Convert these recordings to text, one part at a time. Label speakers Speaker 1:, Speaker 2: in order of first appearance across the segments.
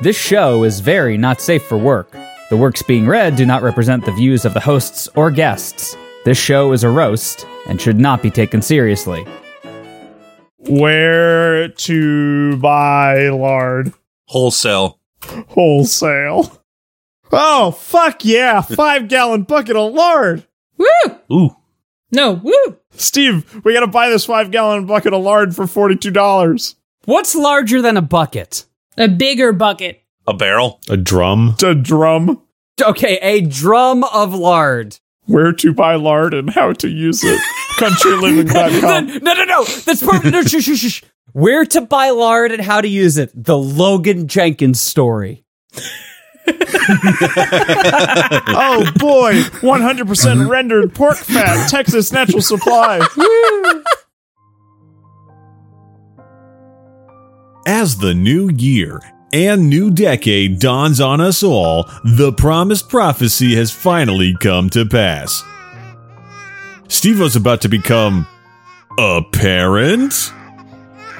Speaker 1: This show is very not safe for work. The works being read do not represent the views of the hosts or guests. This show is a roast and should not be taken seriously.
Speaker 2: Where to buy lard
Speaker 3: wholesale.
Speaker 2: wholesale? Oh, fuck yeah. Five gallon bucket of lard.
Speaker 4: Woo!
Speaker 3: Ooh,
Speaker 4: No, woo!
Speaker 2: Steve, we got to buy this five gallon bucket of lard for $42.
Speaker 5: What's larger than a bucket?
Speaker 4: A bigger bucket.
Speaker 3: a barrel.
Speaker 6: A drum.
Speaker 2: To drum
Speaker 5: Okay, a drum of lard.
Speaker 2: where to buy lard and how to use it. Countryliving.com.
Speaker 5: No, no, no. That's perfect. No, shush, shush, shush. Where to buy lard and how to use it. The Logan Jenkins story.
Speaker 2: Oh boy, 100% rendered pork fat, Texas Natural Supply.
Speaker 6: As the new year and new decade dawns on us all, the promised prophecy has finally come to pass. Steve-O's about to become a parent?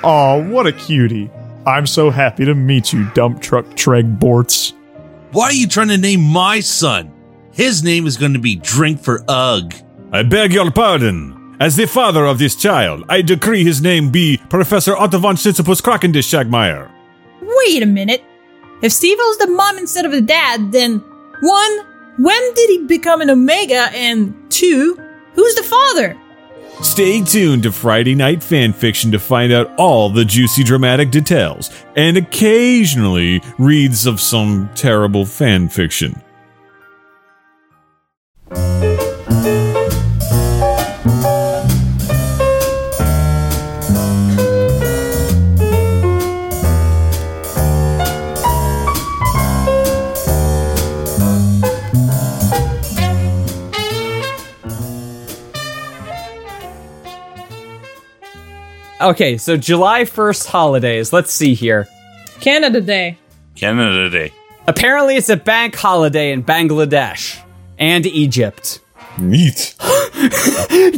Speaker 2: Aw, what a cutie. I'm so happy to meet you, dump truck Treg Bortz.
Speaker 3: Why are you trying to name my son? His name is going to be Drink for Ugg.
Speaker 6: I beg your pardon. As the father of this child, I decree his name be Professor Otto von Sisyphus Krakendish Shagmeyer.
Speaker 4: Wait a minute. If Steve was the mom instead of the dad, then one, when did he become an Omega? And two, who's the father?
Speaker 6: Stay tuned to Friday Night Fanfiction to find out all the juicy dramatic details, and occasionally reads of some terrible fanfiction.
Speaker 5: Okay, so July 1st holidays. Let's see here.
Speaker 4: Canada Day.
Speaker 3: Canada Day.
Speaker 5: Apparently, it's a bank holiday in Bangladesh and Egypt.
Speaker 6: Neat.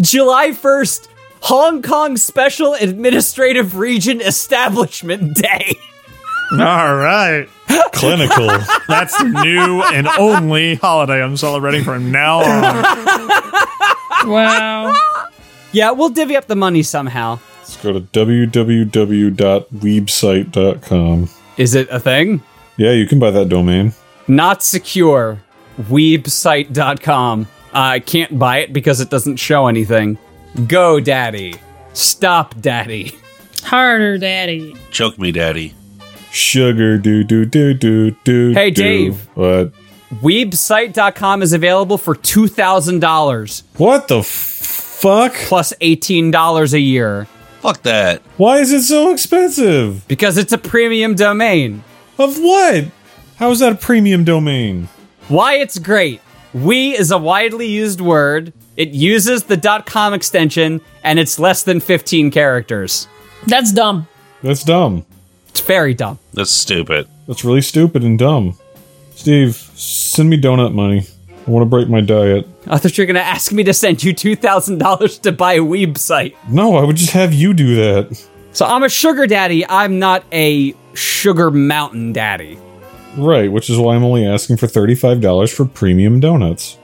Speaker 5: July 1st, Hong Kong Special Administrative Region Establishment Day.
Speaker 2: All right.
Speaker 6: Clinical.
Speaker 2: That's the new and only holiday I'm celebrating from now on.
Speaker 4: Wow.
Speaker 5: Yeah, we'll divvy up the money somehow.
Speaker 6: Let's go to www.weebsite.com.
Speaker 5: Is it a thing?
Speaker 6: Yeah, you can buy that domain.
Speaker 5: Not secure. Weebsite.com. I can't buy it because it doesn't show anything. Go, Daddy. Stop, Daddy.
Speaker 4: Harder, daddy.
Speaker 3: Choke me, daddy.
Speaker 6: Sugar do do do do do.
Speaker 5: Hey,
Speaker 6: do.
Speaker 5: Dave.
Speaker 6: What?
Speaker 5: Weebsite.com is available for $2,000
Speaker 6: What the f- fuck?
Speaker 5: plus $18 a year
Speaker 3: Fuck that.
Speaker 6: Why is it so expensive?
Speaker 5: because it's a premium domain.
Speaker 6: Of what? How is that a premium domain?
Speaker 5: Why it's great. We is a widely used word. It uses the .com extension and it's less than 15 characters.
Speaker 4: That's dumb.
Speaker 6: That's dumb.
Speaker 5: It's very dumb.
Speaker 3: That's stupid.
Speaker 6: That's really stupid and dumb. Steve, send me donut money. I want to break my diet.
Speaker 5: I thought you were going to ask me to send you $2,000 to buy a website.
Speaker 6: No, I would just have you do that.
Speaker 5: So I'm a sugar daddy. I'm not a sugar mountain daddy.
Speaker 6: Right, which is why I'm only asking for $35 for premium donuts.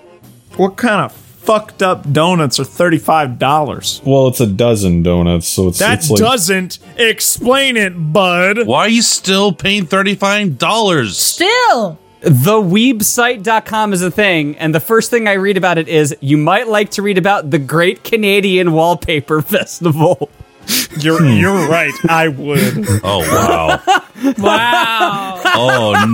Speaker 2: What kind of fucked up donuts are $35?
Speaker 6: Well, it's a dozen donuts, so it's,
Speaker 2: That
Speaker 6: it's like
Speaker 2: doesn't explain it, bud.
Speaker 3: Why are you still paying $35?
Speaker 4: Still.
Speaker 5: The website.com is a thing, and the first thing I read about it is you might like to read about the Great Canadian Wallpaper Festival.
Speaker 2: You're,
Speaker 6: Hmm.
Speaker 2: you're right. I would.
Speaker 3: Oh, wow.
Speaker 4: Wow.
Speaker 3: oh,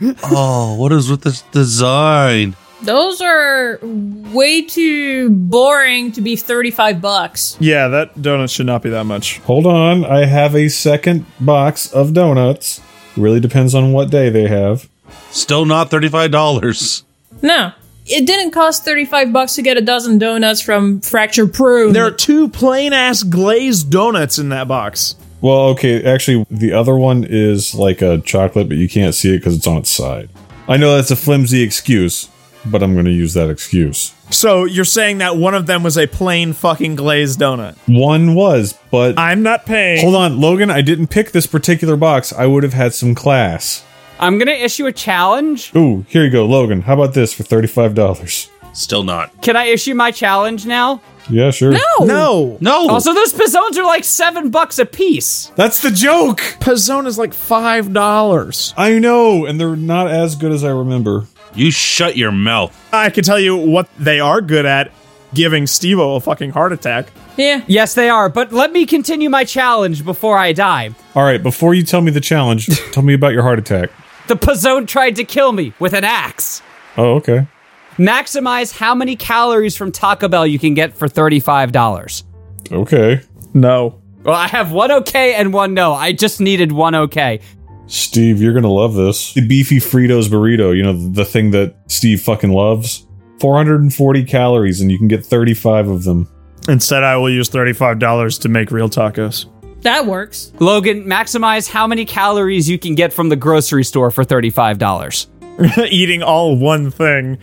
Speaker 3: no. Oh, what is with this design?
Speaker 4: Those are way too boring to be 35 bucks.
Speaker 2: Yeah, that donut should not be that much.
Speaker 6: Hold on, I have a second box of donuts. Really depends on what day they have.
Speaker 3: Still not $35.
Speaker 4: No. It didn't cost 35 bucks to get a dozen donuts from Fracture Prune.
Speaker 2: There are two plain ass glazed donuts in that box.
Speaker 6: Well, okay, actually, the other one is like a chocolate, but you can't see it because it's on its side. I know that's a flimsy excuse, but I'm going to use that excuse.
Speaker 2: So you're saying that one of them was a plain fucking glazed donut.
Speaker 6: One was, but
Speaker 2: I'm not paying.
Speaker 6: hold on, Logan. I didn't pick this particular box. I would have had some class.
Speaker 5: I'm gonna issue a challenge.
Speaker 6: Ooh, here you go, Logan. How about this for thirty-five dollars?
Speaker 3: Still not.
Speaker 5: Can I issue my challenge now?
Speaker 6: Yeah, sure.
Speaker 4: No.
Speaker 2: No.
Speaker 3: No.
Speaker 5: Also, those pizzones are like seven bucks a piece.
Speaker 6: That's the joke.
Speaker 2: Pizzone is like five dollars.
Speaker 6: I know, and they're not as good as I remember.
Speaker 3: you shut your mouth.
Speaker 2: I can tell you what they are good at: giving Stevo a fucking heart attack.
Speaker 4: Yeah.
Speaker 5: Yes, they are, but let me continue my challenge before I die.
Speaker 6: All right, before you tell me the challenge, tell me about your heart attack.
Speaker 5: The pizzone tried to kill me with an axe.
Speaker 6: Oh, okay.
Speaker 5: Maximize how many calories from Taco Bell you can get for $35.
Speaker 6: Okay.
Speaker 2: No.
Speaker 5: Well, I have one okay and one no. I just needed one okay.
Speaker 6: Steve, you're gonna love this. The beefy Fritos burrito, you know, the thing that Steve fucking loves. 440 calories, and you can get 35 of them.
Speaker 2: Instead, I will use thirty-five dollars to make real tacos.
Speaker 4: That works.
Speaker 5: Logan, maximize how many calories you can get from the grocery store for $35.
Speaker 2: Eating all one thing.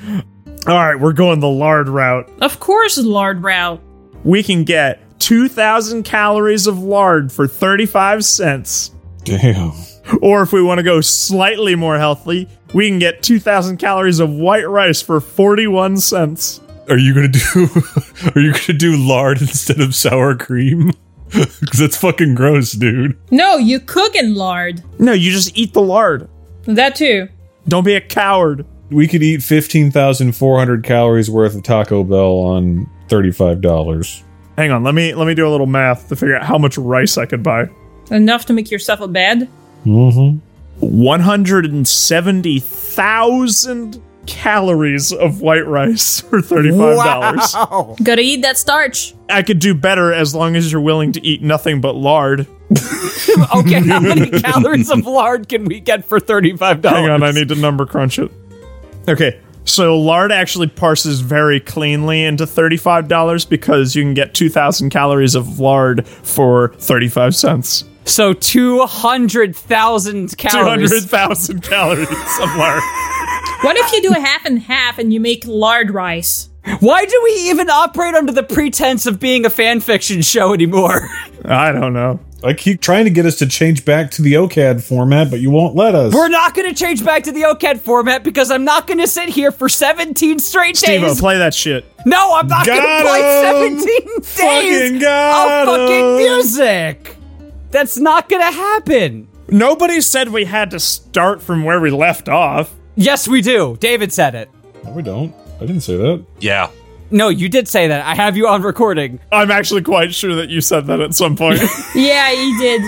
Speaker 2: All right, we're going the lard route.
Speaker 4: Of course, lard route.
Speaker 2: We can get two thousand calories of lard for thirty-five cents.
Speaker 6: Damn.
Speaker 2: Or if we want to go slightly more healthy, we can get 2,000 calories of white rice for 41 cents.
Speaker 6: Are you gonna do? Are you gonna do lard instead of sour cream? Because that's fucking gross, dude.
Speaker 4: No, you cook in lard.
Speaker 2: No, you just eat the lard.
Speaker 4: That too.
Speaker 2: Don't be a coward.
Speaker 6: We could eat 15,400 calories worth of Taco Bell on $35.
Speaker 2: Hang on, let me let me do a little math to figure out how much rice I could buy.
Speaker 4: Enough to make yourself a bed.
Speaker 2: 170,000 calories of white rice for $35.
Speaker 4: Gotta eat that starch.
Speaker 2: I could do better as long as you're willing to eat nothing but lard.
Speaker 5: Okay, how many calories of lard can we get for $35?
Speaker 2: Hang on, I need to number crunch it. Okay, so lard actually parses very cleanly into $35 because you can get 2,000 calories of lard for 35 cents.
Speaker 5: So 200,000 calories.
Speaker 2: 200,000 calories of lard.
Speaker 4: What if you do a half and half and you make lard rice?
Speaker 5: Why do we even operate under the pretense of being a fan fiction show anymore?
Speaker 2: I don't know.
Speaker 6: I keep trying to get us to change back to the OCAD format, but you won't let us.
Speaker 5: We're not going to change back to the OCAD format because I'm not going to sit here for 17 straight
Speaker 2: Steve,
Speaker 5: days.
Speaker 2: play that shit.
Speaker 5: no, I'm not going to
Speaker 6: Got
Speaker 5: play 17
Speaker 6: him! Fucking
Speaker 5: days
Speaker 6: got
Speaker 5: of fucking
Speaker 6: him!
Speaker 5: music. That's not going to happen.
Speaker 2: Nobody said we had to start from where we left off.
Speaker 5: Yes, we do. David said it.
Speaker 6: no, we don't. I didn't say that.
Speaker 3: Yeah.
Speaker 5: No, you did say that. I have you on recording.
Speaker 6: Oh.
Speaker 2: I'm actually quite sure that you said that at some point.
Speaker 4: Yeah, he did.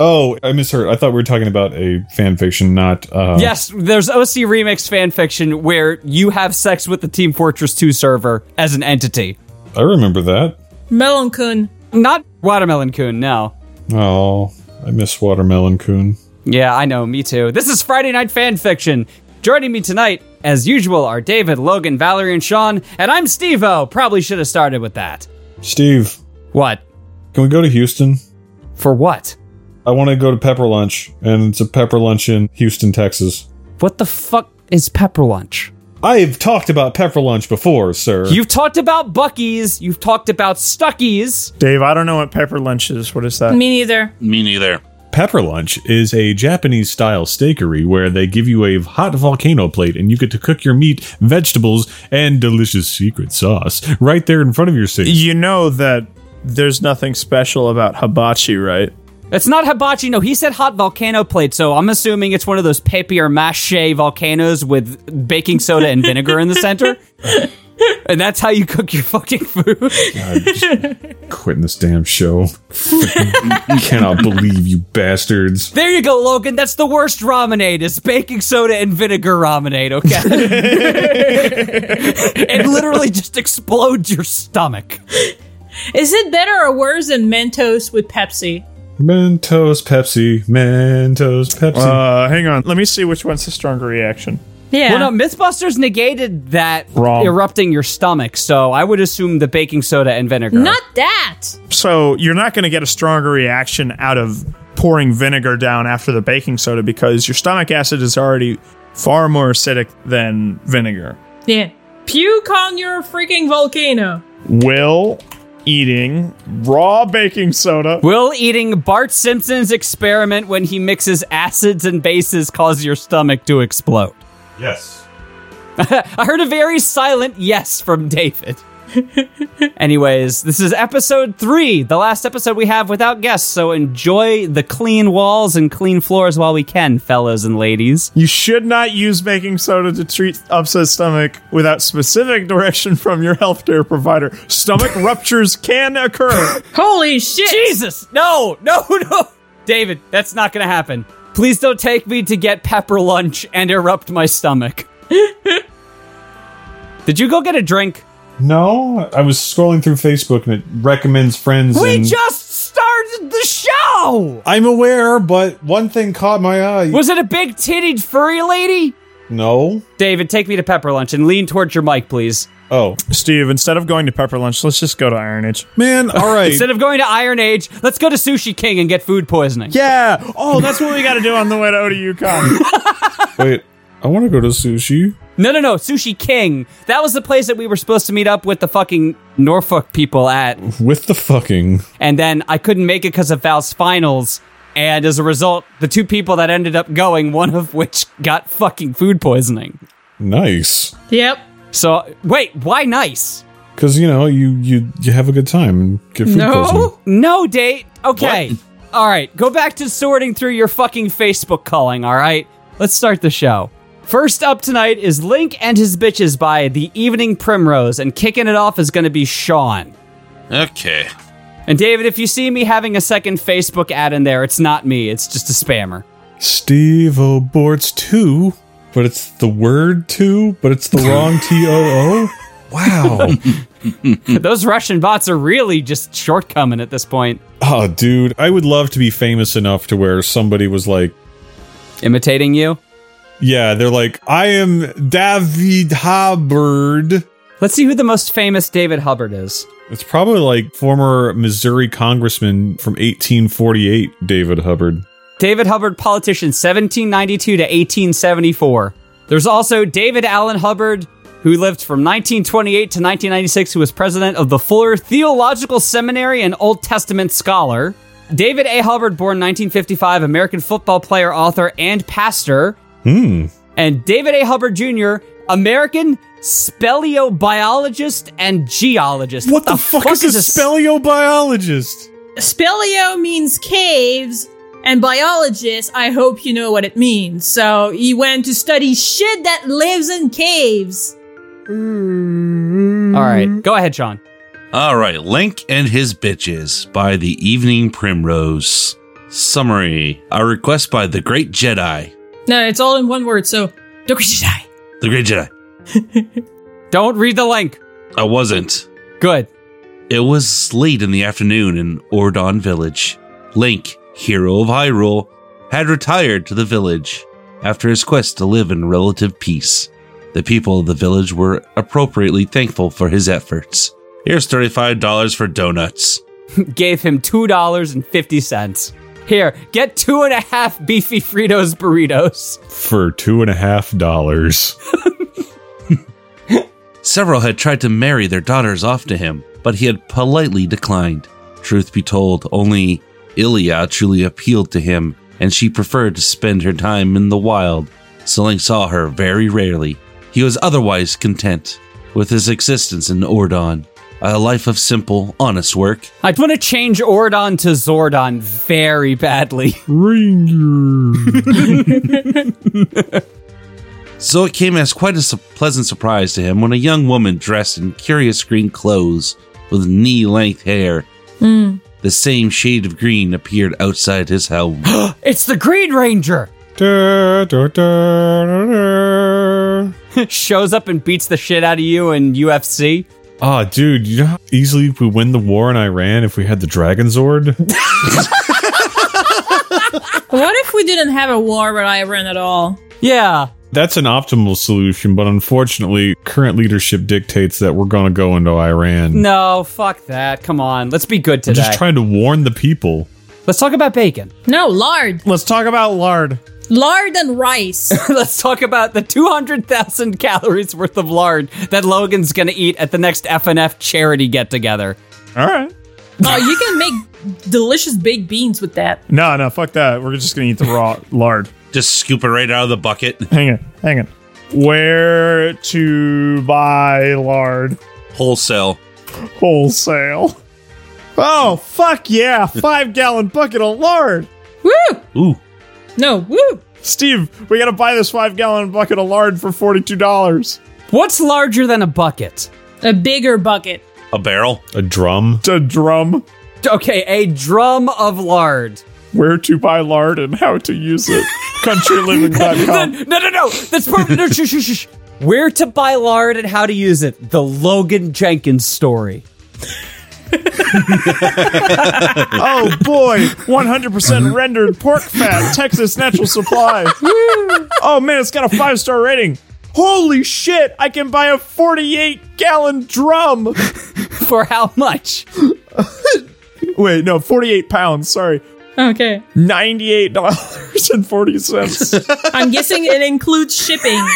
Speaker 6: Oh, I misheard. I thought we were talking about a fan fiction, not. Uh,
Speaker 5: Yes, there's OC Remix fan fiction where you have sex with the Team Fortress 2 server as an entity.
Speaker 6: I remember that.
Speaker 4: Melon Kun.
Speaker 5: Not Watermelon Coon, no.
Speaker 6: Oh, I miss Watermelon Coon.
Speaker 5: Yeah, I know, me too. This is Friday Night Fan Fiction. Joining me tonight, as usual, are David, Logan, Valerie, and Sean, and I'm Steve O. Probably should have started with that.
Speaker 6: Steve,
Speaker 5: What?
Speaker 6: can we go to Houston?
Speaker 5: For what?
Speaker 6: I want to go to Pepper Lunch, and it's a Pepper Lunch in Houston, Texas.
Speaker 5: What the fuck is Pepper Lunch?
Speaker 6: I've talked about Pepper Lunch before, sir.
Speaker 5: You've talked about Bucky's, you've talked about Stuckies.
Speaker 2: Dave, I don't know what pepper lunch is. What is that?
Speaker 4: Me neither.
Speaker 3: Me neither.
Speaker 6: Pepper Lunch is a Japanese style steakery where they give you a hot volcano plate and you get to cook your meat, vegetables, and delicious secret sauce right there in front of your face.
Speaker 2: You know that there's nothing special about hibachi, right?
Speaker 5: It's not hibachi, no, he said hot volcano plate, so I'm assuming it's one of those papier mache volcanoes with baking soda and vinegar in the center. And that's how you cook your fucking food.
Speaker 6: I'm just quitting this damn show. cannot believe you bastards.
Speaker 5: There you go, Logan. That's the worst ramenade is baking soda and vinegar ramenade, okay? it literally just explodes your stomach.
Speaker 4: Is it better or worse than Mentos with Pepsi?
Speaker 6: Mentos Pepsi, Mentos Pepsi.
Speaker 2: Uh, hang on. Let me see which one's the stronger reaction.
Speaker 4: Yeah.
Speaker 5: Well, no, Mythbusters negated that
Speaker 2: Wrong.
Speaker 5: erupting your stomach, so I would assume the baking soda and vinegar.
Speaker 4: Not that.
Speaker 2: So you're not going to get a stronger reaction out of pouring vinegar down after the baking soda because your stomach acid is already far more acidic than vinegar.
Speaker 4: Yeah. Puke on your freaking volcano.
Speaker 2: Will eating raw baking soda.
Speaker 5: Will eating Bart Simpson's experiment when he mixes acids and bases cause your stomach to explode?
Speaker 6: Yes.
Speaker 5: I heard a very silent yes from David. Anyways, this is episode three, the last episode we have without guests, so enjoy the clean walls and clean floors while we can, fellas and ladies.
Speaker 2: You should not use baking soda to treat upset stomach without specific direction from your healthcare provider. Stomach ruptures can occur.
Speaker 4: Holy shit!
Speaker 5: Jesus! No, no, no! David, that's not gonna happen. Please don't take me to get pepper lunch and erupt my stomach. Did you go get a drink?
Speaker 6: No, I was scrolling through Facebook and it recommends friends.
Speaker 5: We
Speaker 6: and-
Speaker 5: just started the show!
Speaker 6: I'm aware, but one thing caught my eye.
Speaker 5: Was it a big titted furry lady?
Speaker 6: No.
Speaker 5: David, take me to pepper lunch and lean towards your mic, please.
Speaker 6: Oh.
Speaker 2: Steve, instead of going to Pepper Lunch, let's just go to Iron Age.
Speaker 6: Man, all right.
Speaker 5: Instead of going to Iron Age, let's go to Sushi King and get food poisoning.
Speaker 2: Yeah. Oh, that's what we got to do on the way to ODUCon.
Speaker 6: Wait, I want to go to sushi.
Speaker 5: No, no, no, Sushi King. That was the place that we were supposed to meet up with the fucking Norfolk people at.
Speaker 6: With the fucking.
Speaker 5: And then I couldn't make it because of Val's finals. And as a result, the two people that ended up going, one of which got fucking food poisoning.
Speaker 6: Nice.
Speaker 4: Yep.
Speaker 5: So, wait, why nice?
Speaker 6: Because, you know, you, you you have a good time and get food poisoning.
Speaker 4: No.
Speaker 5: No, date. Okay. All right. Go back to sorting through your fucking Facebook calling, all right? Let's start the show. First up tonight is Link and His Bitches by The Evening Primrose, and kicking it off is going to be Sean.
Speaker 3: Okay.
Speaker 5: And David, if you see me having a second Facebook ad in there, it's not me, it's just a spammer.
Speaker 6: Steve O'Bort's 2, but it's the word 2, but it's the wrong T O O? Wow.
Speaker 5: Those Russian bots are really just shortcoming at this point.
Speaker 6: oh, dude. I would love to be famous enough to where somebody was like,
Speaker 5: Imitating you?
Speaker 6: yeah, they're like, I am David Hubbard.
Speaker 5: Let's see who the most famous David Hubbard is.
Speaker 6: It's probably like former Missouri congressman from 1848, David Hubbard.
Speaker 5: David Hubbard, politician, 1792 to 1874. There's also David Allen Hubbard, who lived from 1928 to 1996, who was president of the Fuller Theological Seminary and Old Testament scholar. David A. Hubbard, born 1955, American football player, author, and pastor. And David A. Hubbard Jr., American speleobiologist and geologist.
Speaker 6: speleobiologist?
Speaker 4: Spelio means caves, and biologist, I hope you know what it means. So he went to study shit that lives in caves.
Speaker 5: All right, go ahead, Sean.
Speaker 3: All right, Link and His Bitches by The Evening Primrose. Summary A request by the Great Jedi.
Speaker 4: No, it's all in one word, so Dokushidai.
Speaker 3: The Great Jedi.
Speaker 5: Don't read the link.
Speaker 3: I wasn't.
Speaker 5: Good.
Speaker 3: It was late in the afternoon in Ordon Village. Link, hero of Hyrule, had retired to the village after his quest to live in relative peace. The people of the village were appropriately thankful for his efforts. Here's $35 for donuts.
Speaker 5: gave him two dollars and fifty cents. Here, get two and a half beefy Fritos burritos.
Speaker 6: For two and a half dollars.
Speaker 3: Several had tried to marry their daughters off to him, but he had politely declined. Truth be told, only Ilya truly appealed to him, and she preferred to spend her time in the wild. So Link saw her very rarely. He was otherwise content with his existence in Ordon, a life of simple, honest work.
Speaker 5: I want to change Ordon to Zordon very badly.
Speaker 6: Ranger.
Speaker 3: So it came as quite a su- pleasant surprise to him when a young woman dressed in curious green clothes with knee length hair, the same shade of green, appeared outside his home.
Speaker 5: It's the Green Ranger.
Speaker 6: Da, da, da, da, da.
Speaker 5: Shows up and beats the shit out of you in UFC.
Speaker 6: Ah, dude, you know how easily we win the war in Iran if we had the Dragon Zord?
Speaker 4: What if we didn't have a war with Iran at all?
Speaker 5: Yeah.
Speaker 6: That's an optimal solution, but unfortunately, current leadership dictates that we're going to go into Iran.
Speaker 5: No, fuck that. Come on. Let's be good
Speaker 6: I'm
Speaker 5: today.
Speaker 6: just trying to warn the people.
Speaker 5: Let's talk about bacon.
Speaker 4: No, lard.
Speaker 2: Let's talk about lard.
Speaker 4: Lard and rice.
Speaker 5: Let's talk about the 200,000 calories worth of lard that Logan's going to eat at the next FNF charity get together.
Speaker 2: All right.
Speaker 4: oh, you can make delicious baked beans with that.
Speaker 2: No, no, fuck that. We're just gonna eat the raw lard.
Speaker 3: Just scoop it right out of the bucket.
Speaker 2: Hang on, hang on. Where to buy lard
Speaker 3: Wholesale.
Speaker 2: wholesale? Oh fuck yeah! Five gallon bucket of lard.
Speaker 4: Woo!
Speaker 3: Ooh.
Speaker 4: No, woo!
Speaker 2: Steve, we gotta buy this five gallon bucket of lard for forty two dollars.
Speaker 5: What's larger than a bucket?
Speaker 4: A bigger bucket.
Speaker 3: A barrel.
Speaker 6: A drum.
Speaker 2: To drum
Speaker 5: Okay, a drum of lard.
Speaker 2: where to buy lard and how to use it. Countryliving.com.
Speaker 5: No, no, no. That's perfect. No, shh, shh, shh, shh. Where to buy lard and how to use it. The Logan Jenkins story.
Speaker 2: Oh boy, Mm-hmm. one hundred percent rendered pork fat, Texas Natural Supply. oh man, it's got a five star rating. Holy shit! I can buy a forty eight gallon drum.
Speaker 5: For how much?
Speaker 2: Wait, no, 48 pounds, sorry.
Speaker 4: Okay.
Speaker 2: $98.40.
Speaker 4: I'm guessing it includes shipping.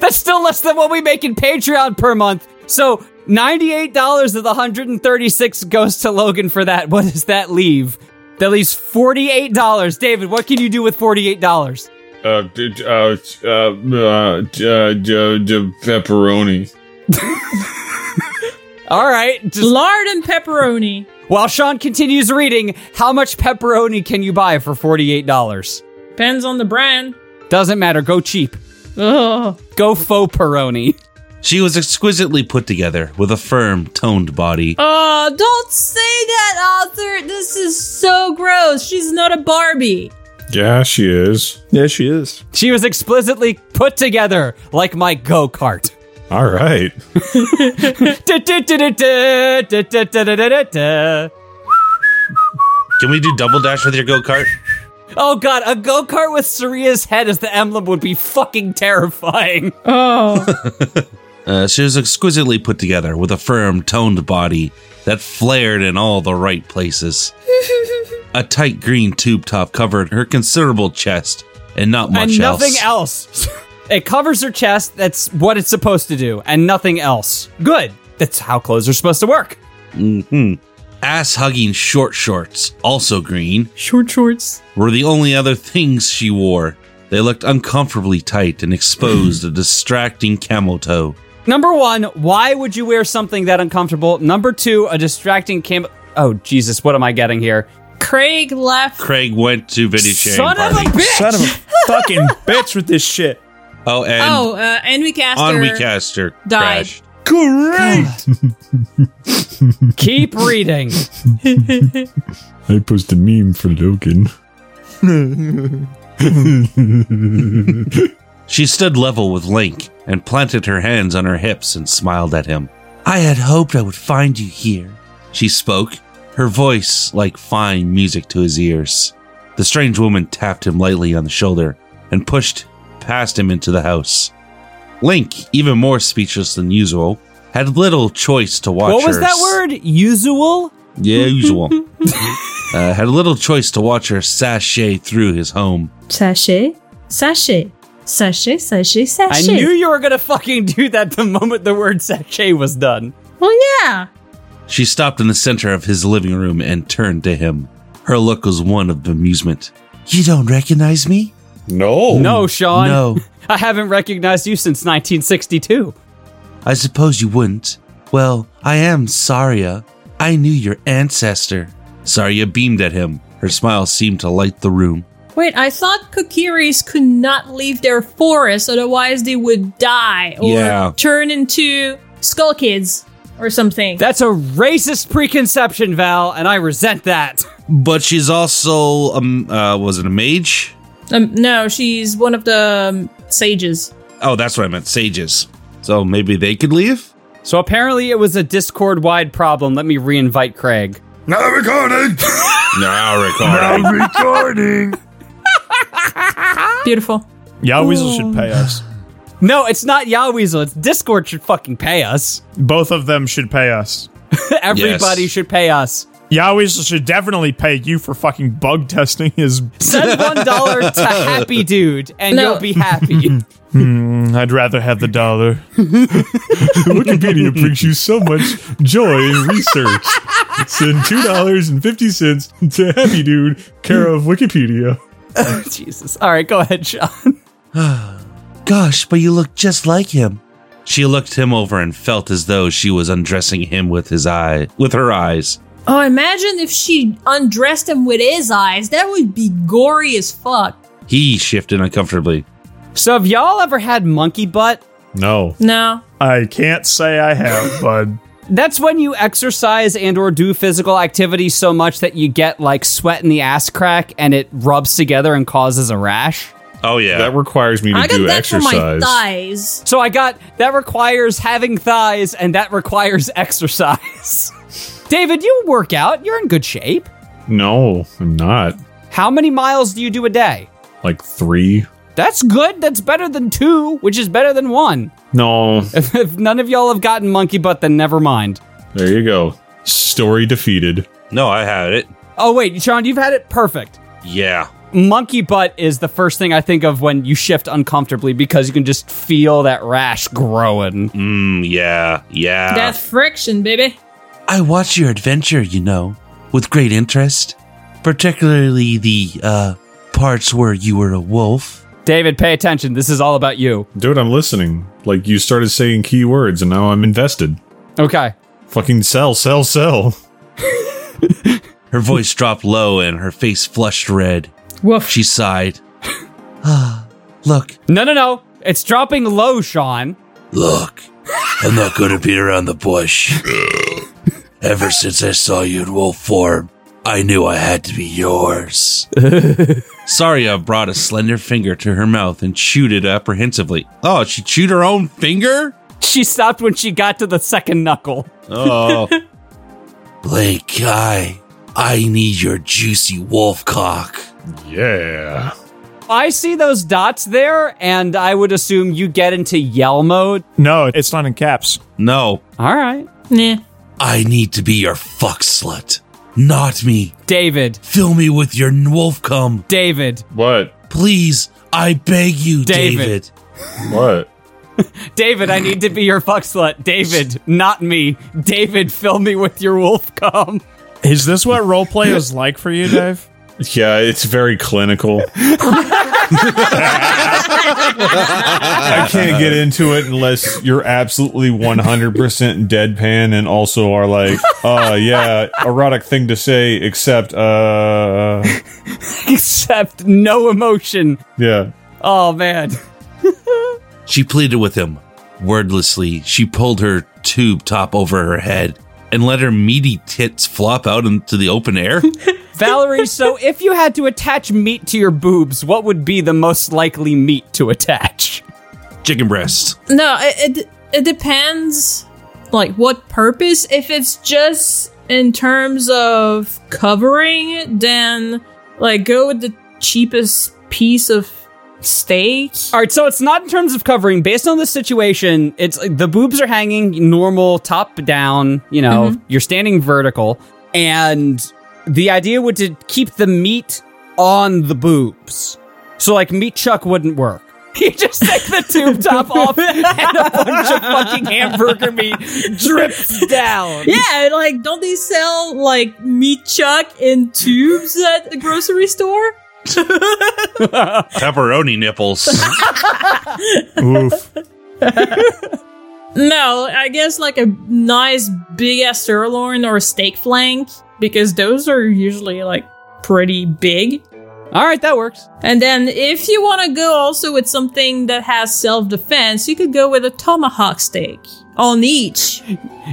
Speaker 5: That's still less than what we make in Patreon per month. So $98 of the 136 goes to Logan for that. What does that leave? That leaves $48. David, what can you do with $48?
Speaker 6: Uh, d- d- uh, uh, uh, d- d- d- pepperoni.
Speaker 5: All right. Just,
Speaker 4: Lard and pepperoni.
Speaker 5: while Sean continues reading, how much pepperoni can you buy for $48?
Speaker 4: Depends on the brand.
Speaker 5: Doesn't matter. Go cheap.
Speaker 4: Ugh.
Speaker 5: Go faux peroni.
Speaker 3: She was exquisitely put together with a firm, toned body.
Speaker 4: Oh, don't say that, author. This is so gross. She's not a Barbie.
Speaker 6: Yeah, she is.
Speaker 2: yeah, she is.
Speaker 5: She was explicitly put together like my go kart.
Speaker 6: All right.
Speaker 5: Oh
Speaker 3: Can we do double dash with your go kart?
Speaker 5: Oh god, a go kart with Saria's head as the emblem would be fucking terrifying.
Speaker 4: Oh.
Speaker 3: Uh, she was exquisitely put together with a firm, toned body that flared in all the right places. a tight green tube top covered her considerable chest and not much
Speaker 5: and nothing
Speaker 3: else.
Speaker 5: else. it covers her chest, that's what it's supposed to do, and nothing else. Good. That's how clothes are supposed to work.
Speaker 3: Ass hugging short shorts, also green,
Speaker 4: Short shorts.
Speaker 3: were the only other things she wore. They looked uncomfortably tight and exposed a distracting camel toe.
Speaker 5: Number one, why would you wear something that uncomfortable? Number two, a distracting cam. Oh, Jesus, what am I getting here?
Speaker 4: Craig left.
Speaker 3: Craig went to video sharing
Speaker 5: Son of
Speaker 3: party.
Speaker 5: a bitch!
Speaker 2: Son of a fucking bitch with this shit.
Speaker 3: oh, and
Speaker 4: oh, uh, Envy Caster.
Speaker 3: on Wecaster
Speaker 4: died.
Speaker 3: crashed.
Speaker 2: Great!
Speaker 5: Keep reading.
Speaker 6: I post a meme for Logan.
Speaker 3: She stood level with Link and planted her hands on her hips and smiled at him. I had hoped I would find you here. She spoke, her voice like fine music to his ears. The strange woman tapped him lightly on the shoulder and pushed past him into the house. Link, even more speechless than usual, had little choice to watch
Speaker 5: what was
Speaker 3: her
Speaker 5: that
Speaker 3: s-
Speaker 5: word? Usual?
Speaker 3: Yeah, usual. uh, had little choice to watch her sashay through his home.
Speaker 4: Sachet. Sachet. Sachet, sachet,
Speaker 5: I
Speaker 4: sachet.
Speaker 5: knew you were gonna fucking do that the moment the word sachet was done.
Speaker 4: well, yeah.
Speaker 3: She stopped in the center of his living room and turned to him. Her look was one of bemusement. You don't recognize me?
Speaker 6: No.
Speaker 5: No, Sean.
Speaker 3: No.
Speaker 5: I haven't recognized you since 1962.
Speaker 3: I suppose you wouldn't. Well, I am Saria. I knew your ancestor. Saria beamed at him. Her smile seemed to light the room.
Speaker 4: Wait, I thought Kokiris could not leave their forest, otherwise they would die or
Speaker 3: Yeah.
Speaker 4: turn into skull kids or something.
Speaker 5: That's a racist preconception, Val, and I resent that.
Speaker 3: But she's also um uh was it a mage?
Speaker 4: um, no, she's one of the um, sages.
Speaker 3: Oh, that's what I meant, sages. So maybe they could leave?
Speaker 5: So apparently it was a Discord wide problem. Let me reinvite Craig.
Speaker 6: Now recording. now recording.
Speaker 4: Beautiful.
Speaker 2: Y'all Weasel should pay us.
Speaker 5: No, it's not Yahweasel. It's Discord should fucking pay us.
Speaker 2: Both of them should pay us.
Speaker 5: Everybody
Speaker 3: Yes.
Speaker 5: should pay us.
Speaker 2: Yahweh should definitely pay you for fucking bug testing his.
Speaker 5: Send one dollar to Happy Dude, and
Speaker 4: No.
Speaker 5: you'll be happy.
Speaker 2: I'd rather have the dollar.
Speaker 6: Wikipedia brings you so much joy in research. Send two dollars and fifty cents to Happy Dude, care of Wikipedia.
Speaker 5: Jesus. All right, go ahead, Sean.
Speaker 3: Gosh, but you look just like him. She looked him over and felt as though she was undressing him with his eye with her eyes.
Speaker 4: Oh, imagine if she undressed him with his eyes. That would be gory as fuck.
Speaker 3: He shifted uncomfortably.
Speaker 5: So, have y'all ever had monkey butt?
Speaker 6: No.
Speaker 4: No.
Speaker 2: I can't say I have, bud.
Speaker 5: That's when you exercise and or do physical activity so much that you get like sweat in the ass crack and it rubs together and causes a rash.
Speaker 3: Oh yeah.
Speaker 6: That requires me to
Speaker 4: I got
Speaker 6: do
Speaker 4: that for my
Speaker 6: exercise.
Speaker 4: thighs.
Speaker 5: So I got that requires having thighs and that requires exercise. David, you work out. You're in good shape.
Speaker 6: No, I'm not.
Speaker 5: How many miles do you do a day?
Speaker 6: Like three.
Speaker 5: That's good. That's better than two, which is better than one.
Speaker 6: No.
Speaker 5: if none of y'all have gotten monkey butt, then never mind.
Speaker 6: There you go. Story defeated.
Speaker 3: no, I had it.
Speaker 5: Oh, wait, Sean, you've had it perfect.
Speaker 3: Yeah.
Speaker 5: Monkey butt is the first thing I think of when you shift uncomfortably because you can just feel that rash growing.
Speaker 3: Mm, yeah. Yeah.
Speaker 4: That friction, baby.
Speaker 3: I watch your adventure, you know, with great interest, particularly the uh parts where you were a wolf.
Speaker 5: David, pay attention. This is all about you.
Speaker 6: Dude, I'm listening. Like you started saying key words and now I'm invested.
Speaker 5: Okay.
Speaker 6: Fucking sell, sell, sell.
Speaker 3: Her voice dropped low and her face flushed red.
Speaker 4: Woof.
Speaker 3: She sighed. Ah, look,
Speaker 5: No, no, no. It's dropping low, Sean.
Speaker 3: look. I'm not going to be around the bush. Ever since I saw you in wolf form, I knew I had to be yours. Saria brought a slender finger to her mouth and chewed it apprehensively. Oh, she chewed her own finger?
Speaker 5: She stopped when she got to the second knuckle.
Speaker 3: Oh. Blake, I, I need your juicy wolf cock.
Speaker 6: Yeah.
Speaker 5: I see those dots there, and I would assume you get into yell mode.
Speaker 2: No, it's not in caps.
Speaker 3: No,
Speaker 5: All right.
Speaker 4: Nah.
Speaker 3: I need to be your fuck slut. Not me.
Speaker 5: David,
Speaker 3: Fill me with your wolf cum.
Speaker 5: David,
Speaker 6: What?
Speaker 3: Please, I beg you,
Speaker 5: David.
Speaker 3: David.
Speaker 6: What?
Speaker 5: David, I need to be your fuck slut. David, not me. David, fill me with your wolf cum.
Speaker 2: Is this what roleplay is like for you, Dave?
Speaker 6: Yeah, it's very clinical. I can't get into it unless you're absolutely 100% deadpan and also are like, uh, yeah, erotic thing to say, except, uh,
Speaker 5: Except no emotion.
Speaker 6: yeah.
Speaker 5: Oh, man.
Speaker 3: She pleaded with him. Wordlessly, she pulled her tube top over her head and let her meaty tits flop out into the open air.
Speaker 5: Valerie, so if you had to attach meat to your boobs, what would be the most likely meat to attach?
Speaker 3: Chicken breast.
Speaker 4: No, it, it it depends like what purpose. If it's just in terms of covering, then like go with the cheapest piece of steak.
Speaker 5: All right, so it's not in terms of covering. Based on the situation, it's like the boobs are hanging normal, top down. You know, you're standing vertical, and the idea would to keep the meat on the boobs. So like meat chuck wouldn't work. You just take the tube top off, and a bunch of fucking hamburger meat drips down.
Speaker 4: Yeah, like don't they sell like meat chuck in tubes at the grocery store?
Speaker 3: Pepperoni nipples.
Speaker 2: Oof.
Speaker 4: No, I guess like a nice big ass sirloin or a steak flank because those are usually like pretty big.
Speaker 5: All right, that works.
Speaker 4: And then if you want to go also with something that has self-defense, you could go with a tomahawk steak on each.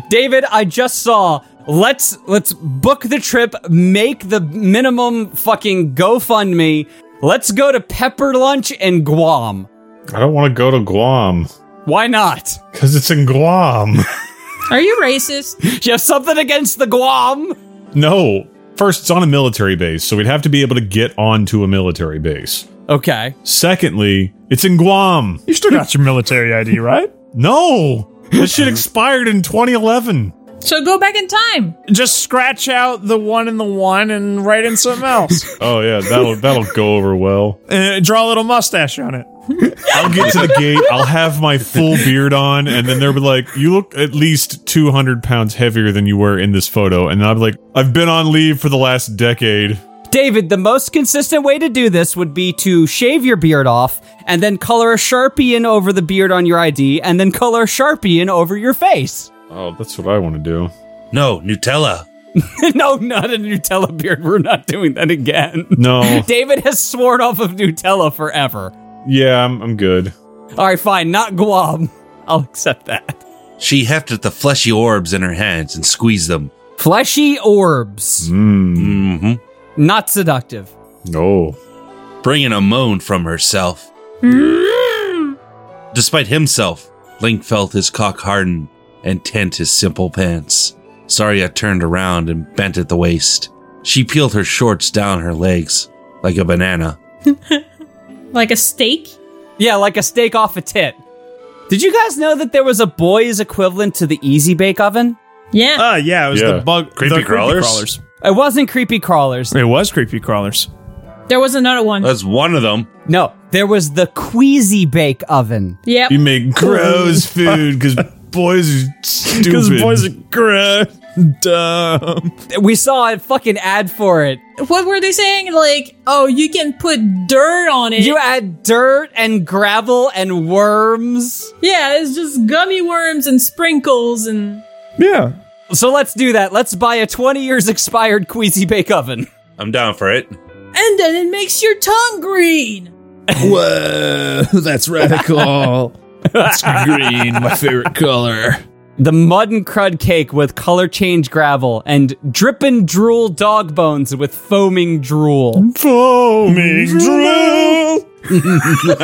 Speaker 5: David, I just saw. Let's let's book the trip, make the minimum fucking GoFundMe. Let's go to Pepper Lunch in Guam.
Speaker 6: I don't want to go to Guam
Speaker 5: Why not?
Speaker 6: because it's in Guam.
Speaker 4: Are you racist?
Speaker 5: Do you have something against the Guam?
Speaker 6: no. First, it's on a military base, so we'd have to be able to get onto a military base.
Speaker 5: Okay.
Speaker 6: Secondly, it's in Guam.
Speaker 2: You still got your military ID, right?
Speaker 6: No, that shit expired in 2011.
Speaker 4: So go back in time.
Speaker 2: Just scratch out the one and the one and write in something else.
Speaker 6: Oh yeah, that'll that'll go over well.
Speaker 2: uh, draw a little mustache on it.
Speaker 6: I'll get to the gate. I'll have my full beard on, and then they'll be like, "You look at least two hundred pounds heavier than you were in this photo." And I'm like, "I've been on leave for the last decade."
Speaker 5: David, the most consistent way to do this would be to shave your beard off and then color a Sharpie in over the beard on your ID and then color a Sharpie in over your face.
Speaker 6: Oh, that's what I want to do.
Speaker 3: No, Nutella.
Speaker 5: no, not a Nutella beard. We're not doing that again.
Speaker 6: No,
Speaker 5: David has sworn off of Nutella forever.
Speaker 6: yeah, I'm, I'm good.
Speaker 5: All right, fine. Not Guam. I'll accept that.
Speaker 3: She hefted the fleshy orbs in her hands and squeezed them.
Speaker 5: Fleshy orbs.
Speaker 3: Mm-hmm.
Speaker 5: Not seductive.
Speaker 6: No,
Speaker 3: Bringing a moan from herself. Despite himself, Link felt his cock harden and tent his simple pants. Saria turned around and bent at the waist. She peeled her shorts down her legs like a banana.
Speaker 4: Like a steak?
Speaker 5: Yeah, like a steak off a tit. Did you guys know that there was a boy's equivalent to the Easy Bake Oven?
Speaker 4: Yeah.
Speaker 2: Uh, yeah, it was
Speaker 6: Yeah.
Speaker 2: the bug.
Speaker 3: Creepy
Speaker 2: the
Speaker 3: crawlers?
Speaker 5: It wasn't creepy crawlers.
Speaker 2: It was creepy crawlers.
Speaker 4: there was another one.
Speaker 3: That's one of them.
Speaker 5: No, there was the Queasy Bake Oven.
Speaker 4: yep.
Speaker 6: you make gross food because boys are stupid.
Speaker 2: Because boys are gross, dumb.
Speaker 5: We saw a fucking ad for it.
Speaker 4: what were they saying? Like, oh, you can put dirt on it.
Speaker 5: You add dirt and gravel and worms.
Speaker 4: yeah, it's just gummy worms and sprinkles and.
Speaker 2: Yeah.
Speaker 5: So let's do that. Let's buy a 20 years expired Queasy Bake Oven.
Speaker 3: I'm down for it.
Speaker 4: And then it makes your tongue green.
Speaker 7: Whoa, that's radical. That's green, my favorite color.
Speaker 5: The mud and crud cake with color change gravel and drippin' drool dog bones with foaming drool.
Speaker 2: Foaming drool.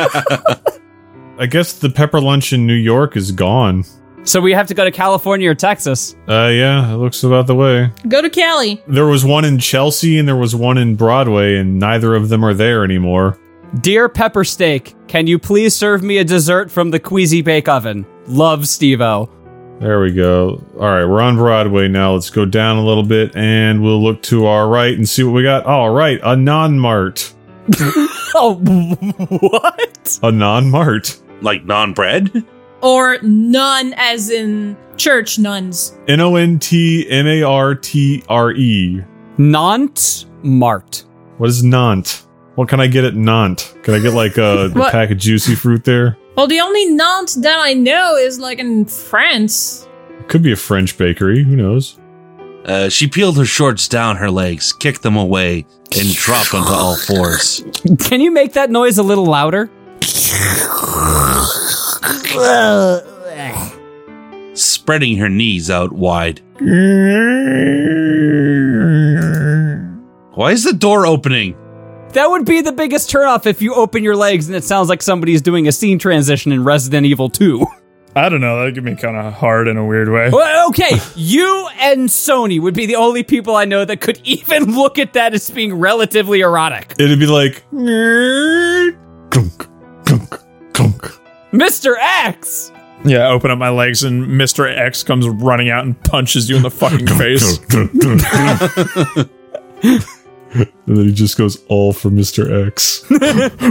Speaker 6: I guess the pepper lunch in New York is gone.
Speaker 5: So we have to go to California or Texas.
Speaker 6: Uh, yeah, it looks about the way.
Speaker 4: Go to Cali.
Speaker 6: There was one in Chelsea and there was one in Broadway, and neither of them are there anymore.
Speaker 5: Dear Pepper Steak, can you please serve me a dessert from the Queasy Bake Oven? Love, Stevo.
Speaker 6: There we go. All right, we're on Broadway now. Let's go down a little bit and we'll look to our right and see what we got. All right, a non mart.
Speaker 5: Oh, what?
Speaker 6: A non mart.
Speaker 3: Like non bread?
Speaker 4: Or nun, as in church nuns.
Speaker 6: N O N T M A R T R E.
Speaker 5: Nant Mart.
Speaker 6: What is Nant? What can I get at Nant? Can I get like a,
Speaker 4: What?
Speaker 6: pack of juicy fruit there?
Speaker 4: Well, the only nant that I know is like in France.
Speaker 6: Could be a French bakery. Who knows?
Speaker 3: Uh, she peeled her shorts down her legs, kicked them away, and dropped onto all fours.
Speaker 5: Can you make that noise a little louder?
Speaker 3: spreading her knees out wide. Why is the door opening?
Speaker 5: That would be the biggest turnoff if you open your legs and it sounds like somebody's doing a scene transition in Resident Evil 2.
Speaker 2: I don't know. That would be kind of hard in a weird way.
Speaker 5: Well, okay, you and Sony would be the only people I know that could even look at that as being relatively erotic.
Speaker 6: It'd be like. Clunk, clunk, clunk.
Speaker 5: Mr. X!
Speaker 2: Yeah, I open up my legs and Mr. X comes running out and punches you in the fucking face.
Speaker 6: and then he just goes all for Mr. X.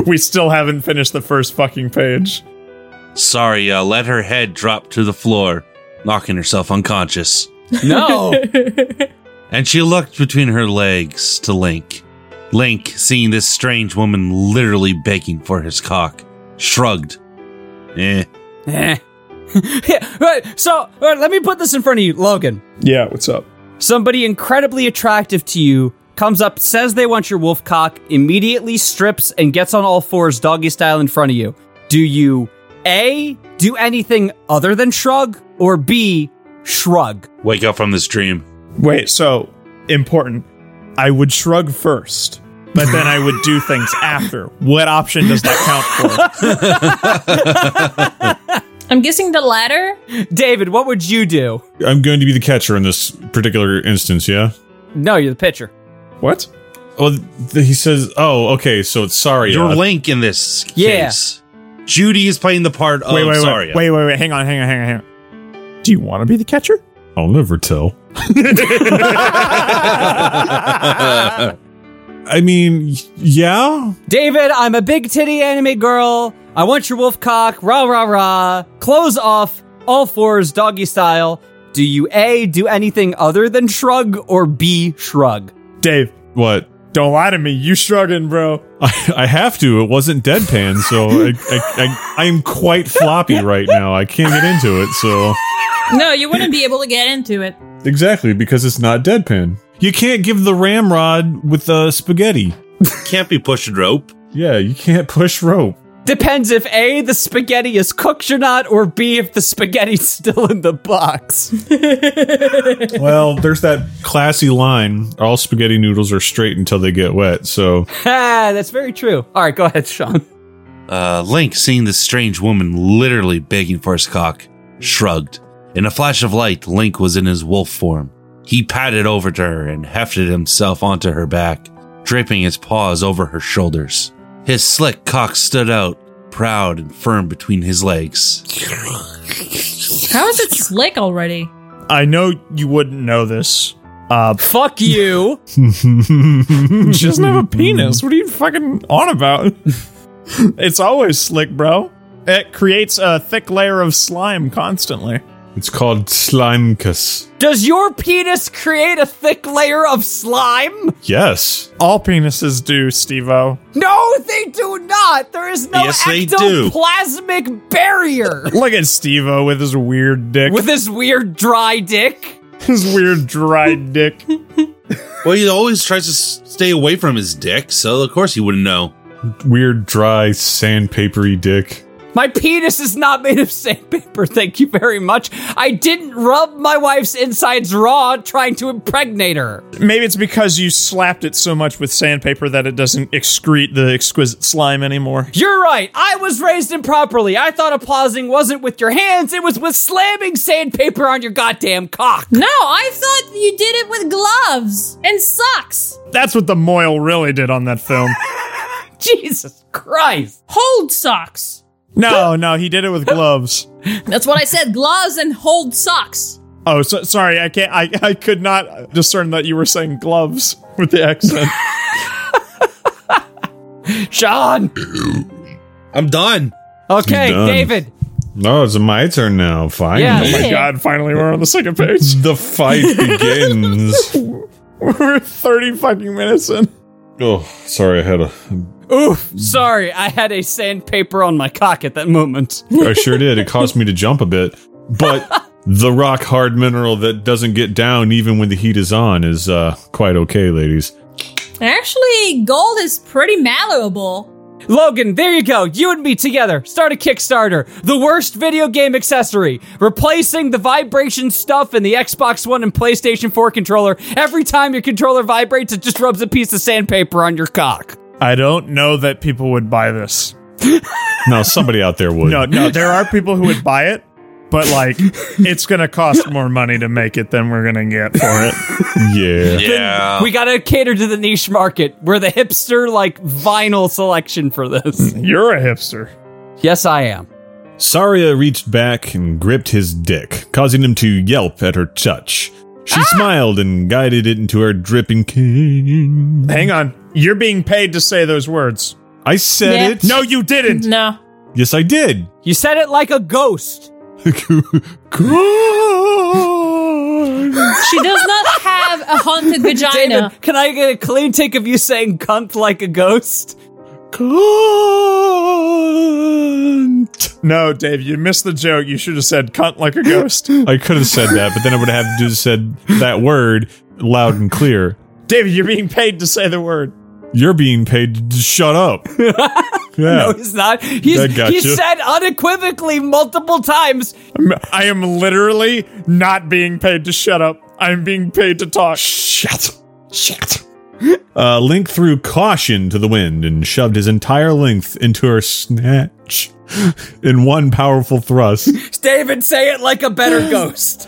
Speaker 2: We still haven't finished the first fucking page.
Speaker 3: Saria uh, let her head drop to the floor, knocking herself unconscious.
Speaker 5: No!
Speaker 3: And she looked between her legs to Link. Link, seeing this strange woman literally begging for his cock, shrugged. Eh.
Speaker 5: Eh. yeah, right, so, all right, let me put this in front of you, Logan.
Speaker 2: Yeah, what's up?
Speaker 5: Somebody incredibly attractive to you comes up, says they want your wolf cock, immediately strips and gets on all fours doggy style in front of you. Do you A, do anything other than shrug, or B, shrug?
Speaker 3: Wake up from this dream.
Speaker 2: Wait, so important. I would shrug first, but then I would do things after. What option does that count for?
Speaker 4: I'm guessing the latter.
Speaker 5: David, what would you do?
Speaker 6: I'm going to be the catcher in this particular instance, yeah?
Speaker 5: No, you're the pitcher.
Speaker 2: What?
Speaker 6: Well, th- he says, oh, okay, so it's sorry.
Speaker 3: You're Link in this
Speaker 5: Yeah.
Speaker 3: case. Judy is playing the part of
Speaker 2: wait, wait,
Speaker 3: Saria.
Speaker 2: wait, wait, wait, wait. Hang on, hang on, hang on, hang on. Do you want to be the catcher?
Speaker 6: I'll never tell. I mean, yeah.
Speaker 5: David, I'm a big titty anime girl. I want your wolf cock. Rah, rah, rah. Clothes off, all fours, doggy style. Do you A, do anything other than shrug, or B, shrug?
Speaker 2: Dave,
Speaker 6: What?
Speaker 2: don't lie to me. You shrugging, bro.
Speaker 6: I, I have to. It wasn't deadpan, so I, I, I, I'm quite floppy right now. I can't get into it, so.
Speaker 4: No, you wouldn't be able to get into it.
Speaker 6: Exactly, because it's not deadpan. You can't give the ramrod with uh, spaghetti.
Speaker 3: Can't be pushing rope.
Speaker 6: Yeah, you can't push rope.
Speaker 5: Depends if A, the spaghetti is cooked or not, or B, if the spaghetti's still in the box.
Speaker 6: Well, there's that classy line all spaghetti noodles are straight until they get wet, so.
Speaker 5: ah, that's very true. All right, go ahead, Sean.
Speaker 3: Uh, Link, seeing this strange woman literally begging for his cock, shrugged. In a flash of light, Link was in his wolf form. He padded over to her and hefted himself onto her back, draping his paws over her shoulders. His slick cock stood out, proud and firm between his legs.
Speaker 4: How is it slick already?
Speaker 2: I know you wouldn't know this. Uh,
Speaker 5: Fuck you.
Speaker 2: she doesn't have a penis. What are you fucking on about? it's always slick, bro. It creates a thick layer of slime constantly.
Speaker 6: It's called slimekus.
Speaker 5: Does your penis create a thick layer of slime?
Speaker 6: Yes.
Speaker 2: All penises do, Stevo.
Speaker 5: No, they do not. There is no
Speaker 3: Yes, they do.
Speaker 5: ectoplasmic barrier.
Speaker 2: Look at Stevo with his weird dick.
Speaker 5: with this weird dry dick.
Speaker 2: his weird dried dick.
Speaker 3: Well, he always tries to s- stay away from his dick, so of course he wouldn't know.
Speaker 6: Weird, dry, sandpapery dick.
Speaker 5: My penis is not made of sandpaper, thank you very much. I didn't rub my wife's insides raw trying to impregnate her.
Speaker 2: Maybe it's because you slapped it so much with sandpaper that it doesn't excrete the exquisite slime anymore.
Speaker 5: You're right, I was raised improperly. I thought applausing wasn't with your hands, it was with slamming sandpaper on your goddamn cock.
Speaker 4: No, I thought you did it with gloves and socks.
Speaker 2: That's what the Moyle really did on that film.
Speaker 5: Jesus Christ.
Speaker 4: Hold socks.
Speaker 2: No, no, he did it with gloves.
Speaker 4: That's what I said. Gloves and hold socks.
Speaker 2: Oh, so, sorry, I can't. I, I could not discern that you were saying gloves with the accent.
Speaker 5: Sean.
Speaker 3: I'm done.
Speaker 5: Okay,
Speaker 6: done.
Speaker 5: David.
Speaker 6: Oh, it's my turn now. Fine.
Speaker 5: Yeah.
Speaker 2: Oh my god, finally we're on the second page.
Speaker 6: The fight begins.
Speaker 2: We're 30 fucking minutes in.
Speaker 6: oh, sorry. I had a.
Speaker 5: Oof. Sorry, I had a sandpaper on my cock at that moment.
Speaker 6: I sure did. It caused me to jump a bit. But the rock hard mineral that doesn't get down even when the heat is on is uh, quite okay, ladies.
Speaker 4: Actually, gold is pretty malleable.
Speaker 5: Logan, there you go. You and me together. Start a Kickstarter. The worst video game accessory. Replacing the vibration stuff in the Xbox One and PlayStation 4 controller. Every time your controller vibrates, it just rubs a piece of sandpaper on your cock.
Speaker 2: I don't know that people would buy this.
Speaker 6: Now, somebody out there would.
Speaker 2: No, no, there are people who would buy it, but like, it's gonna cost more money to make it than we're gonna get for it.
Speaker 6: Yeah.
Speaker 3: Yeah.
Speaker 5: We gotta cater to the niche market. We're the hipster, like, vinyl selection for this.
Speaker 2: You're a hipster.
Speaker 5: yes, I am.
Speaker 6: Saria reached back and gripped his dick, causing him to yelp at her touch. She smiled and guided it into her dripping king.
Speaker 2: Hang on. You're being paid to say those words.
Speaker 6: I said
Speaker 4: Yeah.
Speaker 6: it.
Speaker 2: No, you didn't.
Speaker 4: No.
Speaker 6: Yes, I did.
Speaker 5: You said it like a ghost.
Speaker 4: She does not have a haunted vagina.
Speaker 5: David, can I get a clean take of you saying cunt like a ghost?
Speaker 2: No, Dave, you missed the joke. You should have said cunt like a ghost.
Speaker 6: I could have said that, but then I would have just said that word loud and clear.
Speaker 2: David, you're being paid to say the word.
Speaker 6: You're being paid to shut up. Yeah.
Speaker 5: No, he's not. He's,
Speaker 6: That got
Speaker 5: he
Speaker 6: you.
Speaker 5: said unequivocally multiple times,
Speaker 2: I'm- I am literally not being paid to shut up. I'm being paid to talk.
Speaker 6: Shit. Shit. Uh, Link threw caution to the wind and shoved his entire length into her snatch in one powerful thrust.
Speaker 5: David, say it like a better ghost.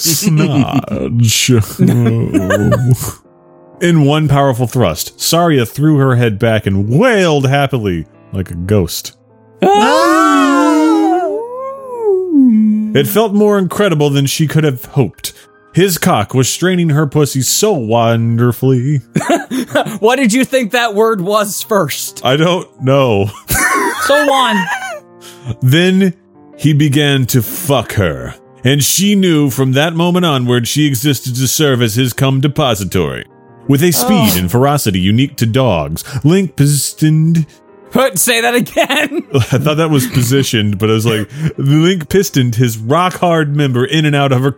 Speaker 6: Snatch. in one powerful thrust, Saria threw her head back and wailed happily like a ghost. It felt more incredible than she could have hoped. His cock was straining her pussy so wonderfully.
Speaker 5: What did you think that word was first?
Speaker 6: I don't know.
Speaker 5: So on.
Speaker 6: Then he began to fuck her, and she knew from that moment onward she existed to serve as his cum depository. With a speed and ferocity unique to dogs, Link pistoned.
Speaker 5: Hut, Say that again.
Speaker 6: I thought that was positioned, but I was like, Link pistoned his rock hard member in and out of her.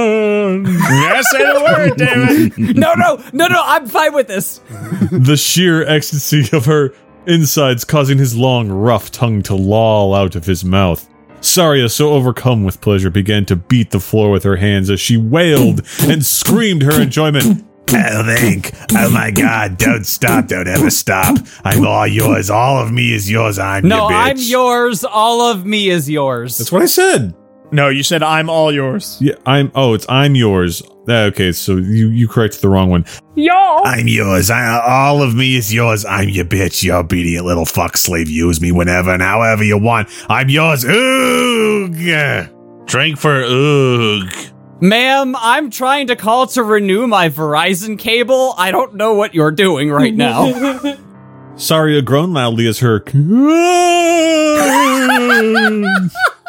Speaker 2: I say the word, damn it.
Speaker 5: No, no, no, no. I'm fine with this.
Speaker 6: the sheer ecstasy of her insides causing his long, rough tongue to loll out of his mouth. Saria, so overcome with pleasure, began to beat the floor with her hands as she wailed and screamed her enjoyment.
Speaker 8: Oh, Link. Oh, my God. Don't stop. Don't ever stop. I'm all yours. All of me is yours. I'm
Speaker 5: No,
Speaker 8: your bitch.
Speaker 5: I'm yours. All of me is yours.
Speaker 6: That's what I said.
Speaker 2: No, you said I'm all yours.
Speaker 6: Yeah, I'm. Oh, it's I'm yours. Ah, Okay, so you you corrected the wrong one.
Speaker 8: I'm yours. I, all of me is yours. I'm your bitch. You obedient little fuck slave. Use me whenever and however you want. I'm yours. Oog.
Speaker 3: Drink for oog.
Speaker 5: Ma'am, I'm trying to call to renew my Verizon cable. I don't know what you're doing right now.
Speaker 6: Saria groaned loudly as her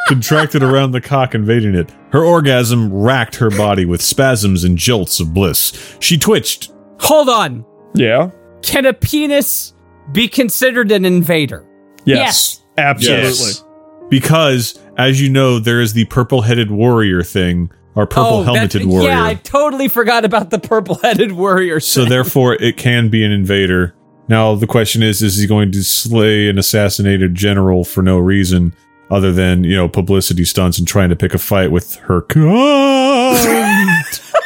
Speaker 6: contracted around the cock, invading it. Her orgasm racked her body with spasms and jolts of bliss. She twitched.
Speaker 5: Hold on.
Speaker 2: Yeah.
Speaker 5: Can a penis be considered an invader?
Speaker 2: Yes. Absolutely.
Speaker 6: Yes. Because, as you know, there is the purple headed warrior thing, or purple
Speaker 5: Oh, that-
Speaker 6: helmeted warrior.
Speaker 5: Yeah, I totally forgot about the purple headed warrior.
Speaker 6: so, therefore, it can be an invader. Now, the question is is he going to slay an assassinated general for no reason other than, you know, publicity stunts and trying to pick a fight with her?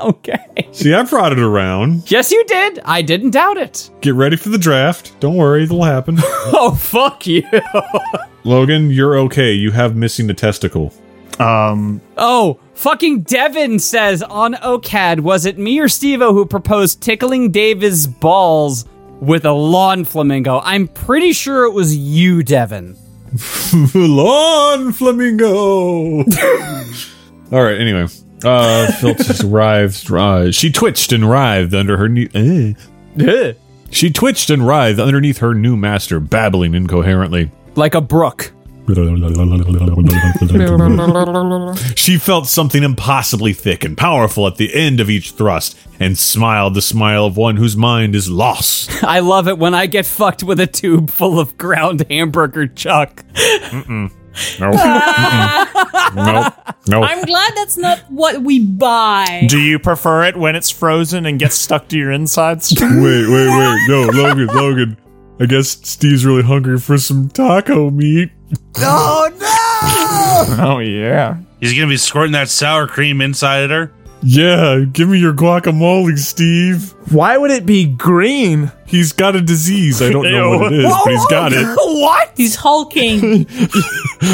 Speaker 5: Okay.
Speaker 6: See, I brought it around.
Speaker 5: Yes, you did. I didn't doubt it.
Speaker 6: Get ready for the draft. Don't worry, it'll happen.
Speaker 5: Oh, fuck you.
Speaker 6: Logan, you're okay. You have missing a testicle.
Speaker 2: Um,
Speaker 5: Oh, fucking Devin says on OCAD, was it me or Stevo who proposed tickling Davis' balls with a lawn flamingo? I'm pretty sure it was you, Devin.
Speaker 6: Lawn flamingo. All right. Anyway, uh, Filch writhed. Uh, she twitched and writhed under her knee. eh. She twitched and writhed underneath her new master, babbling incoherently.
Speaker 5: Like a brook.
Speaker 6: She felt something impossibly thick and powerful at the end of each thrust, and smiled the smile of one whose mind is lost.
Speaker 5: I love it when I get fucked with a tube full of ground hamburger chuck.
Speaker 6: No. no. No.
Speaker 4: I'm glad that's not what we buy.
Speaker 2: do you prefer it when it's frozen and gets stuck to your insides?
Speaker 6: wait, wait, wait. No, Logan, Logan. I guess Steve's really hungry for some taco meat.
Speaker 2: oh yeah.
Speaker 3: He's gonna be squirting that sour cream inside her.
Speaker 6: Yeah, give me your guacamole, Steve.
Speaker 2: Why would it be green?
Speaker 6: He's got a disease. I don't know what it is, but he's got it.
Speaker 5: what?
Speaker 4: He's hulking.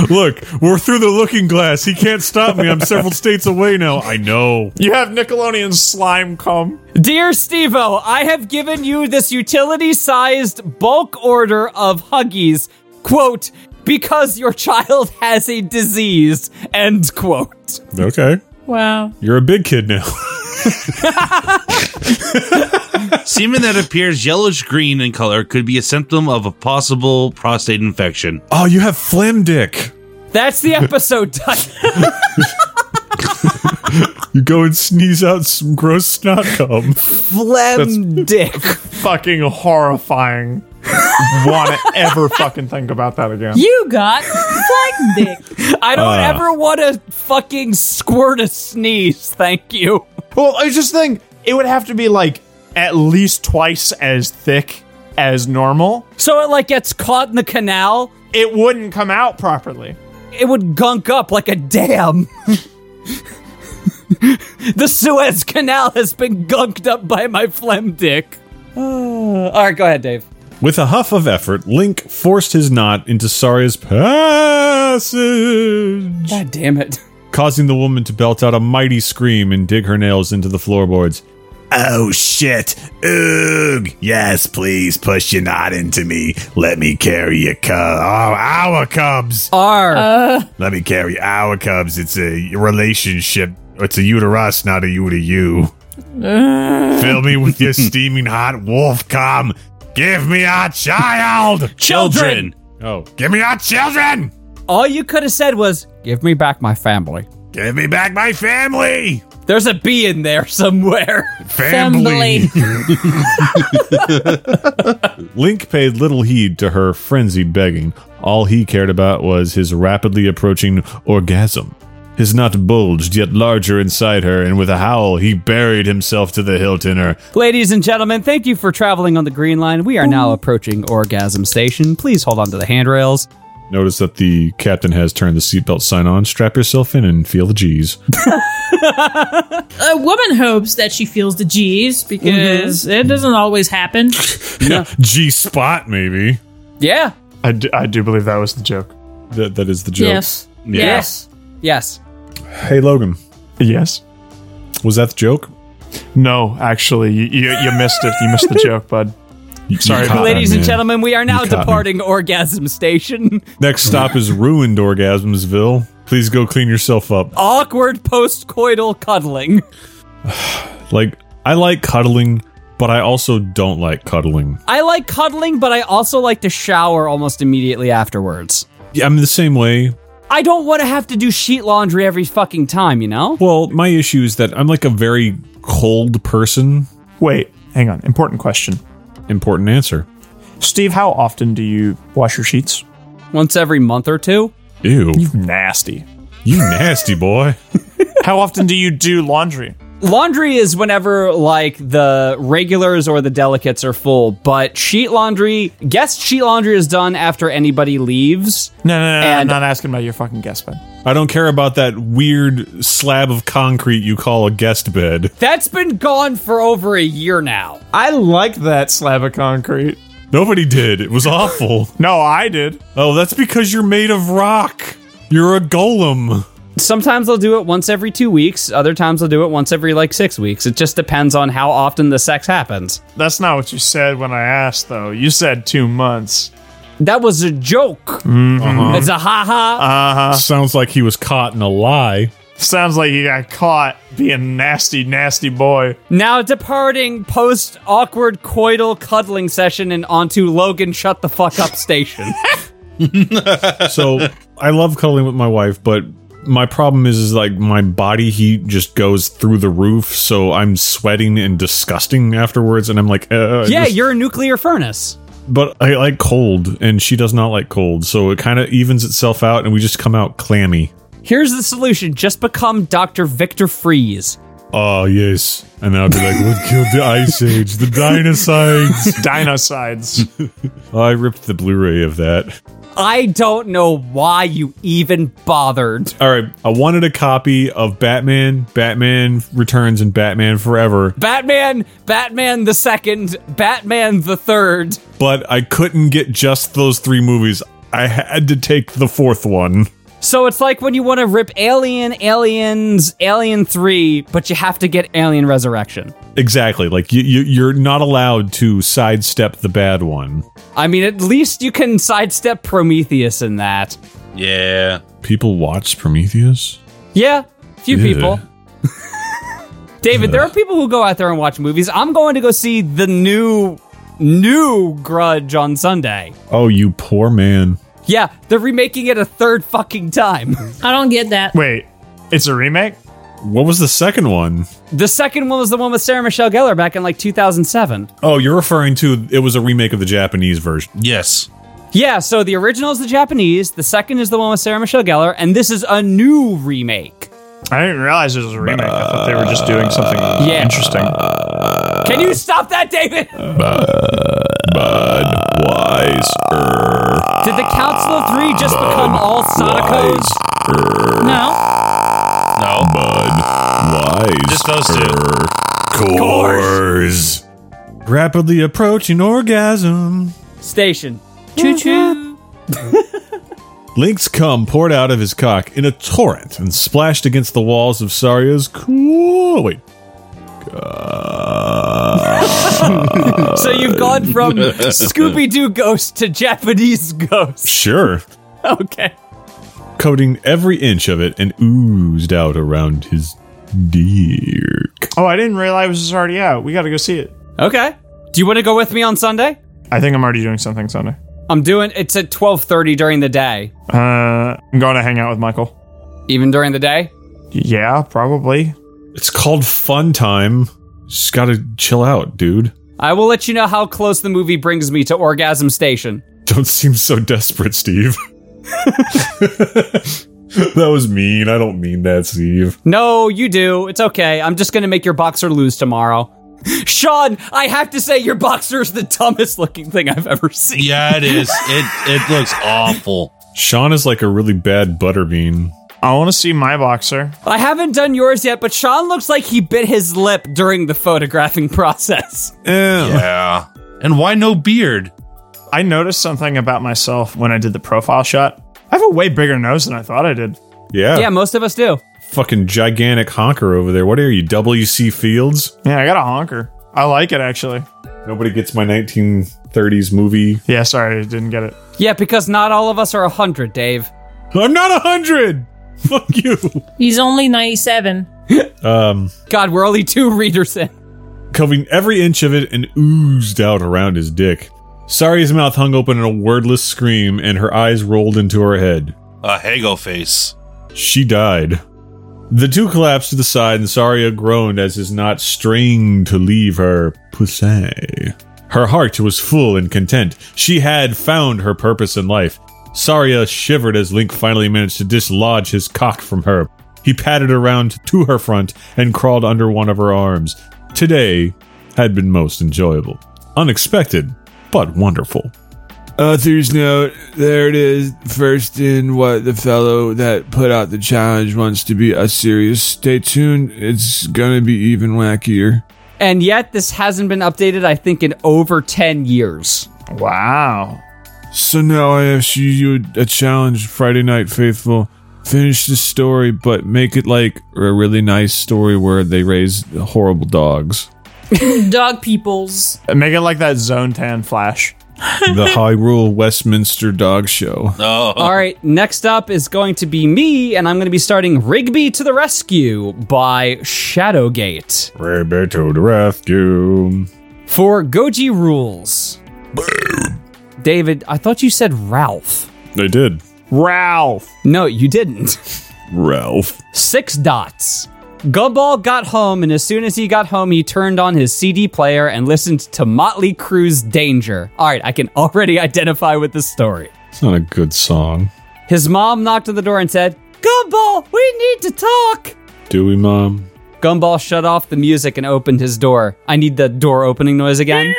Speaker 6: Look, we're through the looking glass. He can't stop me. I'm several states away now. I know.
Speaker 2: You have Nickelodeon slime cum.
Speaker 5: Dear Stevo, I have given you this utility sized bulk order of Huggies, quote, because your child has a disease, end quote.
Speaker 6: Okay.
Speaker 4: wow.
Speaker 6: You're a big kid now.
Speaker 3: Semen that appears yellowish green in color could be a symptom of a possible prostate infection.
Speaker 6: Oh, you have phlegm dick.
Speaker 5: That's the episode done.
Speaker 6: You go and sneeze out some gross snot cum.
Speaker 5: Phlegm dick.
Speaker 2: Fucking horrifying. Want to ever fucking think about that again?
Speaker 4: You got flag dick.
Speaker 5: I don't ever want to fucking squirt a sneeze, thank you.
Speaker 2: Well, I just think it would have to be like at least twice as thick as normal.
Speaker 5: So it like gets caught in the canal,
Speaker 2: It wouldn't come out properly.
Speaker 5: it would gunk up like a dam. the Suez Canal has been gunked up by my phlegm dick. Uh, all right, go ahead, Dave.
Speaker 6: With a huff of effort, Link forced his knot into Saria's passage,
Speaker 5: God damn it.
Speaker 6: causing the woman to belt out a mighty scream and dig her nails into the floorboards.
Speaker 8: Oh shit. Oog. Yes, please push your knot into me. Let me carry your cub. Oh, our cubs.
Speaker 5: R.
Speaker 4: Uh.
Speaker 8: Let me carry our cubs. It's a relationship. It's a you to us, not a you to you. Fill me with your steaming hot wolf cum. Give me our child.
Speaker 3: Children!
Speaker 6: Oh,
Speaker 8: Give me our children.
Speaker 5: All you could have said was, "Give me back my family."
Speaker 8: Give me back my family.
Speaker 5: There's a B in there somewhere.
Speaker 8: Family.
Speaker 6: Link paid little heed to her frenzied begging. All he cared about was his rapidly approaching orgasm. His nut bulged yet larger inside her, and with a howl, he buried himself to the hilt in her.
Speaker 5: Ladies and gentlemen, thank you for traveling on the Green Line. We are now approaching Orgasm Station. Please hold on to the handrails.
Speaker 6: Notice that the captain has turned the seatbelt sign on. Strap yourself in and feel the G's.
Speaker 4: A woman hopes that she feels the G's because it doesn't always happen.
Speaker 6: G spot, maybe.
Speaker 5: Yeah.
Speaker 2: I do, I do believe that was the joke.
Speaker 6: That, that is the joke.
Speaker 4: yes. Yes.
Speaker 5: Yes.
Speaker 6: Hey, Logan,
Speaker 2: Yes.
Speaker 6: was that the joke?
Speaker 2: No, actually, you, you, you missed it. You missed the joke, bud. Sorry about
Speaker 5: Ladies
Speaker 6: man.
Speaker 5: and gentlemen, we are now
Speaker 6: You caught me.
Speaker 5: departing Orgasm Station.
Speaker 6: Next stop is ruined orgasmsville. Please go clean yourself up.
Speaker 5: Awkward post-coital cuddling.
Speaker 6: Like, I like cuddling, but I also don't like cuddling.
Speaker 5: I like cuddling, but I also like to shower almost immediately afterwards.
Speaker 6: Yeah, I'm the same way.
Speaker 5: I don't want to have to do sheet laundry every fucking time, you know?
Speaker 6: Well, my issue is that I'm like a very cold person.
Speaker 2: that. Wait, hang on. Important question.
Speaker 6: Important answer.
Speaker 2: Steve, how often do you wash your sheets?
Speaker 5: Once every month or two.
Speaker 6: Ew.
Speaker 2: Nasty.
Speaker 6: You nasty boy.
Speaker 2: How often do you do laundry?
Speaker 5: Laundry is whenever like the regulars or the delicates are full, but sheet laundry, guest sheet laundry is done after anybody leaves.
Speaker 2: No, no, no, no, I'm
Speaker 5: And-
Speaker 2: not asking about your fucking guest bed.
Speaker 6: I don't care about that weird slab of concrete you call a guest bed.
Speaker 5: That's been gone for over a year now.
Speaker 2: I like that slab of concrete.
Speaker 6: Nobody did. It was awful.
Speaker 2: No, I did.
Speaker 6: Oh, that's because you're made of rock. You're a golem.
Speaker 5: Sometimes I'll do it once every 2 weeks, other times I'll do it once every like 6 weeks. It just depends on how often the sex happens.
Speaker 2: That's not what you said when I asked, though. You said two months.
Speaker 5: That was a joke. It's a ha ha.
Speaker 6: Sounds like he was caught in a lie.
Speaker 2: Sounds like you got caught being nasty, nasty boy.
Speaker 5: now departing post awkward coital cuddling session and onto Logan shut the fuck up station.
Speaker 6: so I love cuddling with my wife, but my problem is, is like my body heat just goes through the roof, so I'm sweating and disgusting afterwards, and I'm like, uh, I
Speaker 5: yeah,
Speaker 6: just-
Speaker 5: you're a nuclear furnace.
Speaker 6: But I like cold, and she does not like cold, so it kind of evens itself out, and we just come out clammy.
Speaker 5: Here's the solution. Just become Dr. Victor Freeze.
Speaker 6: Oh yes, and I'll be like, what killed the ice age? The dinosaurs.
Speaker 2: Dinosides.
Speaker 6: I ripped the Blu-ray of that.
Speaker 5: I don't know why you even bothered.
Speaker 6: All right, I wanted a copy of Batman, Batman Returns, and Batman Forever.
Speaker 5: Batman, Batman the second, Batman the third.
Speaker 6: but I couldn't get just those three movies. I had to take the fourth one.
Speaker 5: So it's like when you want to rip Alien, Aliens, Alien 3, but you have to get Alien Resurrection.
Speaker 6: Exactly. Like you, you you're not allowed to sidestep the bad one.
Speaker 5: I mean, at least you can sidestep Prometheus in that.
Speaker 3: Yeah.
Speaker 6: People watch Prometheus.
Speaker 5: Yeah, few
Speaker 6: Yeah.
Speaker 5: people. David, there are people who go out there and watch movies. I'm going to go see the new new Grudge on Sunday.
Speaker 6: Oh, you poor man.
Speaker 5: Yeah, they're remaking it a third fucking time.
Speaker 4: I don't get that.
Speaker 2: Wait, it's a remake?
Speaker 6: What was the second one?
Speaker 5: the second one was the one with Sarah Michelle Gellar back in like 2007.
Speaker 6: Oh, you're referring to it was a remake of the Japanese version.
Speaker 3: Yes.
Speaker 5: Yeah, so the original is the Japanese, the second is the one with Sarah Michelle Gellar, and this is a new remake.
Speaker 2: I didn't realize it was a remake. I thought they were just doing something
Speaker 5: Yeah.
Speaker 2: interesting.
Speaker 5: Can you stop that, David? Did the Council of Three just become all Sonicos?
Speaker 4: No.
Speaker 3: No. Oh. Just those two.
Speaker 8: Cores.
Speaker 6: Rapidly approaching orgasm.
Speaker 5: Station.
Speaker 4: Choo choo.
Speaker 6: Link's cum poured out of his cock in a torrent and splashed against the walls of Saria's cool. Wait.
Speaker 5: So you've gone from Scooby Doo ghost to Japanese ghost.
Speaker 6: Sure.
Speaker 5: Okay.
Speaker 6: Coating every inch of it and oozed out around his dick.
Speaker 2: Oh, I didn't realize it was already out. We got to go see it.
Speaker 5: Okay. Do you want to go with me on Sunday?
Speaker 2: I think I'm already doing something Sunday.
Speaker 5: I'm doing it's at 12:30 during the day.
Speaker 2: Uh, I'm going to hang out with Michael.
Speaker 5: Even during the day?
Speaker 2: Yeah, probably.
Speaker 6: It's called Fun Time. Just gotta chill out, dude.
Speaker 5: I will let you know how close the movie brings me to Orgasm Station.
Speaker 6: Don't seem so desperate, Steve. that was mean. I don't mean that, Steve.
Speaker 5: No, you do. It's okay. I'm just going to make your boxer lose tomorrow. Sean, I have to say your boxer is the dumbest looking thing I've ever seen.
Speaker 3: Yeah, it is. It it looks awful.
Speaker 6: Sean is like a really bad butterbean.
Speaker 2: I want to see my boxer.
Speaker 5: I haven't done yours yet, but Sean looks like he bit his lip during the photographing process.
Speaker 3: Yeah. And why no beard?
Speaker 2: I noticed something about myself when I did the profile shot. I have a way bigger nose than I thought I did.
Speaker 6: Yeah.
Speaker 5: Yeah, most of us do.
Speaker 6: Fucking gigantic honker over there. What are you, W.C. Fields?
Speaker 2: Yeah, I got a honker. I like it actually.
Speaker 6: Nobody gets my 1930s movie.
Speaker 2: Yeah, sorry, I didn't get it.
Speaker 5: Yeah, because not all of us are 100, Dave.
Speaker 6: I'm not a 100! Fuck you!
Speaker 4: He's only 97.
Speaker 5: God, we're only two readers in.
Speaker 6: Covering every inch of it and oozed out around his dick. Sari's mouth hung open in a wordless scream and her eyes rolled into her head.
Speaker 3: A Hago face.
Speaker 6: She died. The two collapsed to the side, and Saria groaned as his knot strained to leave her pussy. Her heart was full and content. She had found her purpose in life. Saria shivered as Link finally managed to dislodge his cock from her. He padded around to her front and crawled under one of her arms. Today had been most enjoyable. Unexpected, but wonderful.
Speaker 7: Author's note: Uh, There it is. First in what the fellow that put out the challenge wants to be a serious. Stay tuned. It's gonna be even wackier.
Speaker 5: And yet, this hasn't been updated, I think, in over 10 years.
Speaker 2: Wow.
Speaker 7: So now I ask you, you a challenge, Friday Night Faithful. Finish the story, but make it like a really nice story where they raise horrible dogs.
Speaker 4: Dog peoples.
Speaker 2: Make it like that zone tan flash.
Speaker 7: the Hyrule Westminster Dog Show.
Speaker 3: Oh,
Speaker 5: All right, next up is going to be me, and I'm going to be starting Rigby to the Rescue by Shadowgate.
Speaker 6: Roberto to rescue.
Speaker 5: For Goji Rules. David, I thought you said Ralph.
Speaker 6: They did.
Speaker 2: Ralph.
Speaker 5: No, you didn't.
Speaker 6: Ralph.
Speaker 5: Six dots. Gumball got home, and as soon as he got home, he turned on his CD player and listened to Motley Crue's Danger. All right, I can already identify with this story.
Speaker 6: It's not a good song.
Speaker 5: His mom knocked on the door and said, Gumball, we need to talk.
Speaker 6: Do we, Mom?
Speaker 5: Gumball shut off the music and opened his door. I need the door opening noise again.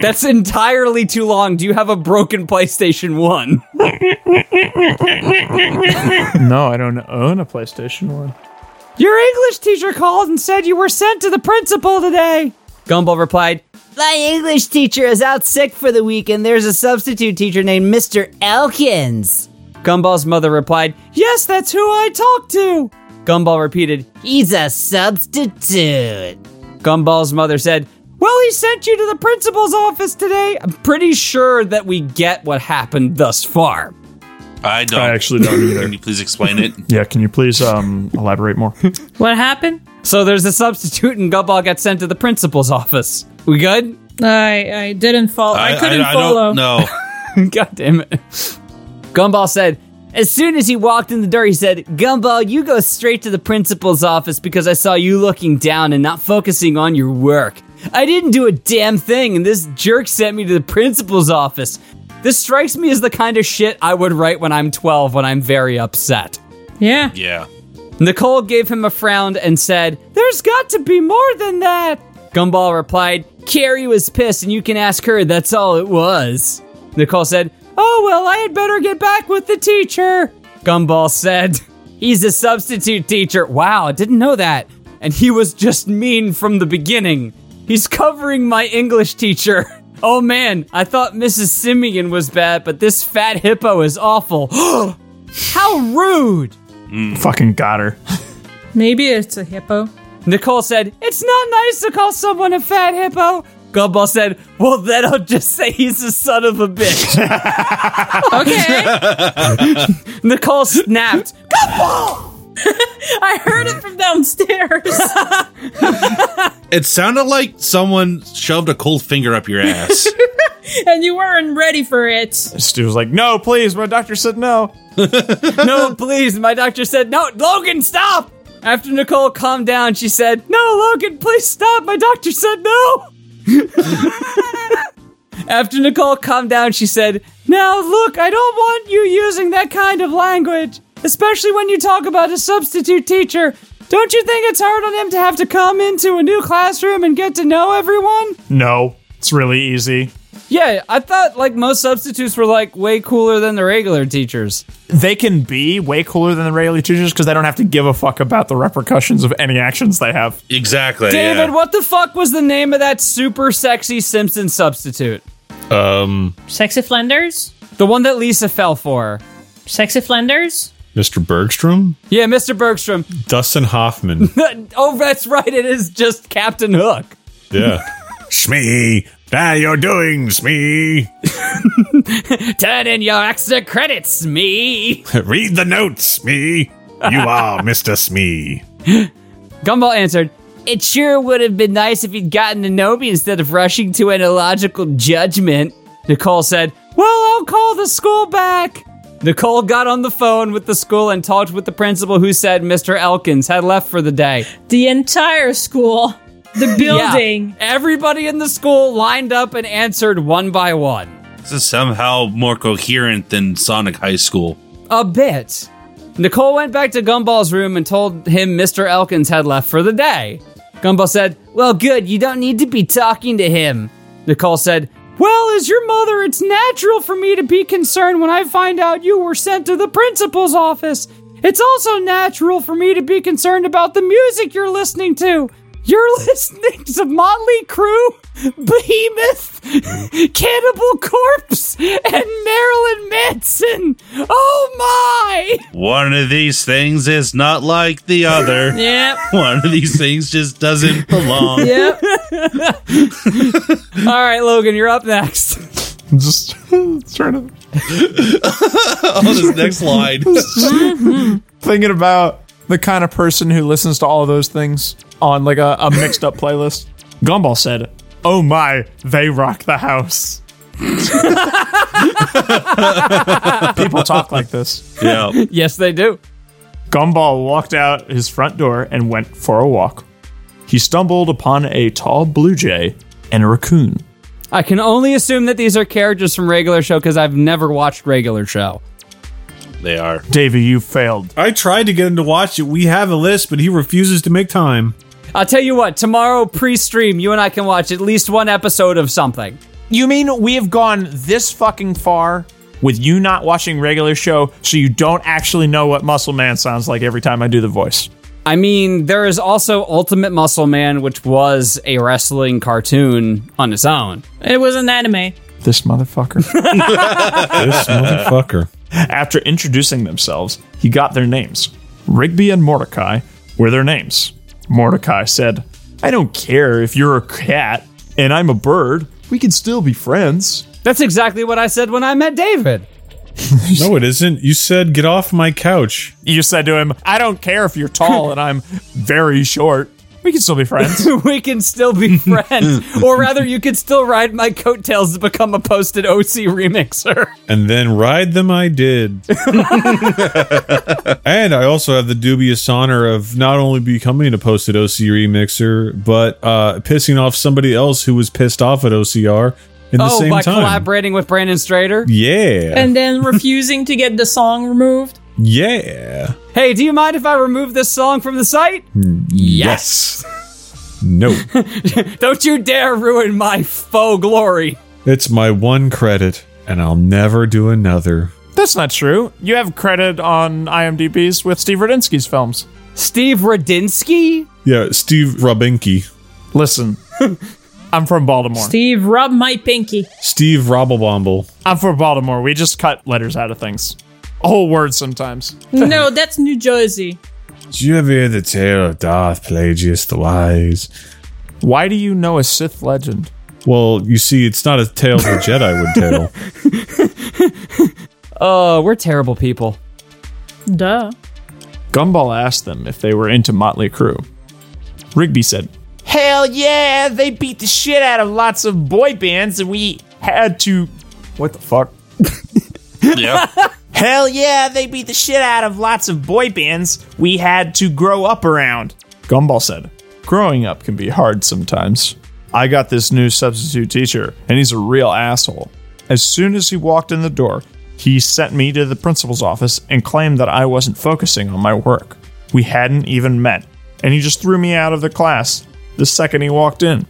Speaker 5: That's entirely too long. Do you have a broken PlayStation 1?
Speaker 2: No, I don't own a PlayStation 1.
Speaker 5: Your English teacher called and said you were sent to the principal today. Gumball replied, My English teacher is out sick for the week, and there's a substitute teacher named Mr. Elkins. Gumball's mother replied, Yes, that's who I talked to. Gumball repeated, He's a substitute. Gumball's mother said, Well, he sent you to the principal's office today. I'm pretty sure that we get what happened thus far.
Speaker 3: I don't.
Speaker 2: I actually don't either.
Speaker 3: Can you please explain it?
Speaker 2: Yeah, can you please um elaborate more?
Speaker 4: What happened?
Speaker 5: So there's a substitute, and Gumball got sent to the principal's office. We good?
Speaker 4: I I didn't follow. I, couldn't
Speaker 3: I don't
Speaker 4: follow.
Speaker 3: know.
Speaker 5: God damn it. Gumball said, as soon as he walked in the door, he said, Gumball, you go straight to the principal's office because I saw you looking down and not focusing on your work. I didn't do a damn thing, and this jerk sent me to the principal's office. This strikes me as the kind of shit I would write when I'm 12 when I'm very upset.
Speaker 4: Yeah.
Speaker 3: Yeah.
Speaker 5: Nicole gave him a frown and said, There's got to be more than that. Gumball replied, Carrie was pissed, and you can ask her, that's all it was. Nicole said, Oh, well, I had better get back with the teacher. Gumball said, He's a substitute teacher. Wow, I didn't know that. And he was just mean from the beginning. He's covering my English teacher. Oh man, I thought Mrs. Simeon was bad, but this fat hippo is awful. How rude!
Speaker 2: Fucking got her.
Speaker 4: Maybe it's a hippo.
Speaker 5: Nicole said, It's not nice to call someone a fat hippo. Gumball said, Well, then I'll just say he's a son of a bitch.
Speaker 4: Okay,
Speaker 5: Nicole snapped.
Speaker 4: I heard it from downstairs.
Speaker 3: It sounded like someone shoved a cold finger up your ass.
Speaker 4: and you weren't ready for it.
Speaker 2: Stu was like, no, please, my doctor said no.
Speaker 5: No, please. My doctor said, No, Logan, stop. After Nicole calmed down, she said, No, Logan, please stop. My doctor said no. After Nicole calmed down, she said, Now look, I don't want you using that kind of language, especially when you talk about a substitute teacher. Don't you think it's hard on him to have to come into a new classroom and get to know everyone?
Speaker 2: No, it's really easy.
Speaker 5: Yeah, I thought like most substitutes were like way cooler than the regular teachers.
Speaker 2: They can be way cooler than the regular teachers because they don't have to give a fuck about the repercussions of any actions they have.
Speaker 3: exactly.
Speaker 5: David,
Speaker 3: yeah.
Speaker 5: what the fuck was the name of that super sexy Simpson substitute?
Speaker 4: Sexy Flenders?
Speaker 5: The one that Lisa fell for.
Speaker 4: Sexy Flenders?
Speaker 6: Mr. Bergstrom?
Speaker 5: Yeah, Mr. Bergstrom.
Speaker 6: Dustin Hoffman.
Speaker 5: oh, that's right. It is just Captain Hook.
Speaker 6: yeah.
Speaker 8: Smee, that you're doing, Smee.
Speaker 5: Turn in your extra credits, me.
Speaker 8: Read the notes, Smee. You are Mr. Smee.
Speaker 5: Gumball answered, It sure would have been nice if he'd gotten to know me instead of rushing to an illogical judgment. Nicole said, Well, I'll call the school back. Nicole got on the phone with the school and talked with the principal who said Mr. Elkins had left for the day.
Speaker 4: The entire school. The building.
Speaker 5: Everybody in the school lined up and answered one by one.
Speaker 3: This is somehow more coherent than Sonic High School.
Speaker 5: A bit. Nicole went back to Gumball's room and told him Mr. Elkins had left for the day. Gumball said, Well, good, you don't need to be talking to him. Nicole said, Well, as your mother, it's natural for me to be concerned when I find out you were sent to the principal's office. It's also natural for me to be concerned about the music you're listening to. You're listening to Motley Crue, Behemoth, Cannibal Corpse, and Marilyn Manson. Oh my!
Speaker 3: One of these things is not like the other.
Speaker 4: Yep.
Speaker 3: One of these things just doesn't belong.
Speaker 4: Yep.
Speaker 5: All right, Logan, you're up next.
Speaker 2: I'm just trying to
Speaker 3: Oh, this next line.
Speaker 2: thinking about the kind of person who listens to all of those things on like a, a mixed up playlist. Gumball said, "Oh my, they rock the house." People talk like this.
Speaker 3: yeah.
Speaker 5: Yes, they do.
Speaker 2: Gumball walked out his front door and went for a walk. He stumbled upon a tall blue jay and a raccoon.
Speaker 5: I can only assume that these are characters from regular show because I've never watched regular show.
Speaker 3: They are.
Speaker 2: Davy, you failed.
Speaker 6: I tried to get him to watch it. We have a list, but he refuses to make time.
Speaker 5: I'll tell you what, tomorrow pre-stream, you and I can watch at least one episode of something.
Speaker 2: You mean we have gone this fucking far with you not watching regular show, so you don't actually know what Muscle Man sounds like every time I do the voice?
Speaker 5: I mean, there is also Ultimate Muscle Man, which was a wrestling cartoon on its own.
Speaker 4: It was an anime.
Speaker 2: This motherfucker.
Speaker 6: This motherfucker.
Speaker 2: After introducing themselves, he got their names. Rigby and Mordecai were their names. Mordecai said, I don't care if you're a cat and I'm a bird, we can still be friends.
Speaker 5: That's exactly what I said when I met David.
Speaker 6: No, it isn't. You said, get off my couch.
Speaker 2: You said to him, I don't care if you're tall and I'm very short, we can still be friends.
Speaker 5: we can still be friends. or rather, you can still ride my coattails to become a posted OC remixer.
Speaker 6: And then ride them I did. and I also have the dubious honor of not only becoming a posted OC remixer, but uh, pissing off somebody else who was pissed off at OCR in the
Speaker 5: oh,
Speaker 6: same
Speaker 5: by
Speaker 6: time.
Speaker 5: collaborating with Brandon Strader?
Speaker 6: yeah.
Speaker 4: And then refusing to get the song removed.
Speaker 6: yeah.
Speaker 5: Hey, do you mind if I remove this song from the site?
Speaker 6: Yes. no.
Speaker 5: Don't you dare ruin my faux glory.
Speaker 6: It's my one credit, and I'll never do another.
Speaker 2: That's not true. You have credit on IMDb's with Steve Radinsky's films.
Speaker 5: Steve Radinsky?
Speaker 6: Yeah, Steve Robinky.
Speaker 2: Listen, I'm from Baltimore.
Speaker 4: Steve, rub my pinky.
Speaker 6: Steve Robblebomble.
Speaker 2: I'm from Baltimore. We just cut letters out of things. whole word sometimes.
Speaker 4: no, that's New Jersey.
Speaker 8: Did you ever hear the tale of Darth Plagueis the Wise?
Speaker 2: Why do you know a Sith legend?
Speaker 6: Well, you see, it's not a tale the Jedi would tell.
Speaker 5: Oh, we're terrible people.
Speaker 4: Duh.
Speaker 2: Gumball asked them if they were into Motley Crue. Rigby said, Hell yeah, they beat the shit out of lots of boy bands and we had to. What the fuck?
Speaker 3: Yeah.
Speaker 2: Hell yeah, they beat the shit out of lots of boy bands we had to grow up around. Gumball said, Growing up can be hard sometimes. I got this new substitute teacher, and he's a real asshole. As soon as he walked in the door, he sent me to the principal's office and claimed that I wasn't focusing on my work. We hadn't even met, and he just threw me out of the class the second he walked in.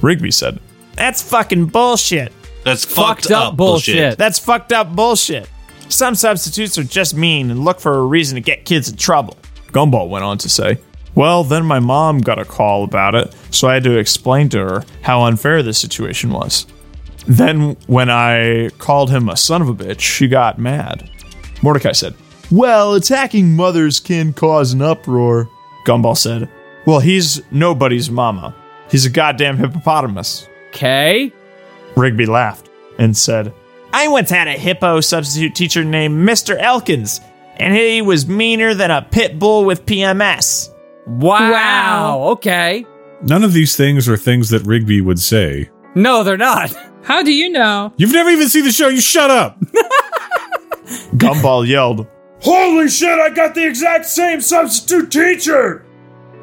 Speaker 2: Rigby said, That's fucking bullshit.
Speaker 3: That's
Speaker 5: Fucked, up, bullshit.
Speaker 2: That's fucked up bullshit. Some substitutes are just mean and look for a reason to get kids in trouble. Gumball went on to say, Well, then my mom got a call about it, so I had to explain to her how unfair the situation was. Then, when I called him a son of a bitch, she got mad. Mordecai said, Well, attacking mothers can cause an uproar. Gumball said, Well, he's nobody's mama. He's a goddamn hippopotamus.
Speaker 5: Okay.
Speaker 2: Rigby laughed and said, I once had a hippo substitute teacher named Mr. Elkins, and he was meaner than a pit bull with PMS.
Speaker 5: Wow.
Speaker 4: Wow.
Speaker 5: Okay.
Speaker 6: None of these things are things that Rigby would say.
Speaker 5: No, they're not.
Speaker 4: How do you know?
Speaker 6: You've never even seen the show. You shut up.
Speaker 2: Gumball yelled.
Speaker 8: Holy shit, I got the exact same substitute teacher!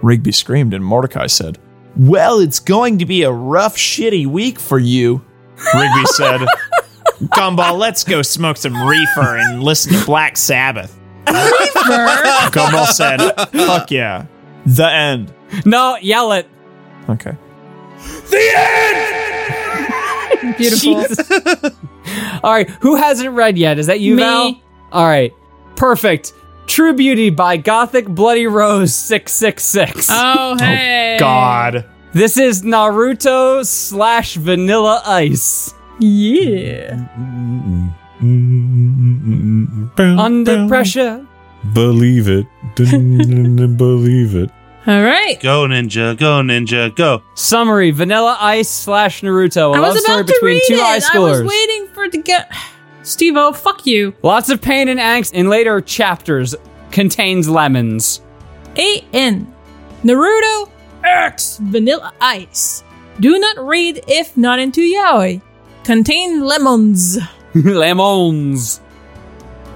Speaker 2: Rigby screamed, and Mordecai said, Well, it's going to be a rough, shitty week for you. Rigby said, Gumball, let's go smoke some reefer and listen to Black Sabbath. Reefer? Gumball said, Fuck yeah. The end.
Speaker 5: No, yell it.
Speaker 2: Okay.
Speaker 4: Beautiful.
Speaker 5: All right. Who hasn't read yet? Is that you,
Speaker 4: Me.
Speaker 5: Val? All right. Perfect. True Beauty by Gothic Bloody Rose 666.
Speaker 4: Oh hey.
Speaker 2: God.
Speaker 5: this is Naruto slash Vanilla Ice.
Speaker 4: Yeah.
Speaker 6: Mm-hmm.
Speaker 5: Under pressure.
Speaker 6: Believe it. Believe it.
Speaker 4: All right.
Speaker 3: Go ninja, go ninja, go.
Speaker 5: Summary Vanilla Ice slash Naruto. A
Speaker 4: I
Speaker 5: love
Speaker 4: was
Speaker 5: story
Speaker 4: about to
Speaker 5: between
Speaker 4: read
Speaker 5: two
Speaker 4: it.
Speaker 5: high
Speaker 4: I was
Speaker 5: schoolers.
Speaker 4: waiting for it to get. Steve O, fuck you.
Speaker 5: Lots of pain and angst in later chapters. Contains lemons.
Speaker 4: A N. Naruto X Vanilla Ice. Do not read if not into yaoi. Contain lemons.
Speaker 5: lemons.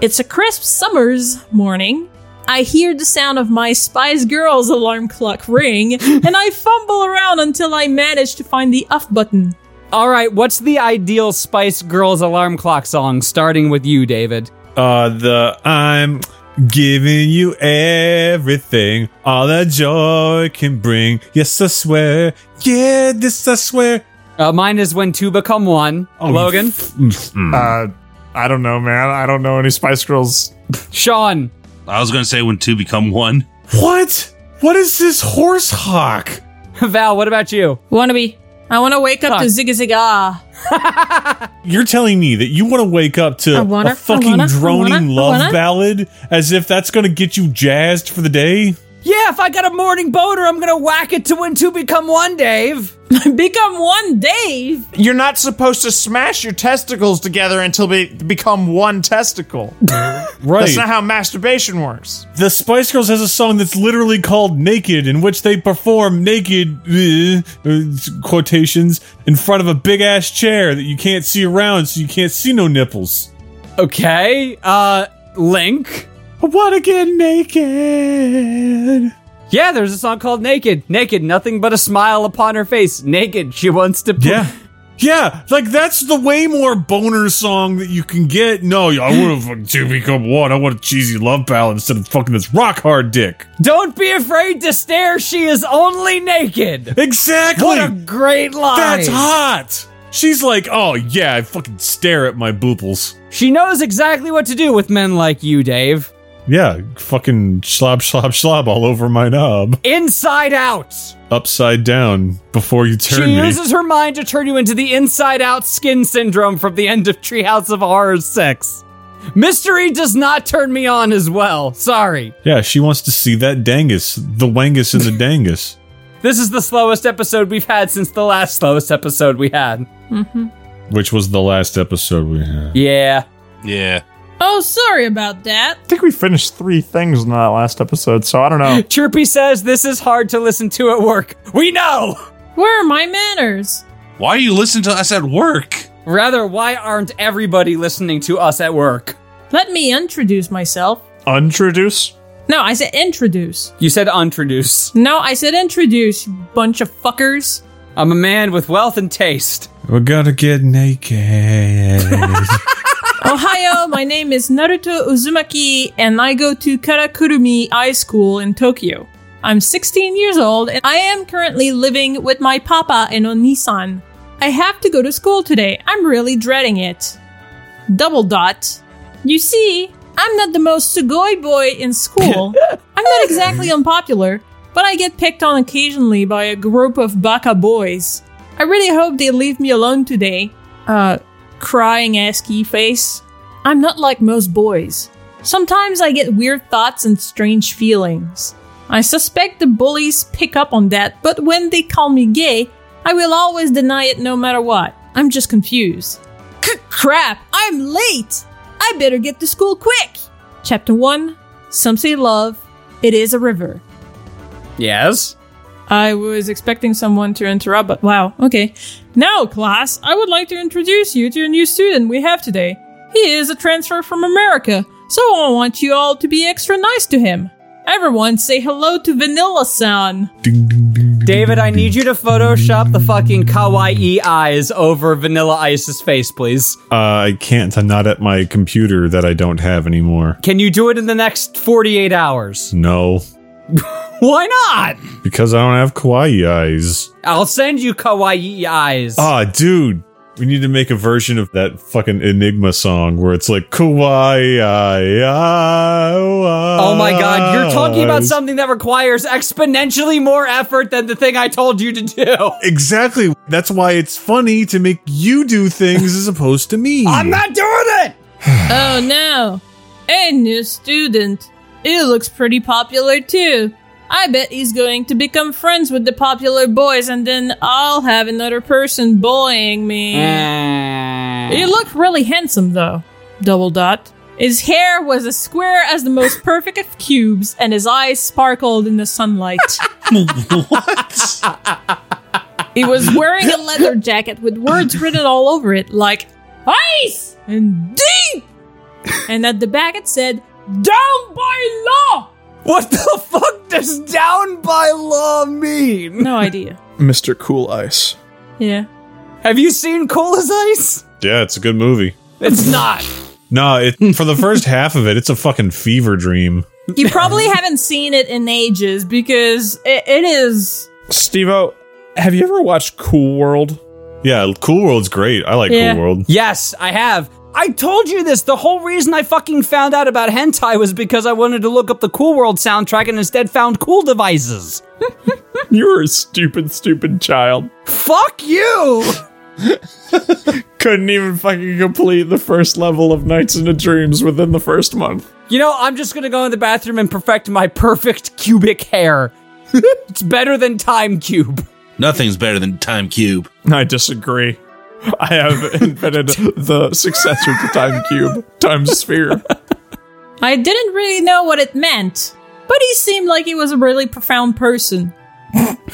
Speaker 4: It's a crisp summer's morning. I hear the sound of my Spice Girls alarm clock ring, and I fumble around until I manage to find the off button.
Speaker 5: All right. What's the ideal Spice Girls alarm clock song? Starting with you, David.
Speaker 6: Uh, the I'm giving you everything, all that joy can bring. Yes, I swear. Yeah, this I swear.
Speaker 5: Uh, mine is when two become one. Logan,
Speaker 2: Uh, I don't know, man. I don't know any Spice Girls.
Speaker 5: Sean,
Speaker 3: I was gonna say when two become one.
Speaker 6: What? What is this horse hawk?
Speaker 5: Val. What about you?
Speaker 4: Wannabe. I wanna wake up
Speaker 5: Fuck.
Speaker 4: to Zigga Zigga.
Speaker 6: You're telling me that you want to wake up
Speaker 4: I
Speaker 6: to
Speaker 4: wanna, I
Speaker 6: a fucking
Speaker 4: wanna, I
Speaker 6: droning
Speaker 4: wanna, I
Speaker 6: love
Speaker 4: wanna.
Speaker 6: ballad as if that's going to get you jazzed for the day?
Speaker 5: Yeah, if I got a morning boner, I'm gonna whack it to when two become one, Dave.
Speaker 4: Become one Dave.
Speaker 2: You're not supposed to smash your testicles together until they become one testicle.
Speaker 6: Right.
Speaker 2: That's not how masturbation works.
Speaker 6: the Spice Girls has a song that's literally called Naked, in which they perform naked uh, uh, quotations in front of a big ass chair that you can't see around, so you can't see no nipples.
Speaker 5: Okay. Uh, Link.
Speaker 6: I want to get naked.
Speaker 5: Yeah, there's a song called "Naked." Naked, nothing but a smile upon her face. Naked, she wants to. pl-
Speaker 6: Yeah. Yeah, like that's the way more boner song that you can get. No, I want to fucking two become one. I want a cheesy love ballad instead of fucking this rock hard dick.
Speaker 5: Don't be afraid to stare. She is only naked.
Speaker 6: Exactly.
Speaker 5: What a great line.
Speaker 6: That's hot. She's like, oh yeah, I fucking stare at my booples.
Speaker 5: She knows exactly what to do with men like you, Dave.
Speaker 6: Yeah, fucking slob, slob, slob all over my knob,
Speaker 5: Inside out.
Speaker 6: upside down before you turn
Speaker 5: she
Speaker 6: me.
Speaker 5: uses her mind to turn you into the inside out skin syndrome from the end of Treehouse of Horrors 6. Mystery does not turn me on as well. Sorry.
Speaker 6: Yeah, she wants to see that dangus, the wangus and the dangus.
Speaker 5: This is the slowest episode we've had since the last slowest episode we had.
Speaker 6: Which was the last episode we had.
Speaker 5: Yeah.
Speaker 3: Yeah.
Speaker 4: Oh, sorry about that.
Speaker 2: I think we finished three things in that last episode, so I don't know.
Speaker 5: Chirpy says this is hard to listen to at work. We know!
Speaker 4: Where are my manners?
Speaker 3: Why are you listening to us at work?
Speaker 5: Rather, why aren't everybody listening to us at work?
Speaker 4: Let me introduce myself.
Speaker 2: Introduce?
Speaker 4: No, I said introduce.
Speaker 5: You said introduce.
Speaker 4: No, I said introduce, you bunch of fuckers.
Speaker 5: I'm a man with wealth and taste.
Speaker 6: We're gonna get naked.
Speaker 4: Ohio, my name is Naruto Uzumaki, and I go to Karakurumi High School in Tokyo. I'm 16 years old, and I am currently living with my papa in Onisan. I have to go to school today. I'm really dreading it. Double dot. You see, I'm not the most sugoi boy in school. I'm not exactly unpopular, but I get picked on occasionally by a group of baka boys. I really hope they leave me alone today. Uh, crying ASCII face. I'm not like most boys. Sometimes I get weird thoughts and strange feelings. I suspect the bullies pick up on that, but when they call me gay, I will always deny it no matter what. I'm just confused. C- crap, I'm late! I better get to school quick! Chapter 1 Some Say Love, It Is a River.
Speaker 5: Yes?
Speaker 4: I was expecting someone to interrupt, but wow, okay. Now, class, I would like to introduce you to a new student we have today. He is a transfer from America, so I want you all to be extra nice to him. Everyone say hello to Vanilla San.
Speaker 5: David, I need you to Photoshop the fucking kawaii eyes over Vanilla Ice's face, please.
Speaker 6: uh, I can't. I'm not at my computer that I don't have anymore.
Speaker 5: Can you do it in the next 48 hours?
Speaker 6: No,
Speaker 5: Why not?
Speaker 6: because I don't have kawaii eyes.
Speaker 5: I'll send you kawaii eyes.
Speaker 6: Ah, dude. We need to make a version of that fucking Enigma song where it's like kawaii.
Speaker 5: Oh
Speaker 6: Oh
Speaker 5: my god, you're talking about something that requires exponentially more effort than the thing I told you to do.
Speaker 6: Exactly. That's why it's funny to make you do things as opposed to me.
Speaker 5: I'm not doing it!
Speaker 4: Oh no! A new student. He looks pretty popular too. I bet he's going to become friends with the popular boys and then I'll have another person bullying me.
Speaker 5: Ah. Eh.
Speaker 4: He looked really handsome though. Double dot. His hair was as square as the most perfect of cubes and his eyes sparkled in the sunlight. He was wearing a leather jacket with words written all over it, like ice and deep. And at the back it said, down by law.
Speaker 5: What the fuck does down by law mean?
Speaker 4: No idea.
Speaker 2: Mr. Cool Ice.
Speaker 4: Yeah.
Speaker 5: Have you seen Cool as Ice?
Speaker 6: yeah, it's a good movie.
Speaker 5: It's not.
Speaker 6: No, it, for the first half of it, it's a fucking fever dream.
Speaker 4: You probably haven't seen it in ages because it, it is.
Speaker 2: Steve O, have you ever watched Cool World?
Speaker 6: Yeah, Cool World's great. I like
Speaker 4: Yeah.
Speaker 6: Cool World.
Speaker 5: Yes, I have. I told you this. The whole reason I fucking found out about hentai was because I wanted to look up the Cool World soundtrack and instead found Cool Devices.
Speaker 2: You're a stupid, stupid child.
Speaker 5: Fuck you!
Speaker 2: Couldn't even fucking complete the first level of Nights into Dreams within the first month.
Speaker 5: You know, I'm just gonna go in the bathroom and perfect my perfect cubic hair. it's better than Time Cube.
Speaker 3: Nothing's better than Time Cube.
Speaker 2: I disagree. I have invented the successor to Time Cube, Time Sphere.
Speaker 4: I didn't really know what it meant, but he seemed like he was a really profound person.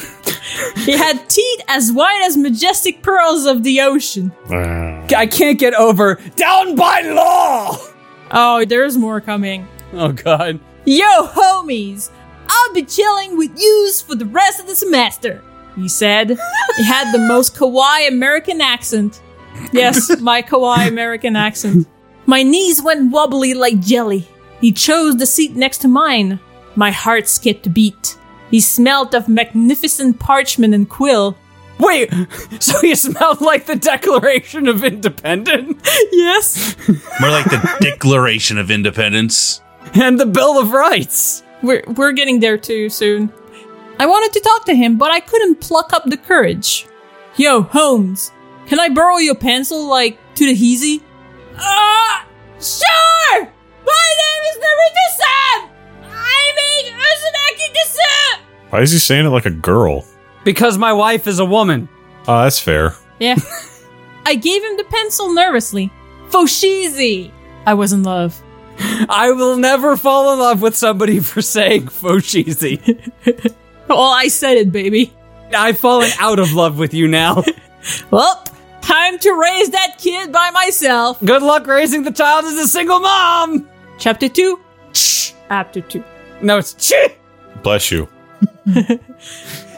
Speaker 4: he had teeth as white as majestic pearls of the ocean.
Speaker 5: I can't get over down by law.
Speaker 4: Oh, there's more coming.
Speaker 5: Oh god.
Speaker 4: Yo, homies, I'll be chilling with yous for the rest of the semester, he said. he had the most kawaii American accent. Yes, my kawaii American accent. My knees went wobbly like jelly. He chose the seat next to mine. My heart skipped a beat. He smelled of magnificent parchment and quill.
Speaker 5: Wait, so you smelled like the Declaration of Independence
Speaker 4: Yes.
Speaker 3: More like the Declaration of Independence.
Speaker 5: and the Bill of Rights.
Speaker 4: We're, we're getting there too soon. I wanted to talk to him, but I couldn't pluck up the courage. Yo, Holmes, can I borrow your pencil, like, to the heezy? Uh, Ah, sure! name is Naruto-san! I mean, Uzumaki-san!
Speaker 6: Why is he saying it like a girl?
Speaker 5: Because my wife is a woman.
Speaker 6: Oh, that's fair.
Speaker 4: Yeah. I gave him the pencil nervously. Foshizi! I was in love.
Speaker 5: I will never fall in love with somebody for saying Foshizi.
Speaker 4: Well, I said it, baby.
Speaker 5: I've fallen out of love with you now.
Speaker 4: Well, time to raise that kid by myself.
Speaker 5: Good luck raising the child as a single mom.
Speaker 4: Chapter 2. Ch- Chapter 2.
Speaker 5: No, it's chi.
Speaker 6: Bless you.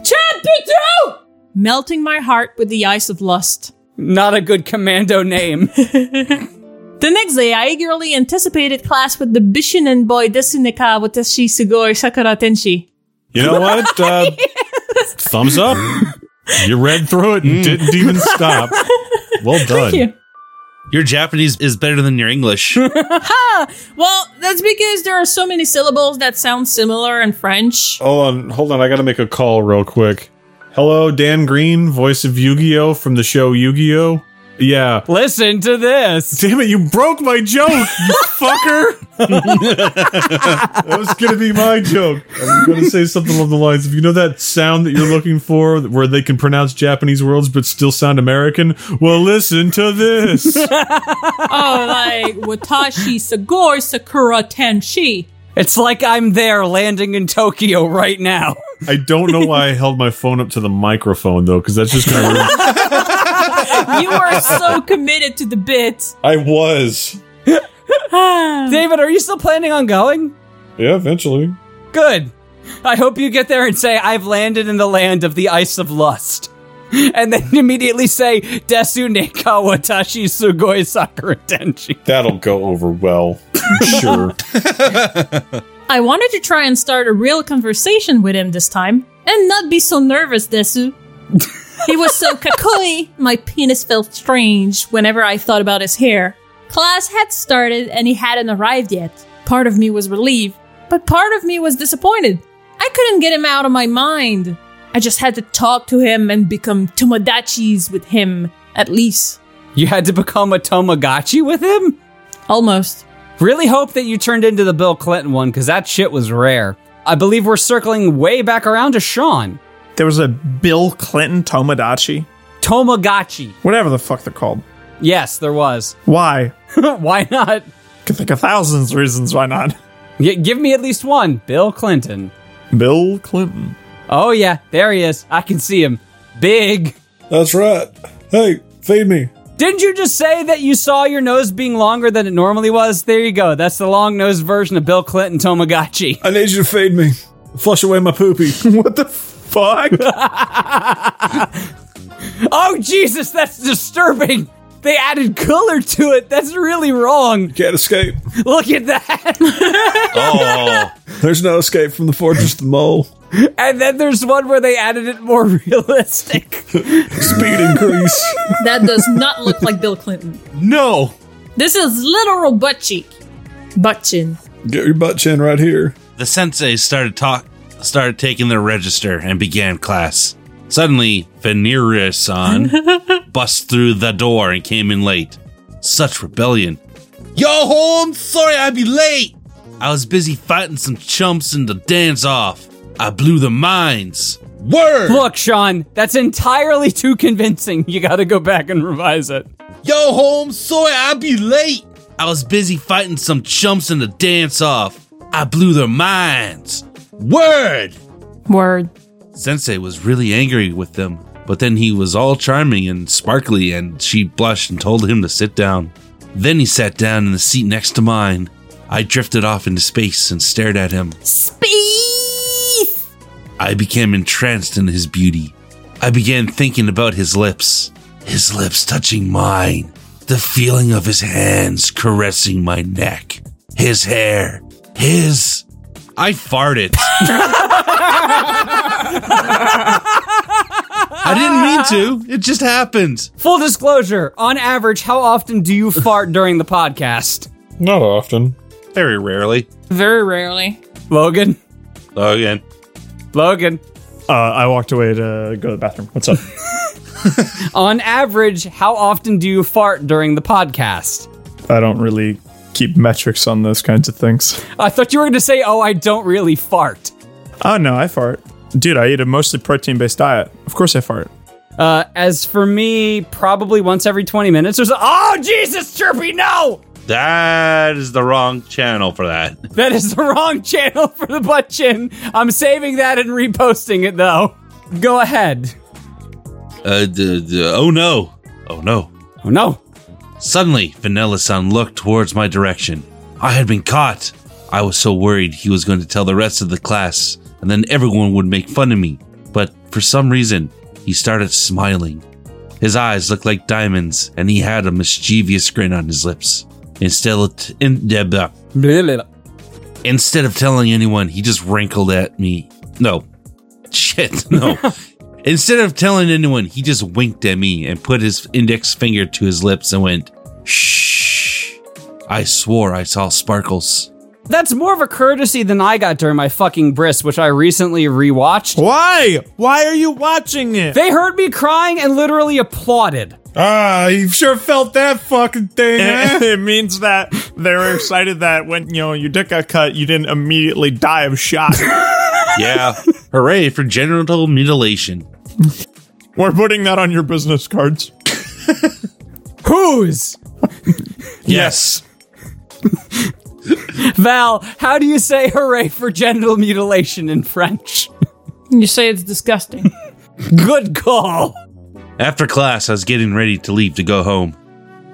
Speaker 4: Chapter 2! Melting my heart with the ice of lust.
Speaker 5: Not a good commando name.
Speaker 4: The next day, I eagerly anticipated class with the Bishinen boy Desuneka Watashi Sugoi Sakura Tenshi.
Speaker 6: You know what? Uh, thumbs up. You read through it and didn't even stop. Well done.
Speaker 4: you.
Speaker 3: Your Japanese is better than your English.
Speaker 4: Well, that's because there are so many syllables that sound similar in French.
Speaker 6: Hold on, hold on. I got to make a call real quick. Hello, Dan Green, voice of Yu-Gi-Oh from the show Yu-Gi-Oh. Yeah.
Speaker 5: Listen to this.
Speaker 6: Damn it! You broke my joke, you fucker. that was gonna be my joke. I was gonna say something along the lines of, you know, that sound that you're looking for, where they can pronounce Japanese words but still sound American. Well, listen to this.
Speaker 4: Oh, like Watashi Sugoi Sakura Tenshi.
Speaker 5: It's like I'm there landing in Tokyo right now.
Speaker 6: I don't know why I held my phone up to the microphone though, because that's just kind of. Rude.
Speaker 4: You are so committed to the bit.
Speaker 6: I was.
Speaker 5: David, are you still planning on going?
Speaker 6: Yeah, eventually.
Speaker 5: Good. I hope you get there and say, I've landed in the land of the ice of lust. And then immediately say, Desu ne kawatashi sugoi sakura tenshi.
Speaker 6: That'll go over well. sure.
Speaker 4: I wanted to try and start a real conversation with him this time and not be so nervous, Desu. he was so kakoi, my penis felt strange whenever I thought about his hair. Class had started and he hadn't arrived yet. Part of me was relieved, but part of me was disappointed. I couldn't get him out of my mind. I just had to talk to him and become Tomodachis with him, at least.
Speaker 5: You had to become a Tomogachi with him?
Speaker 4: Almost.
Speaker 5: Really hope that you turned into the Bill Clinton one, because that shit was rare. I believe we're circling way back around to Sean.
Speaker 2: There was a Bill Clinton Tomodachi.
Speaker 5: Tomogachi.
Speaker 2: Whatever the fuck they're called.
Speaker 5: Yes, there was.
Speaker 2: Why?
Speaker 5: Why not?
Speaker 2: Could think of thousands of reasons why not.
Speaker 5: Y- give me at least one. Bill Clinton.
Speaker 2: Bill Clinton.
Speaker 5: Oh, yeah, there he is. I can see him. Big.
Speaker 6: That's right. Hey, feed me.
Speaker 5: Didn't you just say that you saw your nose being longer than it normally was? There you go. That's the long nosed version of Bill Clinton Tomogachi.
Speaker 6: I need you to feed me. Flush away my poopy.
Speaker 2: What the fuck?
Speaker 5: Oh, Jesus, that's disturbing. They added color to it. That's really wrong.
Speaker 6: Can't escape.
Speaker 5: Look at that.
Speaker 3: oh,
Speaker 6: There's no escape from the fortress of the mole.
Speaker 5: And then there's one where they added it more realistic.
Speaker 6: Speed increase.
Speaker 4: That does not look like Bill Clinton.
Speaker 6: no.
Speaker 4: This is literal butt cheek. Butt chin.
Speaker 6: Get your butt chin right here.
Speaker 3: the sensei started talk started taking their register and began class. Suddenly, Venera-san bust through the door and came in late. Such rebellion. Yo ho, I'm sorry i be late. I was busy fighting some chumps in the dance off. I blew the minds. Word!
Speaker 5: Look, Sean, that's entirely too convincing. You gotta go back and revise it.
Speaker 3: Yo ho, I'm sorry i be late. I was busy fighting some chumps in the dance off. I blew their minds. Word!
Speaker 4: Word.
Speaker 3: Sensei was really angry with them, but then he was all charming and sparkly, and she blushed and told him to sit down. Then he sat down in the seat next to mine. I drifted off into space and stared at him.
Speaker 4: Space!
Speaker 3: I became entranced in his beauty. I began thinking about his lips, his lips touching mine, the feeling of his hands caressing my neck, his hair, his. I farted. I didn't mean to. It just happened.
Speaker 5: Full disclosure on average, how often do you fart during the podcast?
Speaker 6: Not often.
Speaker 3: Very rarely.
Speaker 4: Very rarely.
Speaker 5: Logan?
Speaker 3: Oh, again.
Speaker 5: Logan?
Speaker 2: Uh, I walked away to go to the bathroom. What's up?
Speaker 5: On average, how often do you fart during the podcast?
Speaker 2: I don't really keep metrics on those kinds of things.
Speaker 5: I thought you were going to say, "Oh, I don't really fart."
Speaker 2: Oh no, I fart. Dude, I eat a mostly protein based diet. Of course I fart.
Speaker 5: Uh, as for me, probably once every twenty minutes. There's a- oh Jesus, Chirpy, no!
Speaker 3: That is the wrong channel for that.
Speaker 5: That is the wrong channel for the butt chin. I'm saving that and reposting it though. Go ahead.
Speaker 3: Uh, d- d- oh no. Oh no.
Speaker 5: Oh no.
Speaker 3: Suddenly, Vanilla Sun looked towards my direction. I had been caught. I was so worried he was going to tell the rest of the class, and then everyone would make fun of me. But for some reason, he started smiling. His eyes looked like diamonds, and he had a mischievous grin on his lips. Instead of, in, blah, blah.
Speaker 5: Blah, blah, blah.
Speaker 3: Instead of telling anyone, he just wrinkled at me. No. Shit, no. Instead of telling anyone, he just winked at me and put his index finger to his lips and went, shh. I swore I saw sparkles.
Speaker 5: That's more of a courtesy than I got during my fucking bris, which I recently rewatched.
Speaker 2: Why? Why are you watching it?
Speaker 5: They heard me crying and literally applauded.
Speaker 8: Ah, you sure felt that fucking thing, eh?
Speaker 2: it means that they were excited that when you know your dick got cut, you didn't immediately die of shock.
Speaker 3: Yeah. Hooray for genital mutilation.
Speaker 2: we're putting that on your business cards.
Speaker 5: Whose?
Speaker 3: Yes.
Speaker 5: Val, how do you say hooray for genital mutilation in French?
Speaker 4: You say it's disgusting.
Speaker 5: Good call.
Speaker 3: After class, I was getting ready to leave to go home.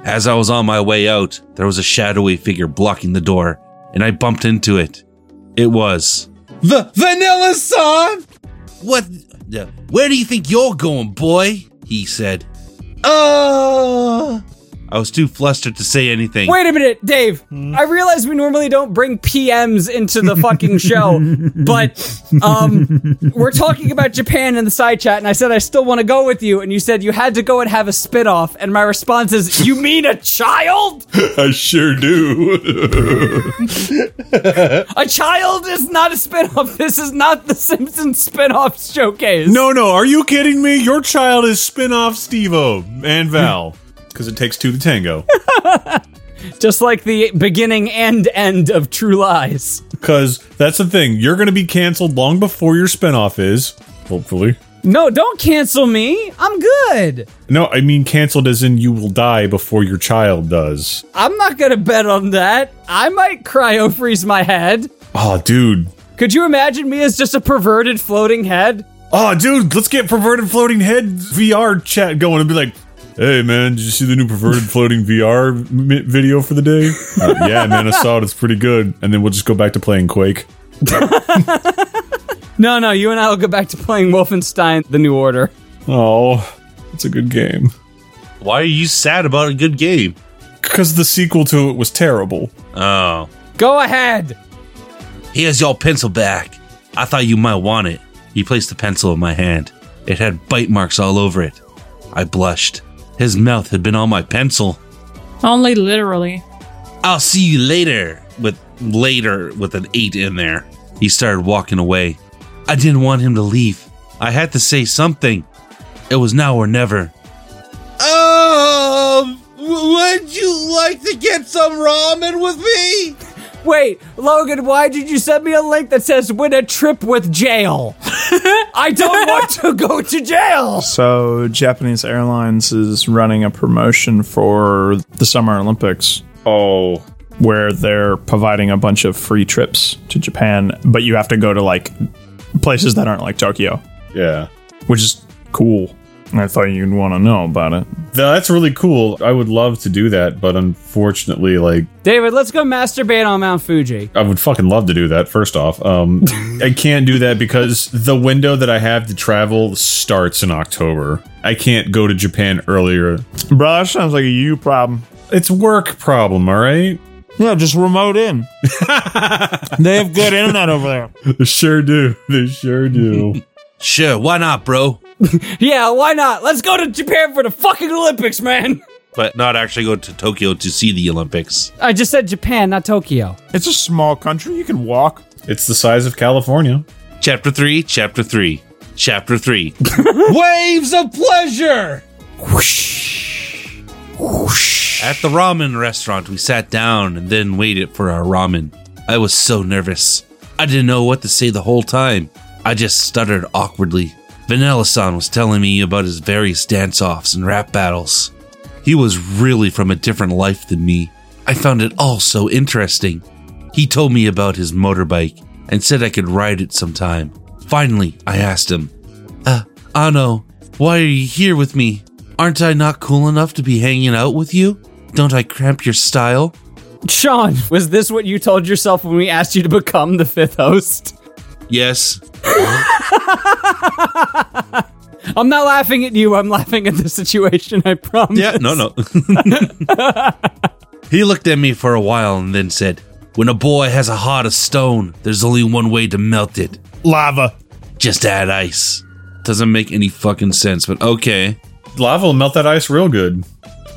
Speaker 3: As I was on my way out, there was a shadowy figure blocking the door, and I bumped into it. It was the Vanilla Sun. What? the- Where do you think you're going, boy? He said. Uh I was too flustered to say anything.
Speaker 5: Wait a minute, Dave. I realize we normally don't bring PMs into the fucking show, but um, we're talking about Japan in the side chat, and I said I still want to go with you, and you said you had to go and have a spit off, and my response is, "You mean a child?
Speaker 6: I sure do.
Speaker 5: A child is not a spit off. This is not the Simpsons spin off showcase."
Speaker 6: no, no, are you kidding me? Your child is spin off Steve O and Val. Because it takes two to tango.
Speaker 5: just like the beginning and end of True Lies.
Speaker 6: Because that's the thing. You're going to be canceled long before your spinoff is. Hopefully.
Speaker 5: No, don't cancel me. I'm good.
Speaker 6: No, I mean canceled as in you will die before your child does.
Speaker 5: I'm not gonna bet on that. I might cryo freeze my head.
Speaker 6: Oh, dude.
Speaker 5: Could you imagine me as just a perverted floating head?
Speaker 6: Oh, dude, let's get perverted floating head VR chat going and be like, hey, man, did you see the new perverted floating VR mi- video for the day? Uh, yeah, man, I saw it. It's pretty good. And then we'll just go back to playing Quake.
Speaker 5: No, no, you and I will go back to playing Wolfenstein The New Order.
Speaker 6: Oh, it's a good game.
Speaker 3: Why are you sad about a good game?
Speaker 6: Because the sequel to it was terrible.
Speaker 3: Oh.
Speaker 5: Go ahead.
Speaker 3: Here's your pencil back. I thought you might want it. He placed the pencil in my hand. It had bite marks all over it. I blushed. His mouth had been on my pencil.
Speaker 4: Only literally.
Speaker 3: I'll see you later with later with an 8 in there. He started walking away. I didn't want him to leave. I had to say something. It was now or never. Um would you like to get some ramen with me?
Speaker 5: Wait, Logan, why did you send me a link that says win a trip with jail? I don't want to go to jail.
Speaker 2: So Japanese Airlines is running a promotion for the Summer Olympics. Oh. Where they're providing a bunch of free trips to Japan, but you have to go to like places that aren't like Tokyo,
Speaker 6: Yeah.
Speaker 2: which is cool. I thought you'd want to know about it.
Speaker 6: That's really cool. I would love to do that, but unfortunately, like,
Speaker 5: David, let's go masturbate on Mount Fuji.
Speaker 6: I would fucking love to do that. First off, um, I can't do that because the window that I have to travel starts in October. I can't go to Japan earlier.
Speaker 2: Bro, that sounds like a you problem.
Speaker 6: It's work problem, all right?
Speaker 2: Yeah, just remote in. they have good internet over there.
Speaker 6: They sure do. They sure do.
Speaker 3: Sure, why not, bro?
Speaker 5: Yeah, why not? Let's go to Japan for the fucking Olympics, man.
Speaker 3: But not actually go to Tokyo to see the Olympics.
Speaker 5: I just said Japan, not Tokyo.
Speaker 2: It's a small country. You can walk.
Speaker 6: it's the size of California.
Speaker 3: Chapter 3, chapter 3. Chapter 3.
Speaker 5: Waves of pleasure. Whoosh.
Speaker 3: At the ramen restaurant, we sat down and then waited for our ramen. I was so nervous. I didn't know what to say the whole time. I just stuttered awkwardly. Vanilla san was telling me about his various dance offs and rap battles. He was really from a different life than me. I found it all so interesting. He told me about his motorbike and said I could ride it sometime. Finally, I asked him, Uh, Ano, why are you here with me? Aren't I not cool enough to be hanging out with you? Don't I cramp your style?
Speaker 5: Sean, was this what you told yourself when we asked you to become the fifth host?
Speaker 3: Yes.
Speaker 5: I'm not laughing at you. I'm laughing at the situation. I promise.
Speaker 3: Yeah, no, no. he looked at me for a while and then said, When a boy has a heart of stone, there's only one way to melt it
Speaker 2: Lava.
Speaker 3: just add ice. Doesn't make any fucking sense, but okay.
Speaker 6: Lava will melt that ice real good.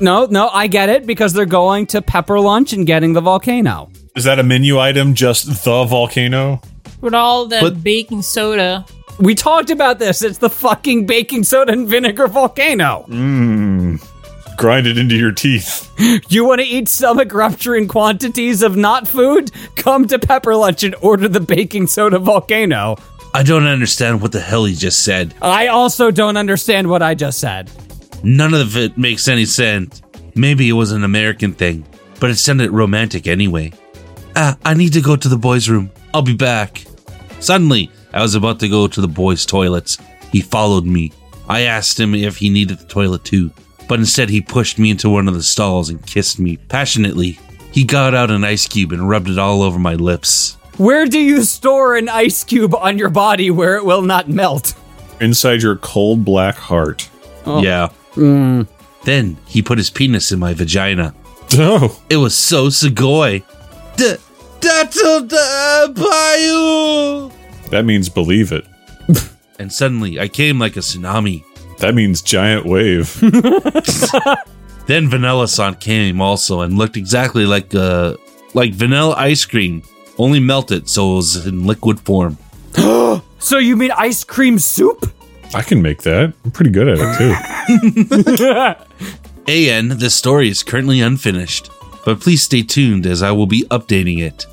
Speaker 5: no, no. I get it because they're going to pepper lunch and getting the volcano.
Speaker 6: Is that a menu item? Just the volcano?
Speaker 4: With all that
Speaker 3: But-
Speaker 4: baking soda.
Speaker 5: We talked about this. It's the fucking baking soda and vinegar volcano.
Speaker 3: Mm.
Speaker 6: Grind it into your teeth.
Speaker 5: You want to eat stomach rupturing quantities of not food? Come to Pepper Lunch and order the baking soda volcano.
Speaker 3: I don't understand what the hell he just said.
Speaker 5: I also don't understand what I just said.
Speaker 3: None of it makes any sense. Maybe it was an American thing, but it sounded romantic anyway. Ah, I need to go to the boys' room. I'll be back. Suddenly, I was about to go to the boys' toilets. He followed me. I asked him if he needed the toilet too, but instead he pushed me into one of the stalls and kissed me passionately. He got out an ice cube and rubbed it all over my lips.
Speaker 5: Where do you store an ice cube on your body where it will not melt?
Speaker 6: Inside your cold black heart.
Speaker 3: Yeah. Then he put his penis in my vagina.
Speaker 6: Oh.
Speaker 3: It was so Segoy. D- Dattel da bayou.
Speaker 6: That means believe it.
Speaker 3: And suddenly I came like a tsunami.
Speaker 6: That means giant wave.
Speaker 3: Then Vanilla San came also and looked exactly like uh like vanilla ice cream, only melted so it was in liquid form.
Speaker 5: So you mean ice cream soup?
Speaker 6: I can make that. I'm pretty good at it too.
Speaker 3: AN, this story is currently unfinished, but please stay tuned as I will be updating it.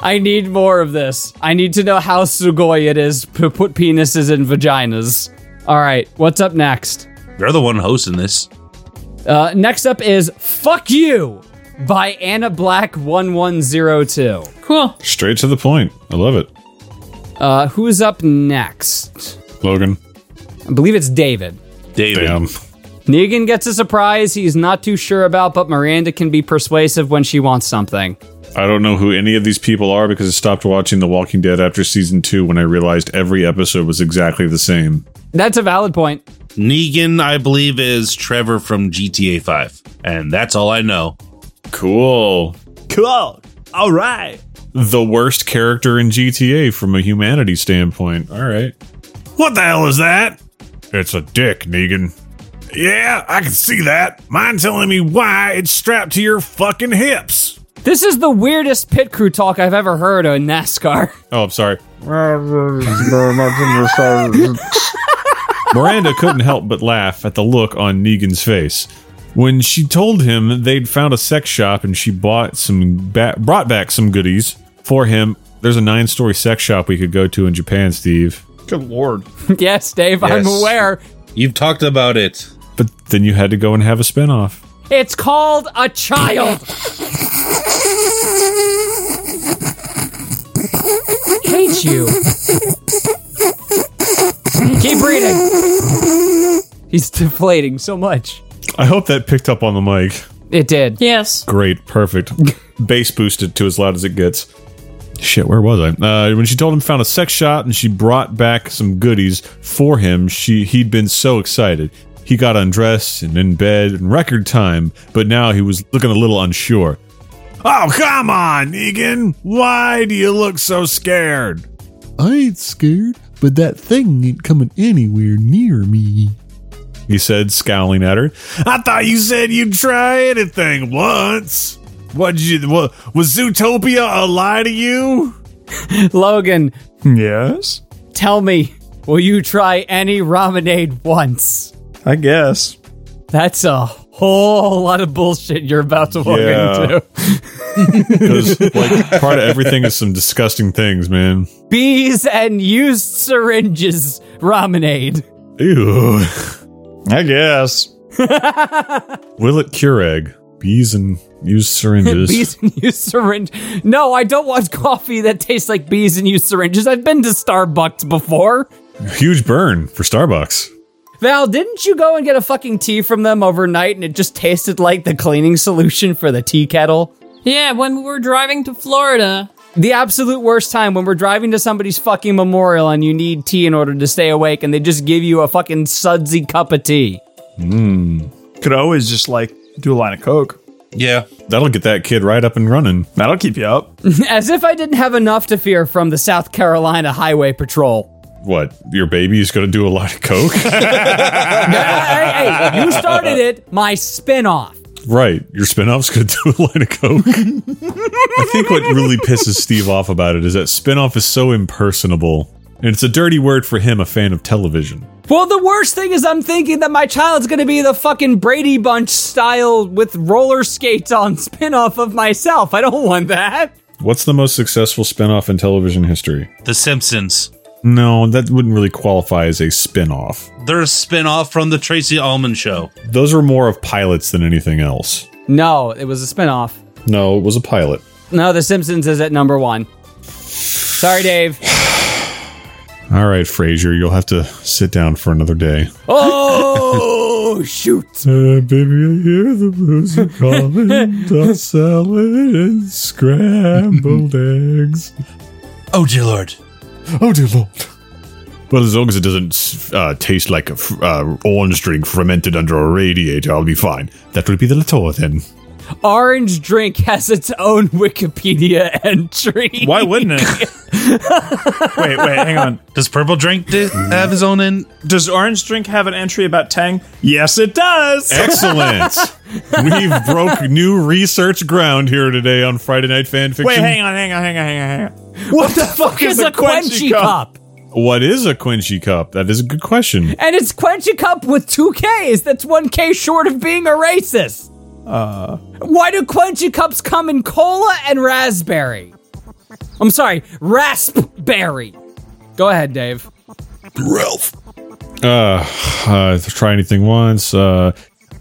Speaker 5: I need more of this. I need to know how sugoi it is to put penises in vaginas. All right, what's up next?
Speaker 3: You're the one hosting this.
Speaker 5: Uh, next up is Fuck You by Anna Black 1102.
Speaker 4: Cool.
Speaker 6: Straight to the point. I love it.
Speaker 5: Uh, who's up next?
Speaker 6: Logan.
Speaker 5: I believe it's David.
Speaker 3: David.
Speaker 6: Damn.
Speaker 5: Negan gets a surprise he's not too sure about, but Miranda can be persuasive when she wants something.
Speaker 6: I don't know who any of these people are because I stopped watching The Walking Dead after season two when I realized every episode was exactly the same.
Speaker 5: That's a valid point.
Speaker 3: Negan, I believe, is Trevor from GTA 5. And that's all I know.
Speaker 6: Cool.
Speaker 2: Cool. All right.
Speaker 6: The worst character in GTA from a humanity standpoint. All right.
Speaker 8: What the hell is that? It's a dick, Negan. Yeah, I can see that. Mine telling me why it's strapped to your fucking hips.
Speaker 5: This is the weirdest pit crew talk I've ever heard on NASCAR.
Speaker 6: Oh, I'm sorry. Miranda couldn't help but laugh at the look on Negan's face when she told him they'd found a sex shop and she bought some ba- brought back some goodies for him. There's a nine-story sex shop we could go to in Japan, Steve.
Speaker 2: Good lord.
Speaker 5: yes, Dave, I'm
Speaker 3: Yes.
Speaker 5: aware.
Speaker 3: You've talked about it.
Speaker 6: But then you had to go and have a spinoff.
Speaker 5: It's called a child. Hate you. Keep reading. He's deflating so much.
Speaker 6: I hope that picked up on the mic.
Speaker 5: It did.
Speaker 4: Yes.
Speaker 6: Great, perfect. Bass boosted to as loud as it gets. Shit, where was I? Uh, when she told him found a sex shop and she brought back some goodies for him, she he'd been so excited. He got undressed and in bed in record time, but now he was looking a little unsure.
Speaker 8: Oh, come on, Negan. Why do you look so scared?
Speaker 9: I ain't scared, but that thing ain't coming anywhere near me.
Speaker 6: He said, scowling at her.
Speaker 8: I thought you said you'd try anything once. What did you? What, was Zootopia a lie to you?
Speaker 5: Logan,
Speaker 2: Yes.
Speaker 5: tell me, will you try any ramenade once?
Speaker 2: I guess.
Speaker 5: That's a whole lot of bullshit you're about to walk
Speaker 6: Yeah.
Speaker 5: into.
Speaker 6: Because like part of everything is some disgusting things, man.
Speaker 5: Bees and used syringes ramenade.
Speaker 6: Ew.
Speaker 2: I guess.
Speaker 6: Will it cure egg? Bees and used syringes.
Speaker 5: Bees and used syringe. No, I don't want coffee that tastes like bees and used syringes. I've been to Starbucks before.
Speaker 6: Huge burn for Starbucks.
Speaker 5: Val, didn't you go and get a fucking tea from them overnight and it just tasted like the cleaning solution for the tea kettle?
Speaker 4: Yeah, when we were driving to Florida.
Speaker 5: The absolute worst time when we're driving to somebody's fucking memorial and you need tea in order to stay awake and they just give you a fucking sudsy cup of tea.
Speaker 2: Could always just like do a line of coke.
Speaker 3: Yeah.
Speaker 6: That'll get that kid right up and running.
Speaker 2: That'll keep you up.
Speaker 5: As if I didn't have enough to fear from the South Carolina Highway Patrol.
Speaker 6: What? Your baby's gonna do a lot of coke?
Speaker 5: hey, hey, hey, you started it, my spinoff.
Speaker 6: right. Your spinoff's gonna do a lot of coke. I think what really pisses Steve off about it is that spinoff is so impersonable. And it's a dirty word for him, a fan of television.
Speaker 5: Well, the worst thing is I'm thinking that my child's gonna be the fucking Brady Bunch style with roller skates on spinoff of myself. I don't want that.
Speaker 6: What's the most successful spinoff in television history?
Speaker 3: The Simpsons.
Speaker 6: No, that wouldn't really qualify as a spinoff.
Speaker 3: They're a spin-off from the Tracy Ullman show.
Speaker 6: Those were more of pilots than anything else.
Speaker 5: No, it was a spinoff.
Speaker 6: No, it was a pilot.
Speaker 5: No, The Simpsons is at number one. Sorry, Dave.
Speaker 6: All right, Frasier, you'll have to sit down for another day.
Speaker 5: Oh, shoot.
Speaker 6: Uh, baby, I hear the blues are calling. Toss salad and scrambled eggs.
Speaker 3: Oh dear lord.
Speaker 6: Oh, dear lord. Well, as long as it doesn't uh, taste like a f- uh, orange drink fermented under a radiator, I'll be fine. That will be the Latour then.
Speaker 5: Orange Drink has its own Wikipedia entry.
Speaker 2: Why wouldn't it? wait, wait, hang on.
Speaker 3: Does Purple Drink di-
Speaker 8: Mm-hmm.
Speaker 3: have his own in?
Speaker 2: Does Orange Drink have an entry about Tang? Yes, it does.
Speaker 6: Excellent. We've broke new research ground here today on Friday Night Fan Fiction.
Speaker 2: Wait, hang on, hang on, hang on, hang on, hang on.
Speaker 5: What the fuck
Speaker 2: is a Quenchy cup?
Speaker 6: What is a Quincy cup? That is a good question.
Speaker 5: And it's Quench a Cup with two Ks. That's one K short of being a racist. Uh. Why do Quench a Cups come in cola and raspberry? I'm sorry, raspberry. Go ahead, Dave.
Speaker 6: Uh, uh try anything once. Uh,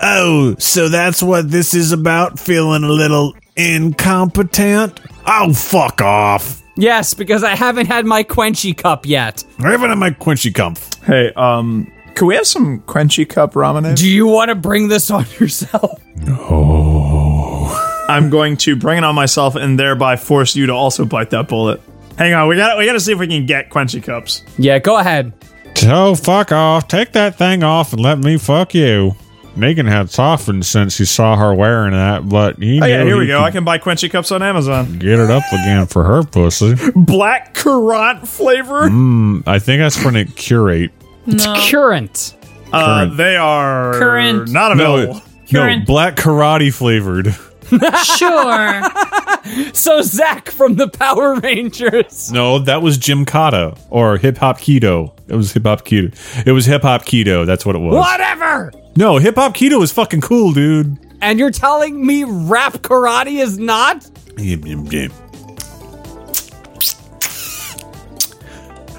Speaker 8: Oh, so that's what this is about? Feeling a little incompetent? Oh, fuck off.
Speaker 5: Yes, because I haven't had my Quenchy Cup yet.
Speaker 6: I haven't had my Quincy cup.
Speaker 2: Hey, um, can we have some Quenchy Cup ramen?
Speaker 5: Do you want to bring this on yourself?
Speaker 2: I'm going to bring it on myself and thereby force you to also bite that bullet. Hang on, we got we got to see if we can get Quenchy Cups.
Speaker 5: Yeah, go ahead.
Speaker 6: Oh, fuck off. Take that thing off and let me fuck you. Megan had softened since he saw her wearing that, but he
Speaker 2: Oh yeah,
Speaker 6: knew
Speaker 2: here we
Speaker 6: he
Speaker 2: go. I
Speaker 6: could
Speaker 2: can buy Quenchy Cups on Amazon.
Speaker 6: get it up again for her pussy.
Speaker 2: Black currant flavor.
Speaker 6: I think that's when it curate.
Speaker 5: It's current.
Speaker 2: Uh, they are
Speaker 4: Current.
Speaker 2: not
Speaker 6: No,
Speaker 2: available.
Speaker 6: it- no, black karate flavored.
Speaker 4: Sure.
Speaker 5: So Zach from the Power Rangers.
Speaker 6: No, that was Jim Kata or hip hop keto. It was hip hop keto. It was hip hop keto. That's what it was.
Speaker 5: Whatever.
Speaker 6: No, hip hop keto is fucking cool, dude.
Speaker 5: And you're telling me rap karate is not?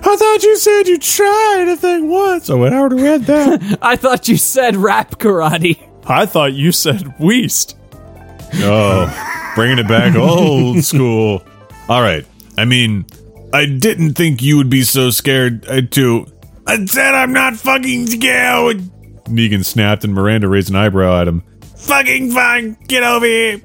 Speaker 6: I thought you said you tried a thing once. I went out and read that.
Speaker 5: I thought you said rap karate.
Speaker 2: I thought you said Weast.
Speaker 6: oh, bringing it back old school. All right. I mean, I didn't think you would be so scared uh, to. I said I'm not fucking scared. Negan snapped, and Miranda raised an eyebrow at him. Fucking fine. Get over here.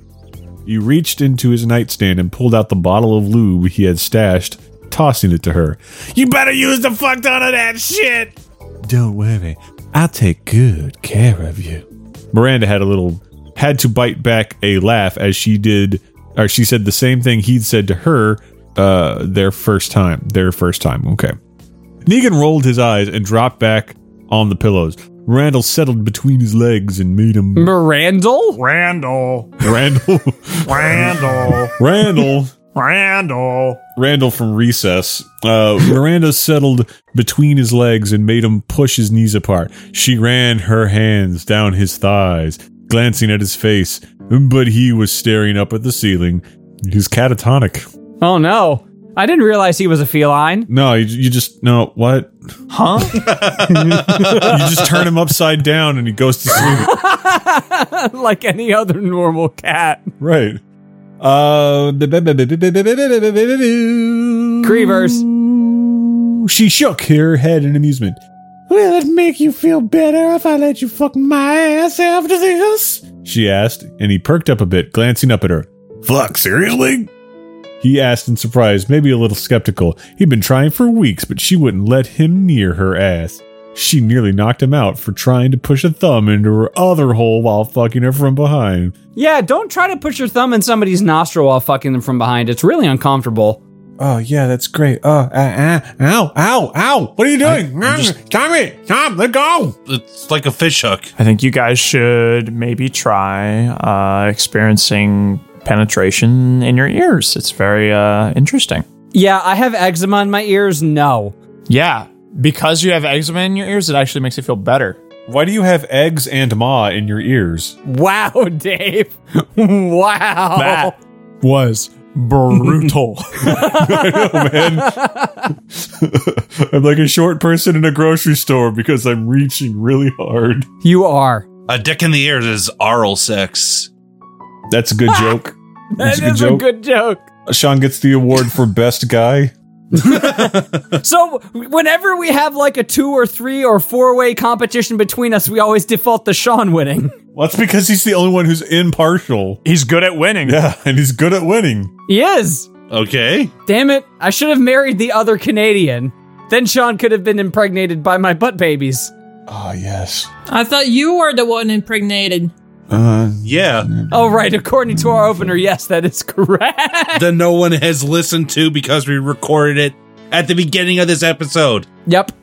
Speaker 6: He reached into his nightstand and pulled out the bottle of lube he had stashed, tossing it to her. You better use the fuck ton of that shit. Don't worry. I'll take good care of you. Miranda had a little had to bite back a laugh as she did or she said the same thing he'd said to her uh their first time. Their first time. Okay. Negan rolled his eyes and dropped back on the pillows. Randall settled between his legs and made him
Speaker 5: Mirandal?
Speaker 2: Randall.
Speaker 6: Randall
Speaker 2: Randall.
Speaker 6: Randall
Speaker 2: Randall.
Speaker 6: Randall from recess. Uh, Miranda settled between his legs and made him push his knees apart. She ran her hands down his thighs, glancing at his face, but he was staring up at the ceiling. He's catatonic.
Speaker 5: Oh no. I didn't realize he was a feline.
Speaker 6: No, you, you just no what? Huh? you just turn him upside down and he goes to sleep.
Speaker 5: like any other normal cat.
Speaker 6: right. Uh, Creevers. She shook her head in amusement. Will it make you feel better if I let you fuck my ass after this? She asked, and he perked up a bit, glancing up at her.
Speaker 8: Fuck, seriously?
Speaker 6: He asked in surprise, maybe a little skeptical. He'd been trying for weeks, but she wouldn't let him near her ass. She nearly knocked him out for trying to push a thumb into her other hole while fucking her from behind.
Speaker 5: Yeah, don't try to put your thumb in somebody's nostril while fucking them from behind. It's really uncomfortable.
Speaker 6: Oh yeah, that's great. Oh, uh, ah, ow, ow, ow! What are you doing? Tommy, Tom, let go!
Speaker 3: It's like a fish hook.
Speaker 2: I think you guys should maybe try uh, experiencing penetration in your ears. It's very uh, interesting.
Speaker 5: Yeah, I have eczema in my ears. No.
Speaker 2: Yeah, because you have eczema in your ears, it actually makes you feel better.
Speaker 6: Why do you have eggs and ma in your ears?
Speaker 5: Wow, Dave. wow.
Speaker 2: That was brutal.
Speaker 6: I'm like a short person in a grocery store because I'm reaching really hard.
Speaker 5: You are.
Speaker 3: A dick in the ears is oral sex.
Speaker 6: That's a good joke. That's
Speaker 5: That is a good joke.
Speaker 6: Sean gets the award for best guy.
Speaker 5: So whenever we have like a two or three or four way competition between us, we always default to Sean winning.
Speaker 6: Well, that's because he's the only one who's impartial.
Speaker 2: He's good at winning.
Speaker 6: Yeah, and he's good at winning.
Speaker 5: He is.
Speaker 3: Okay.
Speaker 5: Damn it. I should have married the other Canadian. Then Sean could have been impregnated by my butt babies.
Speaker 6: Ah, yes.
Speaker 4: I thought you were the one impregnated.
Speaker 6: Uh,
Speaker 3: Yeah.
Speaker 5: Oh, right. According to our opener, yes, that is correct.
Speaker 3: that no one has listened to because we recorded it at the beginning of this episode.
Speaker 5: Yep.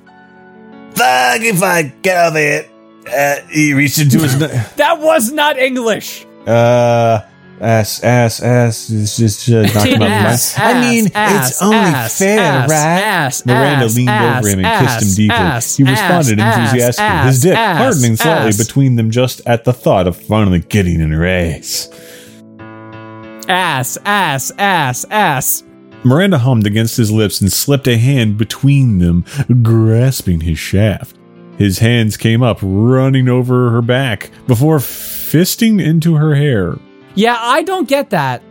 Speaker 8: Fuck if I get out of it. Uh, he reached into his. n-
Speaker 5: That was not English.
Speaker 6: Uh, ass, ass, ass. It's just uh, knocked him out of
Speaker 5: Ass,
Speaker 6: mind. I
Speaker 5: ass,
Speaker 6: mean,
Speaker 5: ass,
Speaker 6: it's only
Speaker 5: ass,
Speaker 6: fair,
Speaker 5: ass,
Speaker 6: right?
Speaker 5: ass,
Speaker 6: Miranda
Speaker 5: ass,
Speaker 6: leaned
Speaker 5: ass,
Speaker 6: over him and
Speaker 5: ass,
Speaker 6: kissed him deeply.
Speaker 5: ass,
Speaker 6: he responded
Speaker 5: ass,
Speaker 6: enthusiastically,
Speaker 5: ass,
Speaker 6: his dick
Speaker 5: ass,
Speaker 6: hardening slightly
Speaker 5: ass.
Speaker 6: between them just at the thought of finally getting in her ass.
Speaker 5: Ass, ass, ass, ass.
Speaker 6: Miranda hummed against his lips and slipped a hand between them, grasping his shaft. His hands came up, running over her back, before fisting into her hair.
Speaker 5: Yeah, I don't get that.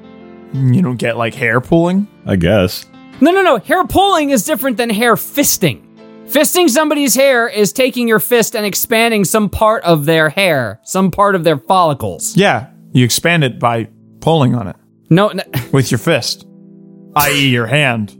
Speaker 2: You don't get like hair pulling.
Speaker 6: I guess.
Speaker 5: No, no, no. Hair pulling is different than hair fisting. Fisting somebody's hair is taking your fist and expanding some part of their hair, some part of their follicles.
Speaker 2: Yeah, you expand it by pulling on it
Speaker 5: No, no
Speaker 2: with your fist, i.e., your hand.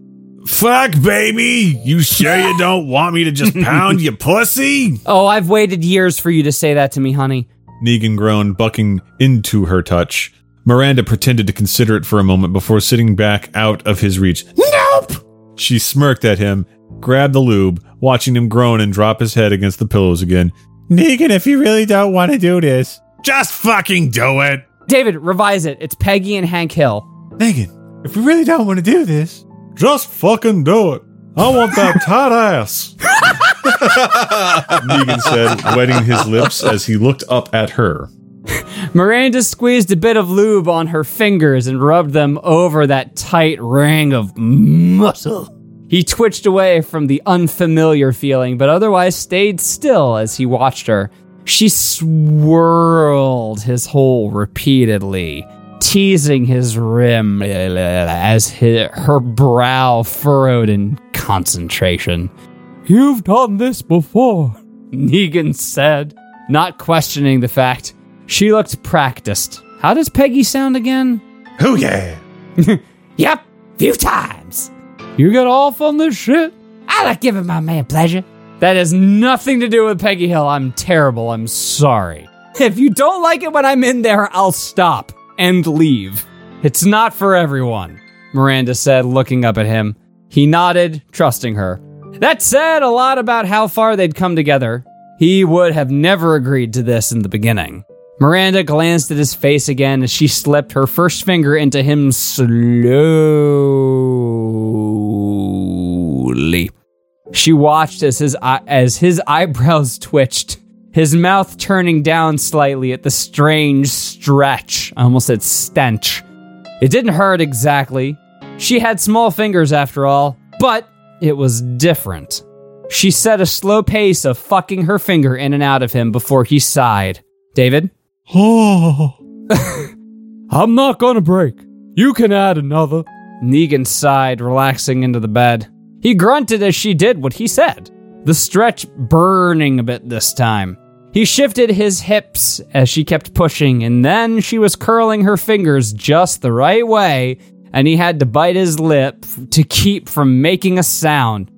Speaker 8: Fuck, baby. You sure you don't want me to just pound your pussy?
Speaker 5: oh, I've waited years for you to say that to me, honey.
Speaker 6: Negan groaned, bucking into her touch. Miranda pretended to consider it for a moment before sitting back out of his reach. Nope! She smirked at him, grabbed the lube, watching him groan and drop his head against the pillows again. Negan, if you really don't want to do this.
Speaker 8: Just fucking do it.
Speaker 5: David, revise it. It's Peggy and Hank Hill.
Speaker 6: Negan, if you really don't want to do this. Just fucking do it. I want that tight ass. Negan said, wetting his lips as he looked up at her.
Speaker 5: Miranda squeezed a bit of lube on her fingers and rubbed them over that tight ring of muscle. He twitched away from the unfamiliar feeling, but otherwise stayed still as he watched her. She swirled his hole repeatedly, teasing his rim as hi- her brow furrowed in concentration. You've done this before, Negan said, not questioning the fact. She looked practiced. How does Peggy sound again?
Speaker 8: Oh, yeah.
Speaker 5: Yep, few times. You got off on this shit? I like giving my man pleasure. That has nothing to do with Peggy Hill. I'm terrible. I'm sorry. If you don't like it when I'm in there, I'll stop and leave. It's not for everyone, Miranda said, looking up at him. He nodded, trusting her. That said a lot about how far they'd come together. He would have never agreed to this in the beginning. Miranda glanced at his face again as she slipped her first finger into him slowly. She watched as his eye- as his eyebrows twitched, his mouth turning down slightly at the strange stretch. I almost said stench. It didn't hurt exactly. She had small fingers after all, but it was different. She set a slow pace of fucking her finger in and out of him before he sighed. David? I'm not gonna break. You can add another. Negan sighed, relaxing into the bed. He grunted as she did what he said, the stretch burning a bit this time. He shifted his hips as she kept pushing, and then she was curling her fingers just the right way, and he had to bite his lip f- to keep from making a sound.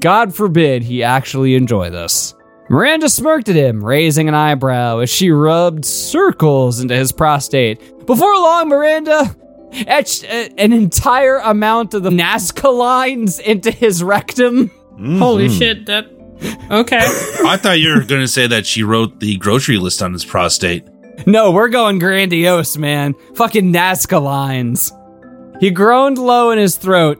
Speaker 5: God forbid he actually enjoy this. Miranda smirked at him, raising an eyebrow as she rubbed circles into his prostate. Before long, Miranda etched a- an entire amount of the Nazca lines into his rectum.
Speaker 4: Holy shit, that. Okay.
Speaker 3: I thought you were going to say that she wrote the grocery list on his prostate.
Speaker 5: No, we're going grandiose, man. Fucking Nazca lines. He groaned low in his throat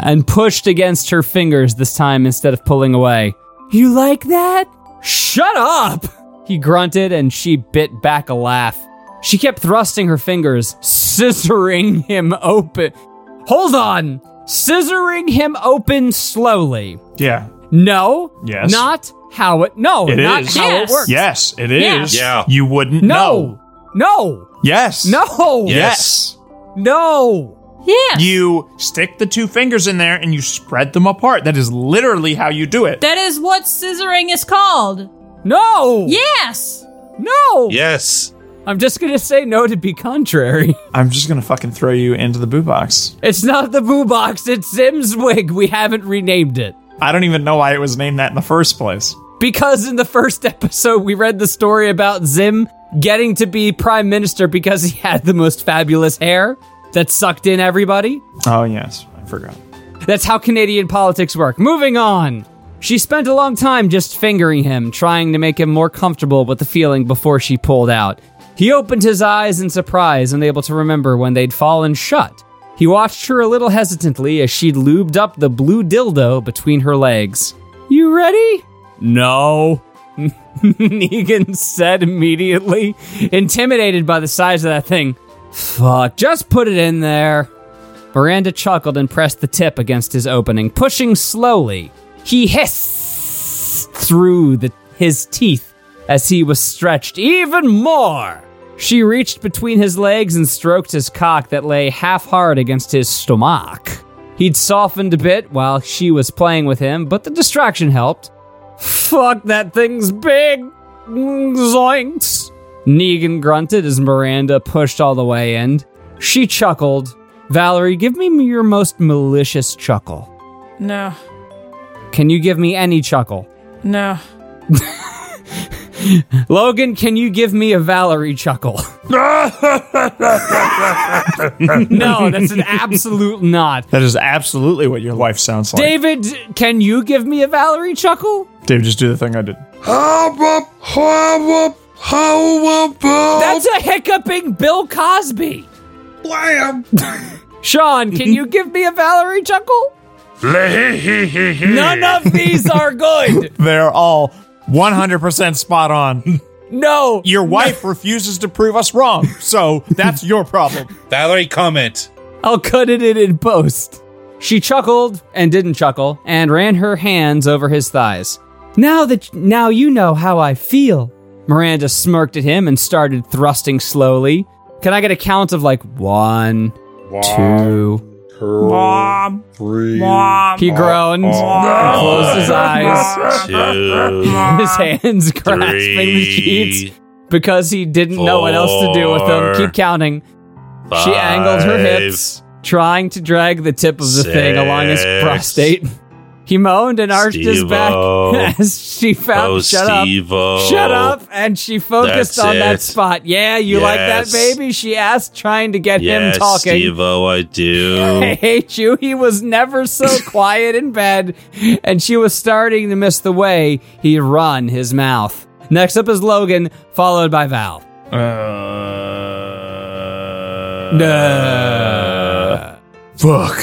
Speaker 5: and pushed against her fingers this time instead of pulling away. You like that? Shut up! He grunted and she bit back a laugh. She kept thrusting her fingers, scissoring him open. Hold on! Scissoring him open slowly.
Speaker 2: Yeah.
Speaker 5: No.
Speaker 2: Yes.
Speaker 5: Not how it. No.
Speaker 2: It
Speaker 5: not
Speaker 2: is.
Speaker 5: how
Speaker 4: Yes.
Speaker 5: it works.
Speaker 2: Yes, it
Speaker 4: Yeah.
Speaker 2: is.
Speaker 3: Yeah.
Speaker 2: You wouldn't
Speaker 5: No.
Speaker 2: know.
Speaker 5: No.
Speaker 2: Yes.
Speaker 5: No.
Speaker 2: Yes.
Speaker 5: No.
Speaker 4: Yeah.
Speaker 2: You stick the two fingers in there and you spread them apart. That is literally how you do it.
Speaker 4: That is what scissoring is called.
Speaker 5: No.
Speaker 4: Yes.
Speaker 5: No.
Speaker 3: Yes.
Speaker 5: I'm just gonna say no to be contrary.
Speaker 2: I'm just gonna fucking throw you into the boo box.
Speaker 5: It's not the boo box. It's Zimswig. We haven't renamed it
Speaker 2: I don't even know why it was named that in the first place.
Speaker 5: because in the first episode we read the story about Zim getting to be prime minister because he had the most fabulous hair that sucked in everybody.
Speaker 2: Oh yes, I forgot.
Speaker 5: That's how Canadian politics work. Moving on. She spent a long time just fingering him, trying to make him more comfortable with the feeling before she pulled out. He opened his eyes in surprise, unable to remember when they'd fallen shut. He watched her a little hesitantly as she lubed up the blue dildo between her legs. You ready? No. Negan said immediately, intimidated by the size of that thing. Fuck, just put it in there. Miranda chuckled and pressed the tip against his opening, pushing slowly. He hissed through the, his teeth as he was stretched even more. She reached between his legs and stroked his cock that lay half hard against his stomach. He'd softened a bit while she was playing with him, but the distraction helped. Fuck, that thing's big! Zoinks! Negan grunted as Miranda pushed all the way in. She chuckled. Valerie, give me your most malicious chuckle.
Speaker 4: No.
Speaker 5: Can you give me any chuckle?
Speaker 4: No.
Speaker 5: Logan, can you give me a Valerie chuckle? no, that's an absolute not.
Speaker 2: That is absolutely what your wife sounds like.
Speaker 5: David, can you give me a Valerie chuckle?
Speaker 2: Dave, just do the thing I did.
Speaker 5: That's a hiccuping Bill Cosby. Blam. Sean, can you give me a Valerie chuckle? None of these are good.
Speaker 2: They're all 100% spot on.
Speaker 5: No.
Speaker 2: Your wife refuses to prove us wrong, so that's your problem.
Speaker 3: Valerie, comment.
Speaker 5: I'll cut it in in post. She chuckled and didn't chuckle and ran her hands over his thighs. Now that now you know how I feel. Miranda smirked at him and started thrusting slowly. Can I get a count of like one, two?
Speaker 4: Mom. Mom.
Speaker 5: He groaned and closed his eyes, his hands grasping the sheets because he didn't know what else to do with them. Keep counting. She angled her hips, trying to drag the tip of the thing along his
Speaker 3: Six.
Speaker 5: prostate. He moaned and arched his back
Speaker 3: Steve-o.
Speaker 5: as she found.
Speaker 3: Oh,
Speaker 5: shut up.
Speaker 3: Steve-o.
Speaker 5: Shut up. And she focused
Speaker 3: That's
Speaker 5: on that
Speaker 3: it.
Speaker 5: spot. Yeah, you like that,
Speaker 3: Yes.
Speaker 5: baby? She asked, trying to get
Speaker 3: Yes,
Speaker 5: him talking.
Speaker 3: Steve-o, I
Speaker 5: I
Speaker 3: do.
Speaker 5: hate you. He was never so quiet in bed, and she was starting to miss the way he'd run his mouth. Next up is Logan, followed by Val.
Speaker 3: Uh,
Speaker 2: Fuck.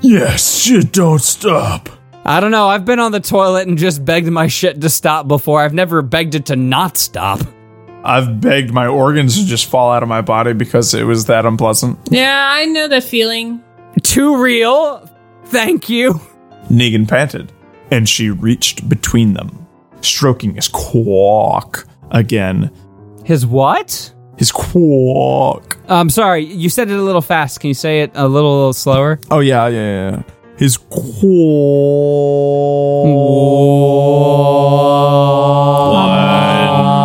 Speaker 2: Yes, shit don't stop.
Speaker 5: I don't know. I've been on the toilet and just begged my shit to stop before. I've never begged it to not stop.
Speaker 2: I've begged my organs to just fall out of my body because it was that unpleasant.
Speaker 4: Yeah, I know that feeling.
Speaker 5: Too real. Thank you.
Speaker 2: Negan panted, and she reached between them, stroking his quack again.
Speaker 5: His what?
Speaker 2: His quack.
Speaker 5: I'm sorry. You said it a little fast. Can you say it a little, little slower?
Speaker 2: Oh yeah, yeah, yeah, yeah. His quack.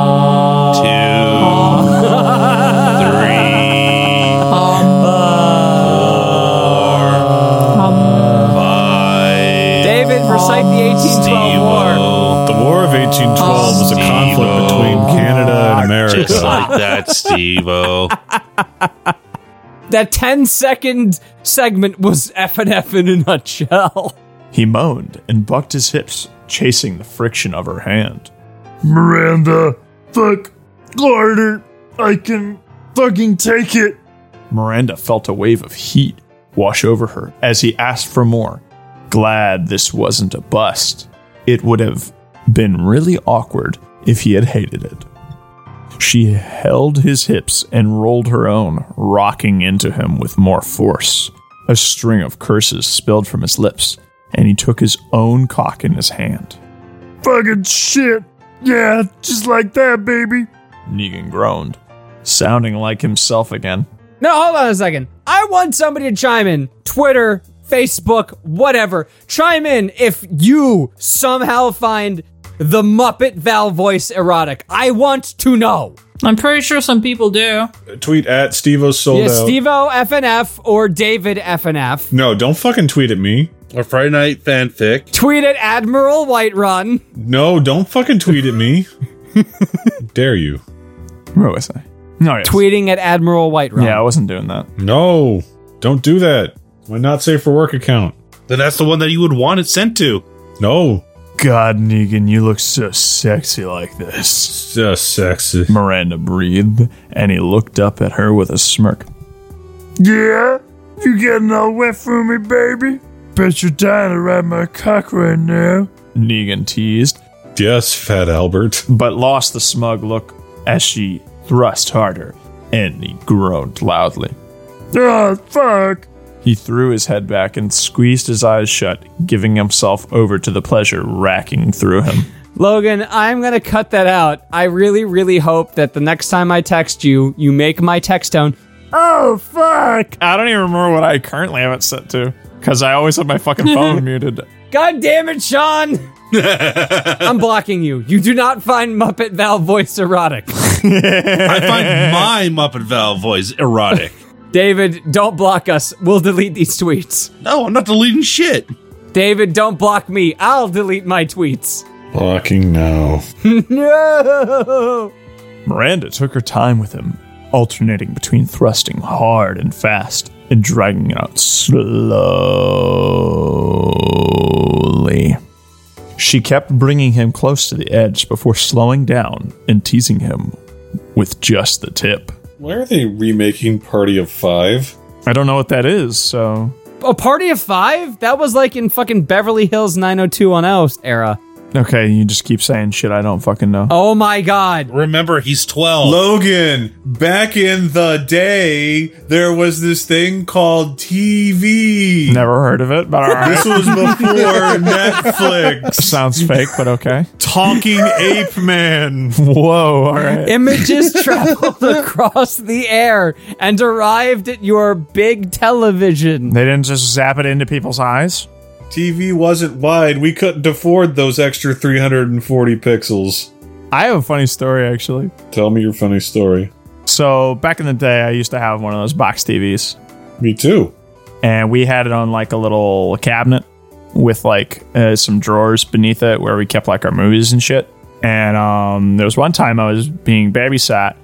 Speaker 3: Two,
Speaker 5: David, recite the 1812 war.
Speaker 3: oh,
Speaker 6: The War of 1812 was a conflict between Canada and America.
Speaker 3: just like that, Steve-O.
Speaker 5: That 10 second segment was FNF in a nutshell.
Speaker 2: He moaned and bucked his hips, chasing the friction of her hand.
Speaker 8: Miranda, fuck, Larder, I can fucking take it.
Speaker 2: Miranda felt a wave of heat wash over her as he asked for more. Glad this wasn't a bust. It would have been really awkward if he had hated it. She held his hips and rolled her own, rocking into him with more force. A string of curses spilled from his lips, and he took his own cock in his hand.
Speaker 8: Fucking shit. Yeah, just like that, baby.
Speaker 2: Negan groaned, sounding like himself again.
Speaker 5: No, hold on a second. I want somebody to chime in. Twitter, Facebook, whatever. Chime in if you somehow find the Muppet Val voice erotic. I want to know.
Speaker 4: I'm pretty sure some people do.
Speaker 6: Tweet at Stevo sold
Speaker 5: Yeah,
Speaker 6: out.
Speaker 5: Stevo FNF or David FNF.
Speaker 6: no, don't fucking tweet at me.
Speaker 3: Or Friday Night Fanfic.
Speaker 5: Tweet at Admiral Whiterun.
Speaker 6: No, don't fucking tweet at me. Dare you?
Speaker 2: Where was I? No, yes.
Speaker 5: Tweeting at Admiral Whiterun.
Speaker 2: Yeah, I wasn't doing that.
Speaker 6: No, don't do that. My not safe for work account.
Speaker 3: Then that's the one that you would want it sent to.
Speaker 6: No,
Speaker 2: God, Negan, you look so sexy like this.
Speaker 6: so sexy.
Speaker 2: Miranda breathed, and he looked up at her with a smirk.
Speaker 8: Yeah? You getting all wet for me, baby? Bet you're dying to ride my cock right now.
Speaker 2: Negan teased,
Speaker 6: Yes, Fat Albert.
Speaker 2: but lost the smug look as she thrust harder, and he groaned loudly.
Speaker 8: Oh, fuck.
Speaker 2: He threw his head back and squeezed his eyes shut, giving himself over to the pleasure racking through him.
Speaker 5: Logan, I'm going to cut that out. I really, really hope that the next time I text you, you make my text tone.
Speaker 2: Oh fuck! I don't even remember what I currently have it set to because I always have my fucking phone muted.
Speaker 5: God damn it, Sean! I'm blocking you. You do not find Muppet Val voice erotic.
Speaker 3: I find my Muppet Val voice erotic.
Speaker 5: David, don't block us. We'll delete these tweets.
Speaker 3: No, I'm not deleting shit.
Speaker 5: David, don't block me. I'll delete my tweets.
Speaker 6: Fucking no.
Speaker 5: No!
Speaker 2: Miranda took her time with him, alternating between thrusting hard and fast and dragging it out slowly. She kept bringing him close to the edge before slowing down and teasing him with just the tip.
Speaker 6: Why are they remaking Party of Five?
Speaker 2: I don't know what that is, so
Speaker 5: A party of five? That was like in fucking Beverly Hills 90210 era.
Speaker 2: okay, you just keep saying shit I don't fucking know.
Speaker 5: Oh my god.
Speaker 3: Remember, he's
Speaker 6: Oh.
Speaker 3: 12.
Speaker 6: Logan, back in the day, there was this thing called TV.
Speaker 2: Never heard of it, but all right.
Speaker 6: This was before Netflix.
Speaker 2: Sounds fake, but okay.
Speaker 6: Talking Ape Man.
Speaker 2: Whoa, all right.
Speaker 5: Images traveled across the air and arrived at your big television.
Speaker 2: They didn't just zap it into people's eyes.
Speaker 6: TV wasn't wide. We couldn't afford those extra 340 pixels.
Speaker 2: I have a funny story actually.
Speaker 6: Tell me your funny story.
Speaker 2: So back in the day, I used to have one of those box TVs,
Speaker 6: Me too.
Speaker 2: and we had it on like a little cabinet with like uh, some drawers beneath it where we kept like our movies and shit. And um, there was one time I was being babysat,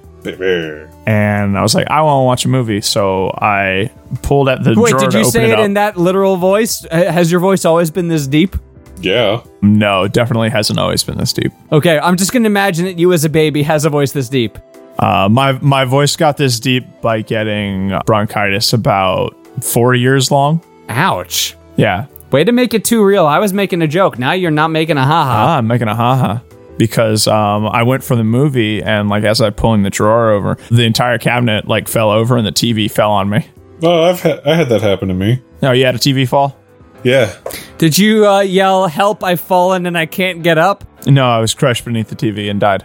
Speaker 2: and I was like, I want to watch a movie, so I pulled at the
Speaker 5: Wait,
Speaker 2: drawer
Speaker 5: did
Speaker 2: to
Speaker 5: you
Speaker 2: open
Speaker 5: say
Speaker 2: it
Speaker 5: it
Speaker 2: up.
Speaker 5: in that literal voice? Uh, Has your voice always been this deep?
Speaker 6: Yeah.
Speaker 2: no, definitely hasn't always been this deep.
Speaker 5: Okay, I'm just gonna imagine that you as a baby has a voice this deep.
Speaker 2: Uh, my my voice got this deep by getting bronchitis about four years long.
Speaker 5: Ouch.
Speaker 2: Yeah.
Speaker 5: Way to make it too real. I was making a joke. Now you're not making a haha.
Speaker 2: Ah, I'm making a haha because um, I went for the movie and like as I pulling the drawer over, the entire cabinet like fell over and the TV fell on me.
Speaker 6: Oh, I've ha- I had that happen to me.
Speaker 2: No, you had a TV fall?
Speaker 6: Yeah.
Speaker 5: Did you uh, yell, help, I've fallen and I can't get up?
Speaker 2: No, I was crushed beneath the TV and died.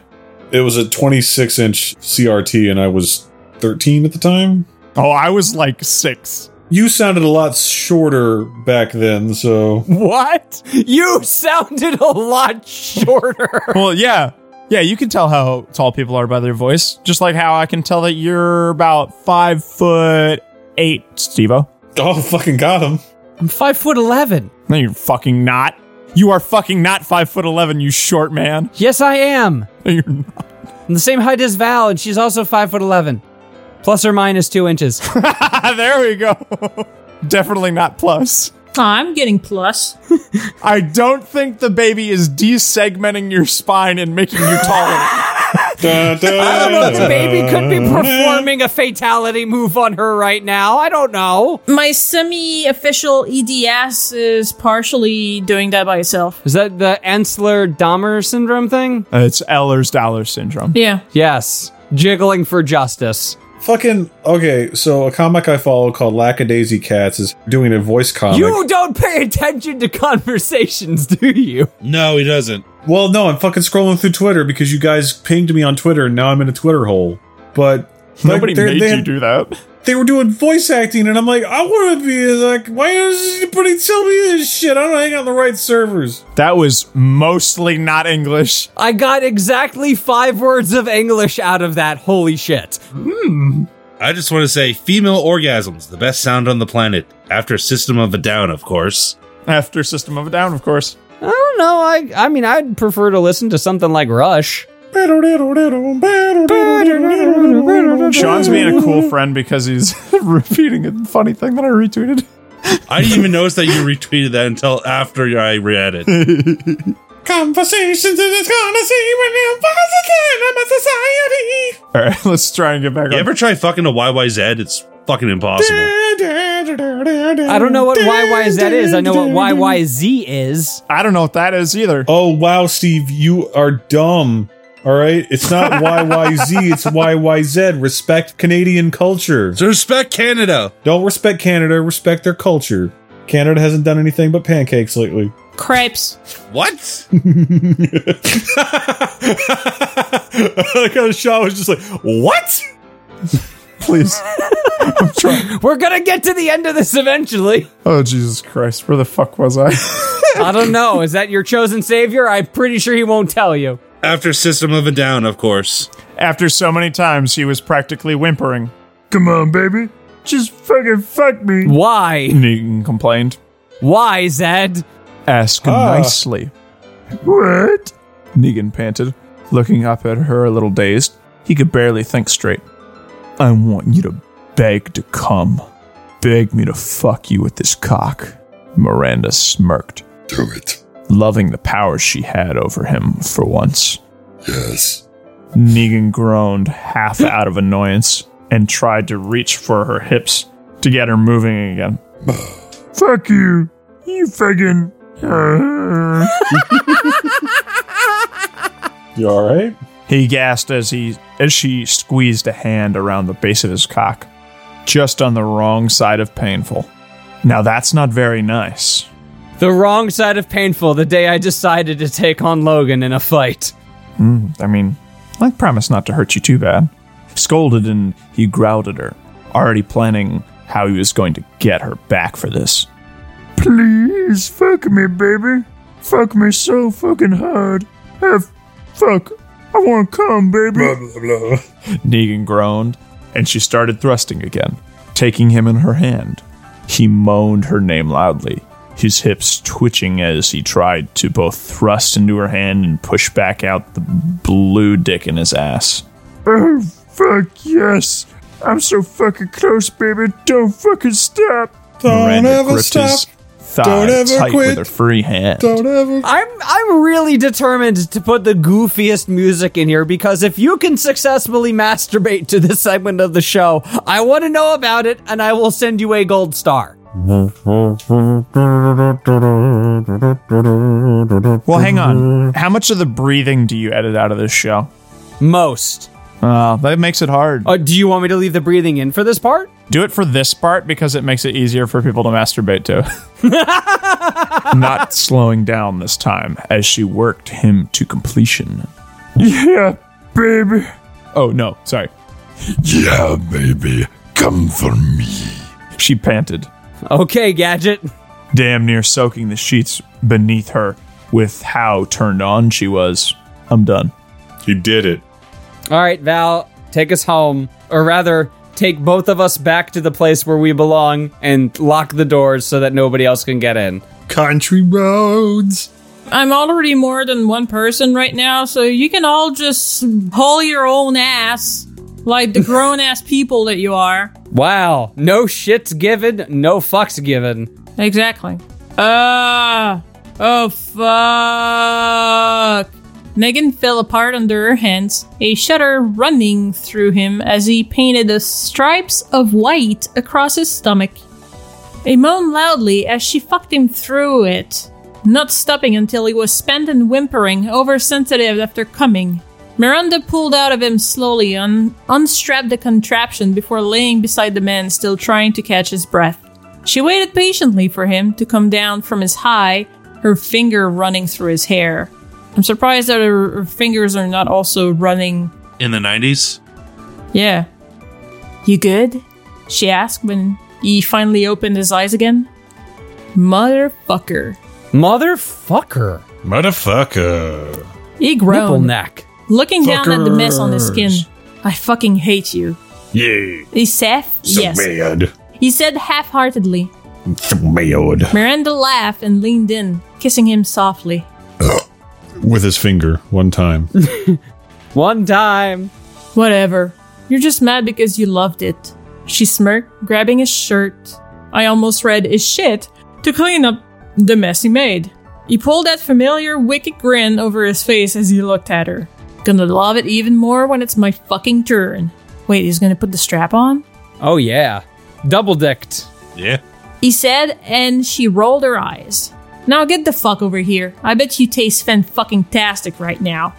Speaker 6: It was a 26 inch CRT, and I was 13 at the time.
Speaker 2: Oh, I was like six.
Speaker 6: You sounded a lot shorter back then, so
Speaker 5: What? You sounded a lot shorter.
Speaker 2: Well, yeah. Yeah, you can tell how tall people are by their voice, just like how I can tell that you're about five foot eight, Stevo.
Speaker 6: oh fucking got him.
Speaker 5: I'm five foot eleven.
Speaker 2: No, you're fucking not. You are fucking not five foot eleven, you short man.
Speaker 5: Yes, I am.
Speaker 2: No, You're not.
Speaker 5: I'm the same height as Val, and she's also five foot eleven, plus or minus two inches.
Speaker 2: there we go. Definitely not plus.
Speaker 4: I'm getting plus.
Speaker 2: I don't think the baby is desegmenting your spine and making you taller.
Speaker 5: I don't know. The baby could be performing a fatality move on her right now. I don't know.
Speaker 4: My semi-official EDS is partially doing that by itself.
Speaker 5: Is that the Ansler Dahmer syndrome thing?
Speaker 2: Uh, it's Ehlers Danlos syndrome.
Speaker 4: Yeah.
Speaker 5: Yes, jiggling for justice.
Speaker 6: Fucking okay. So a comic I follow called Lackadaisy Cats is doing a voice
Speaker 2: Oh
Speaker 6: comic.
Speaker 5: You don't pay attention to conversations, do you?
Speaker 3: No, he doesn't.
Speaker 6: well, no, I'm fucking scrolling through Twitter because you guys pinged me on Twitter, and now I'm in a Twitter hole. But
Speaker 2: Nobody
Speaker 6: like, they're-
Speaker 2: made
Speaker 6: they
Speaker 2: you
Speaker 6: had-
Speaker 2: do that.
Speaker 6: They were doing voice acting, and I'm like, I want to be like, why is anybody tell me this shit? I don't hang on the right servers.
Speaker 2: That was mostly not English.
Speaker 5: I got exactly five words of English out of that. Holy shit.
Speaker 3: I just want to say female orgasms, the best sound on the planet. After System of a Down, of course.
Speaker 2: After System of a Down, of course.
Speaker 5: I don't know. I I mean, I'd prefer to listen to something like Rush.
Speaker 2: Sean's being a cool friend because he's repeating a funny thing that I retweeted.
Speaker 3: I didn't even notice that you retweeted that until after I read it.
Speaker 6: Conversations in this gonna see when you positive a society.
Speaker 2: All right, let's try and get back
Speaker 3: You
Speaker 2: on.
Speaker 3: ever try fucking a YYZ? It's fucking impossible.
Speaker 5: I don't know what YYZ is. I know what YYZ is.
Speaker 2: I don't know what that is either.
Speaker 6: Oh wow, Steve, you are dumb. All right, it's not YYZ, it's YYZ. Respect Canadian culture.
Speaker 3: So respect Canada.
Speaker 6: Don't respect Canada, respect their culture. Canada hasn't done anything but pancakes lately.
Speaker 4: Crepes.
Speaker 3: What?
Speaker 6: I got a shot. Was just like, what?
Speaker 2: Please.
Speaker 5: We're gonna get to the end of this eventually.
Speaker 2: Oh, Jesus Christ. Where the fuck was I?
Speaker 5: I don't know. Is that your chosen savior? I'm pretty sure he won't tell you.
Speaker 3: After System of a Down, of course.
Speaker 2: After so many times, he was practically whimpering. Come on, baby. Just fucking fuck me.
Speaker 5: Why?
Speaker 2: Negan complained.
Speaker 5: Why, Zed?
Speaker 2: Ask nicely. Ah. What? Negan panted, looking up at her a little dazed. He could barely think straight. I want you to beg to come. Beg me to fuck you with this cock. Miranda smirked,
Speaker 10: Do it.
Speaker 2: loving the power she had over him for once.
Speaker 10: Yes.
Speaker 2: Negan groaned, half out of annoyance, and tried to reach for her hips to get her moving again. Fuck you. You fucking.
Speaker 6: You all right?
Speaker 2: He gasped as he as she squeezed a hand around the base of his cock, just on the wrong side of painful. Now that's not very nice.
Speaker 5: The wrong side of painful. The day I decided to take on Logan in a fight.
Speaker 2: I mean, I promise not to hurt you too bad. Scolded and he growled at her, already planning how he was going to get her back for this. Please fuck me, baby. Fuck me so fucking hard. F- fuck. I want to come, baby. Negan groaned, and she started thrusting again, taking him in her hand. He moaned her name loudly, his hips twitching as he tried to both thrust into her hand and push back out the blue dick in his ass. Oh, fuck yes! I'm so fucking close, baby! Don't fucking stop!
Speaker 6: Don't
Speaker 2: Miranda
Speaker 6: ever
Speaker 2: gripped his
Speaker 6: stop.
Speaker 2: thigh
Speaker 6: Don't ever
Speaker 2: tight with
Speaker 6: quit.
Speaker 2: her free hand.
Speaker 6: ever.
Speaker 5: I'm I'm really determined to put the goofiest music in here because if you can successfully masturbate to this segment of the show, I want to know about it and I will send you a gold star.
Speaker 2: Well, hang on. How much of the breathing do you edit out of this show?
Speaker 5: Most.
Speaker 2: Uh, that makes it
Speaker 9: Oh.
Speaker 2: hard.
Speaker 5: Uh, do you want me to leave the breathing in for this part?
Speaker 2: Do it for this part because it makes it easier for people to masturbate to. Not slowing down this time as she worked him to completion. Yeah, baby. Oh, no, sorry.
Speaker 9: Yeah, baby, come for me.
Speaker 2: She panted.
Speaker 5: Okay, gadget.
Speaker 2: damn near soaking the sheets beneath her with how turned on she was. I'm done.
Speaker 11: He did it.
Speaker 5: All right, Val, take us home, or rather, take both of us back to the place where we belong and lock the doors so that nobody else can get in.
Speaker 9: Country roads.
Speaker 4: I'm already more than one person right now, so you can all just haul your own ass like the grown ass people that you are.
Speaker 5: Wow, no shits given, no fucks given.
Speaker 4: Exactly. Uh, oh, fuck. Megan fell apart under her hands, a shudder running through him as he painted the stripes of white across his stomach. He moaned loudly as she fucked him through it, not stopping until he was spent and whimpering, oversensitive after coming. Miranda pulled out of him slowly and unstrapped the contraption before laying beside the man, still trying to catch his breath. She waited patiently for him to come down from his high, her finger running through his hair. I'm surprised that her, her fingers are not also running.
Speaker 3: In the 90s?
Speaker 4: Yeah. You good? She asked when he finally opened his eyes again. Motherfucker.
Speaker 5: Motherfucker.
Speaker 8: Motherfucker.
Speaker 4: He
Speaker 5: Nipple
Speaker 4: groaned,
Speaker 5: neck.
Speaker 4: looking down at the mess on his skin. I fucking hate you.
Speaker 8: Yeah.
Speaker 4: He said,
Speaker 8: So
Speaker 4: yes.
Speaker 8: mad.
Speaker 4: He said half heartedly.
Speaker 8: So mad.
Speaker 4: Miranda laughed and leaned in, kissing him softly.
Speaker 11: With his finger, one time.
Speaker 5: One time.
Speaker 4: Whatever. You're just mad because you loved it. She smirked, grabbing his shirt. I almost read his shit to clean up the mess he made. He pulled that familiar, wicked grin over his face as he looked at her. Gonna love it even more when it's my fucking turn. Wait, he's gonna put the strap on?
Speaker 5: Oh, yeah. Double dicked.
Speaker 8: Yeah.
Speaker 4: He said, and she rolled her eyes. Now get the fuck over here. I bet you taste fan fucking tastic right now.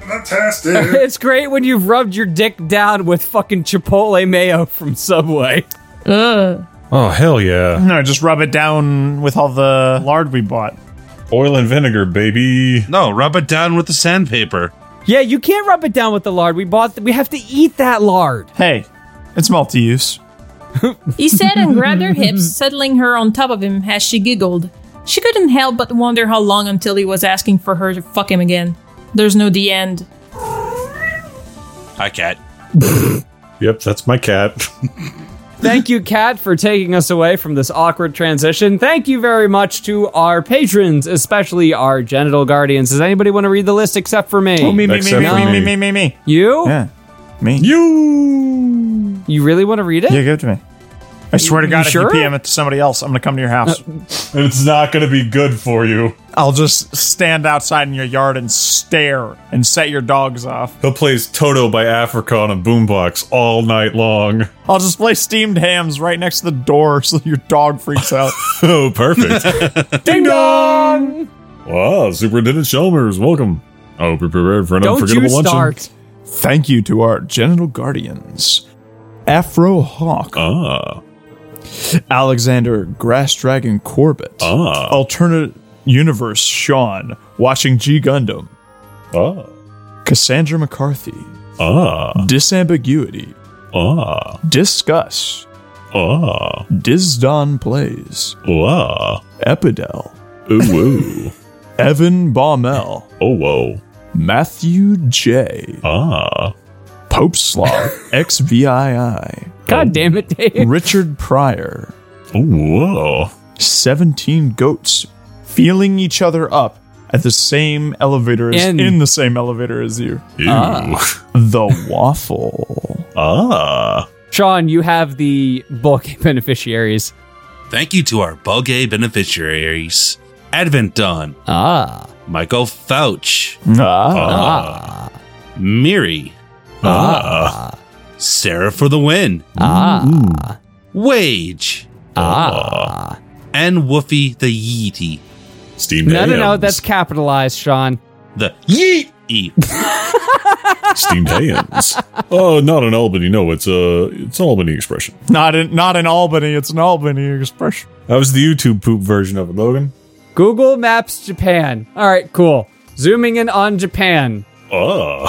Speaker 8: Fantastic.
Speaker 5: It's great when you've rubbed your dick down with fucking Chipotle mayo from Subway.
Speaker 4: Ugh.
Speaker 11: Oh, hell yeah.
Speaker 2: No, just rub it down with all the lard we bought.
Speaker 11: Oil and vinegar, baby.
Speaker 3: No, rub it down with the sandpaper.
Speaker 5: Yeah, you can't rub it down with the lard. We bought. Th- we have to eat that lard.
Speaker 2: Hey, it's multi use.
Speaker 4: He said and grabbed her hips, settling her on top of him as she giggled. She couldn't help but wonder how long until he was asking for her to fuck him again. There's no the end.
Speaker 3: Hi, cat.
Speaker 11: Yep, that's my cat.
Speaker 5: Thank you, Kat, for taking us away from this awkward transition. Thank you very much to our patrons, especially our genital guardians. Does anybody want to read the list except for me?
Speaker 2: Oh, me, me, me,
Speaker 11: Except for
Speaker 2: me, me,
Speaker 11: me.
Speaker 2: me, me, me.
Speaker 5: You?
Speaker 2: Yeah. Me.
Speaker 11: you.
Speaker 5: You really want to read it?
Speaker 2: Yeah, give it to me. I swear to God,
Speaker 5: sure?
Speaker 2: if you PM it to somebody else, I'm going to come to your house.
Speaker 11: And it's not going to be good for you.
Speaker 2: I'll just stand outside in your yard and stare and set your dogs off.
Speaker 11: He'll play Toto by Africa on a boombox all night long.
Speaker 2: I'll just play steamed hams right next to the door so your dog freaks out.
Speaker 11: Oh, perfect. Ah, Ding dong! Wow, Superintendent Chalmers, welcome. Oh, be prepared for an
Speaker 5: Don't you
Speaker 11: unforgettable luncheon.
Speaker 5: start.
Speaker 2: Thank you to our genital guardians Afro Hawk,
Speaker 11: Ah,
Speaker 2: Alexander Grass Dragon Corbett,
Speaker 11: ah,
Speaker 2: Alternate Universe Sean, Watching G Gundam,
Speaker 11: ah,
Speaker 2: Cassandra McCarthy,
Speaker 11: ah,
Speaker 2: Disambiguity,
Speaker 11: ah,
Speaker 2: Discuss,
Speaker 11: ah,
Speaker 2: Dizdon Plays,
Speaker 11: ah,
Speaker 2: Epidel,
Speaker 11: ooh, ooh,
Speaker 2: Evan Baumel,
Speaker 11: oh, whoa,
Speaker 2: Matthew J,
Speaker 11: ah,
Speaker 2: Pope Slog, XVII,
Speaker 5: God damn it, Dave.
Speaker 2: Richard Pryor,
Speaker 11: oh, whoa,
Speaker 2: 17 goats feeling each other up at the same elevator as,
Speaker 5: In.
Speaker 2: in the same elevator as you. Ah.
Speaker 11: ew,
Speaker 2: The waffle.
Speaker 11: ah,
Speaker 5: Sean, you have the book beneficiaries.
Speaker 3: Thank you to our Bogey beneficiaries Advent Dawn,
Speaker 5: Ah.
Speaker 3: Michael Fauch,
Speaker 2: Ah.
Speaker 11: Uh.
Speaker 5: Ah.
Speaker 3: Miri,
Speaker 11: ah,
Speaker 3: Sarah for the Win,
Speaker 5: Ah.
Speaker 3: Wage,
Speaker 11: Oh,
Speaker 12: Ah.
Speaker 3: And Woofy the Yeetie.
Speaker 13: Steam
Speaker 12: No, no, no.
Speaker 13: hams.
Speaker 12: That's capitalized, Sean.
Speaker 3: The Yeet! E.
Speaker 6: Steamed hams. Oh, not in Albany. No, it's a it's an Albany expression.
Speaker 2: Not in not in Albany. It's an Albany expression.
Speaker 14: That was the YouTube poop version of it, Logan.
Speaker 12: Google Maps Japan. All right, cool. Zooming in on Japan.
Speaker 6: Oh,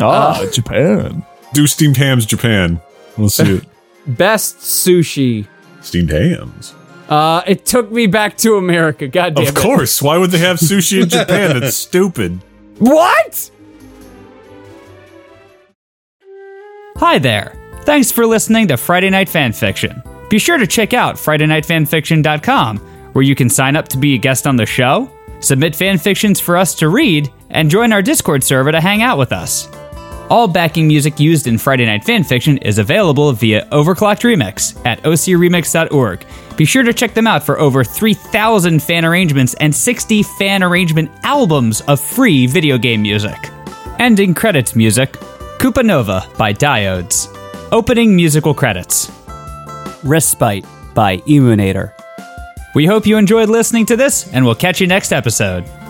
Speaker 2: Ah, Japan.
Speaker 6: do steamed hams Japan? Let's see it.
Speaker 12: Best sushi.
Speaker 6: steamed hams.
Speaker 12: Uh, it took me back to America. God damn
Speaker 6: Of course. Why would they have sushi in Japan? That's stupid.
Speaker 12: What?
Speaker 5: Hi there! Thanks for listening to Friday Night Fanfiction. Be sure to check out FridayNightFanfiction.com, where you can sign up to be a guest on the show, submit fanfictions for us to read, and join our Discord server to hang out with us. All backing music used in Friday Night Fanfiction is available via Overclocked Remix at ocremix.org. Be sure to check them out for over 3,000 fan arrangements and 60 fan arrangement albums of free video game music. Ending credits music Koopa Nova by Diodes. Opening musical credits
Speaker 12: Respite by Emunator.
Speaker 5: We hope you enjoyed listening to this, and we'll catch you next episode.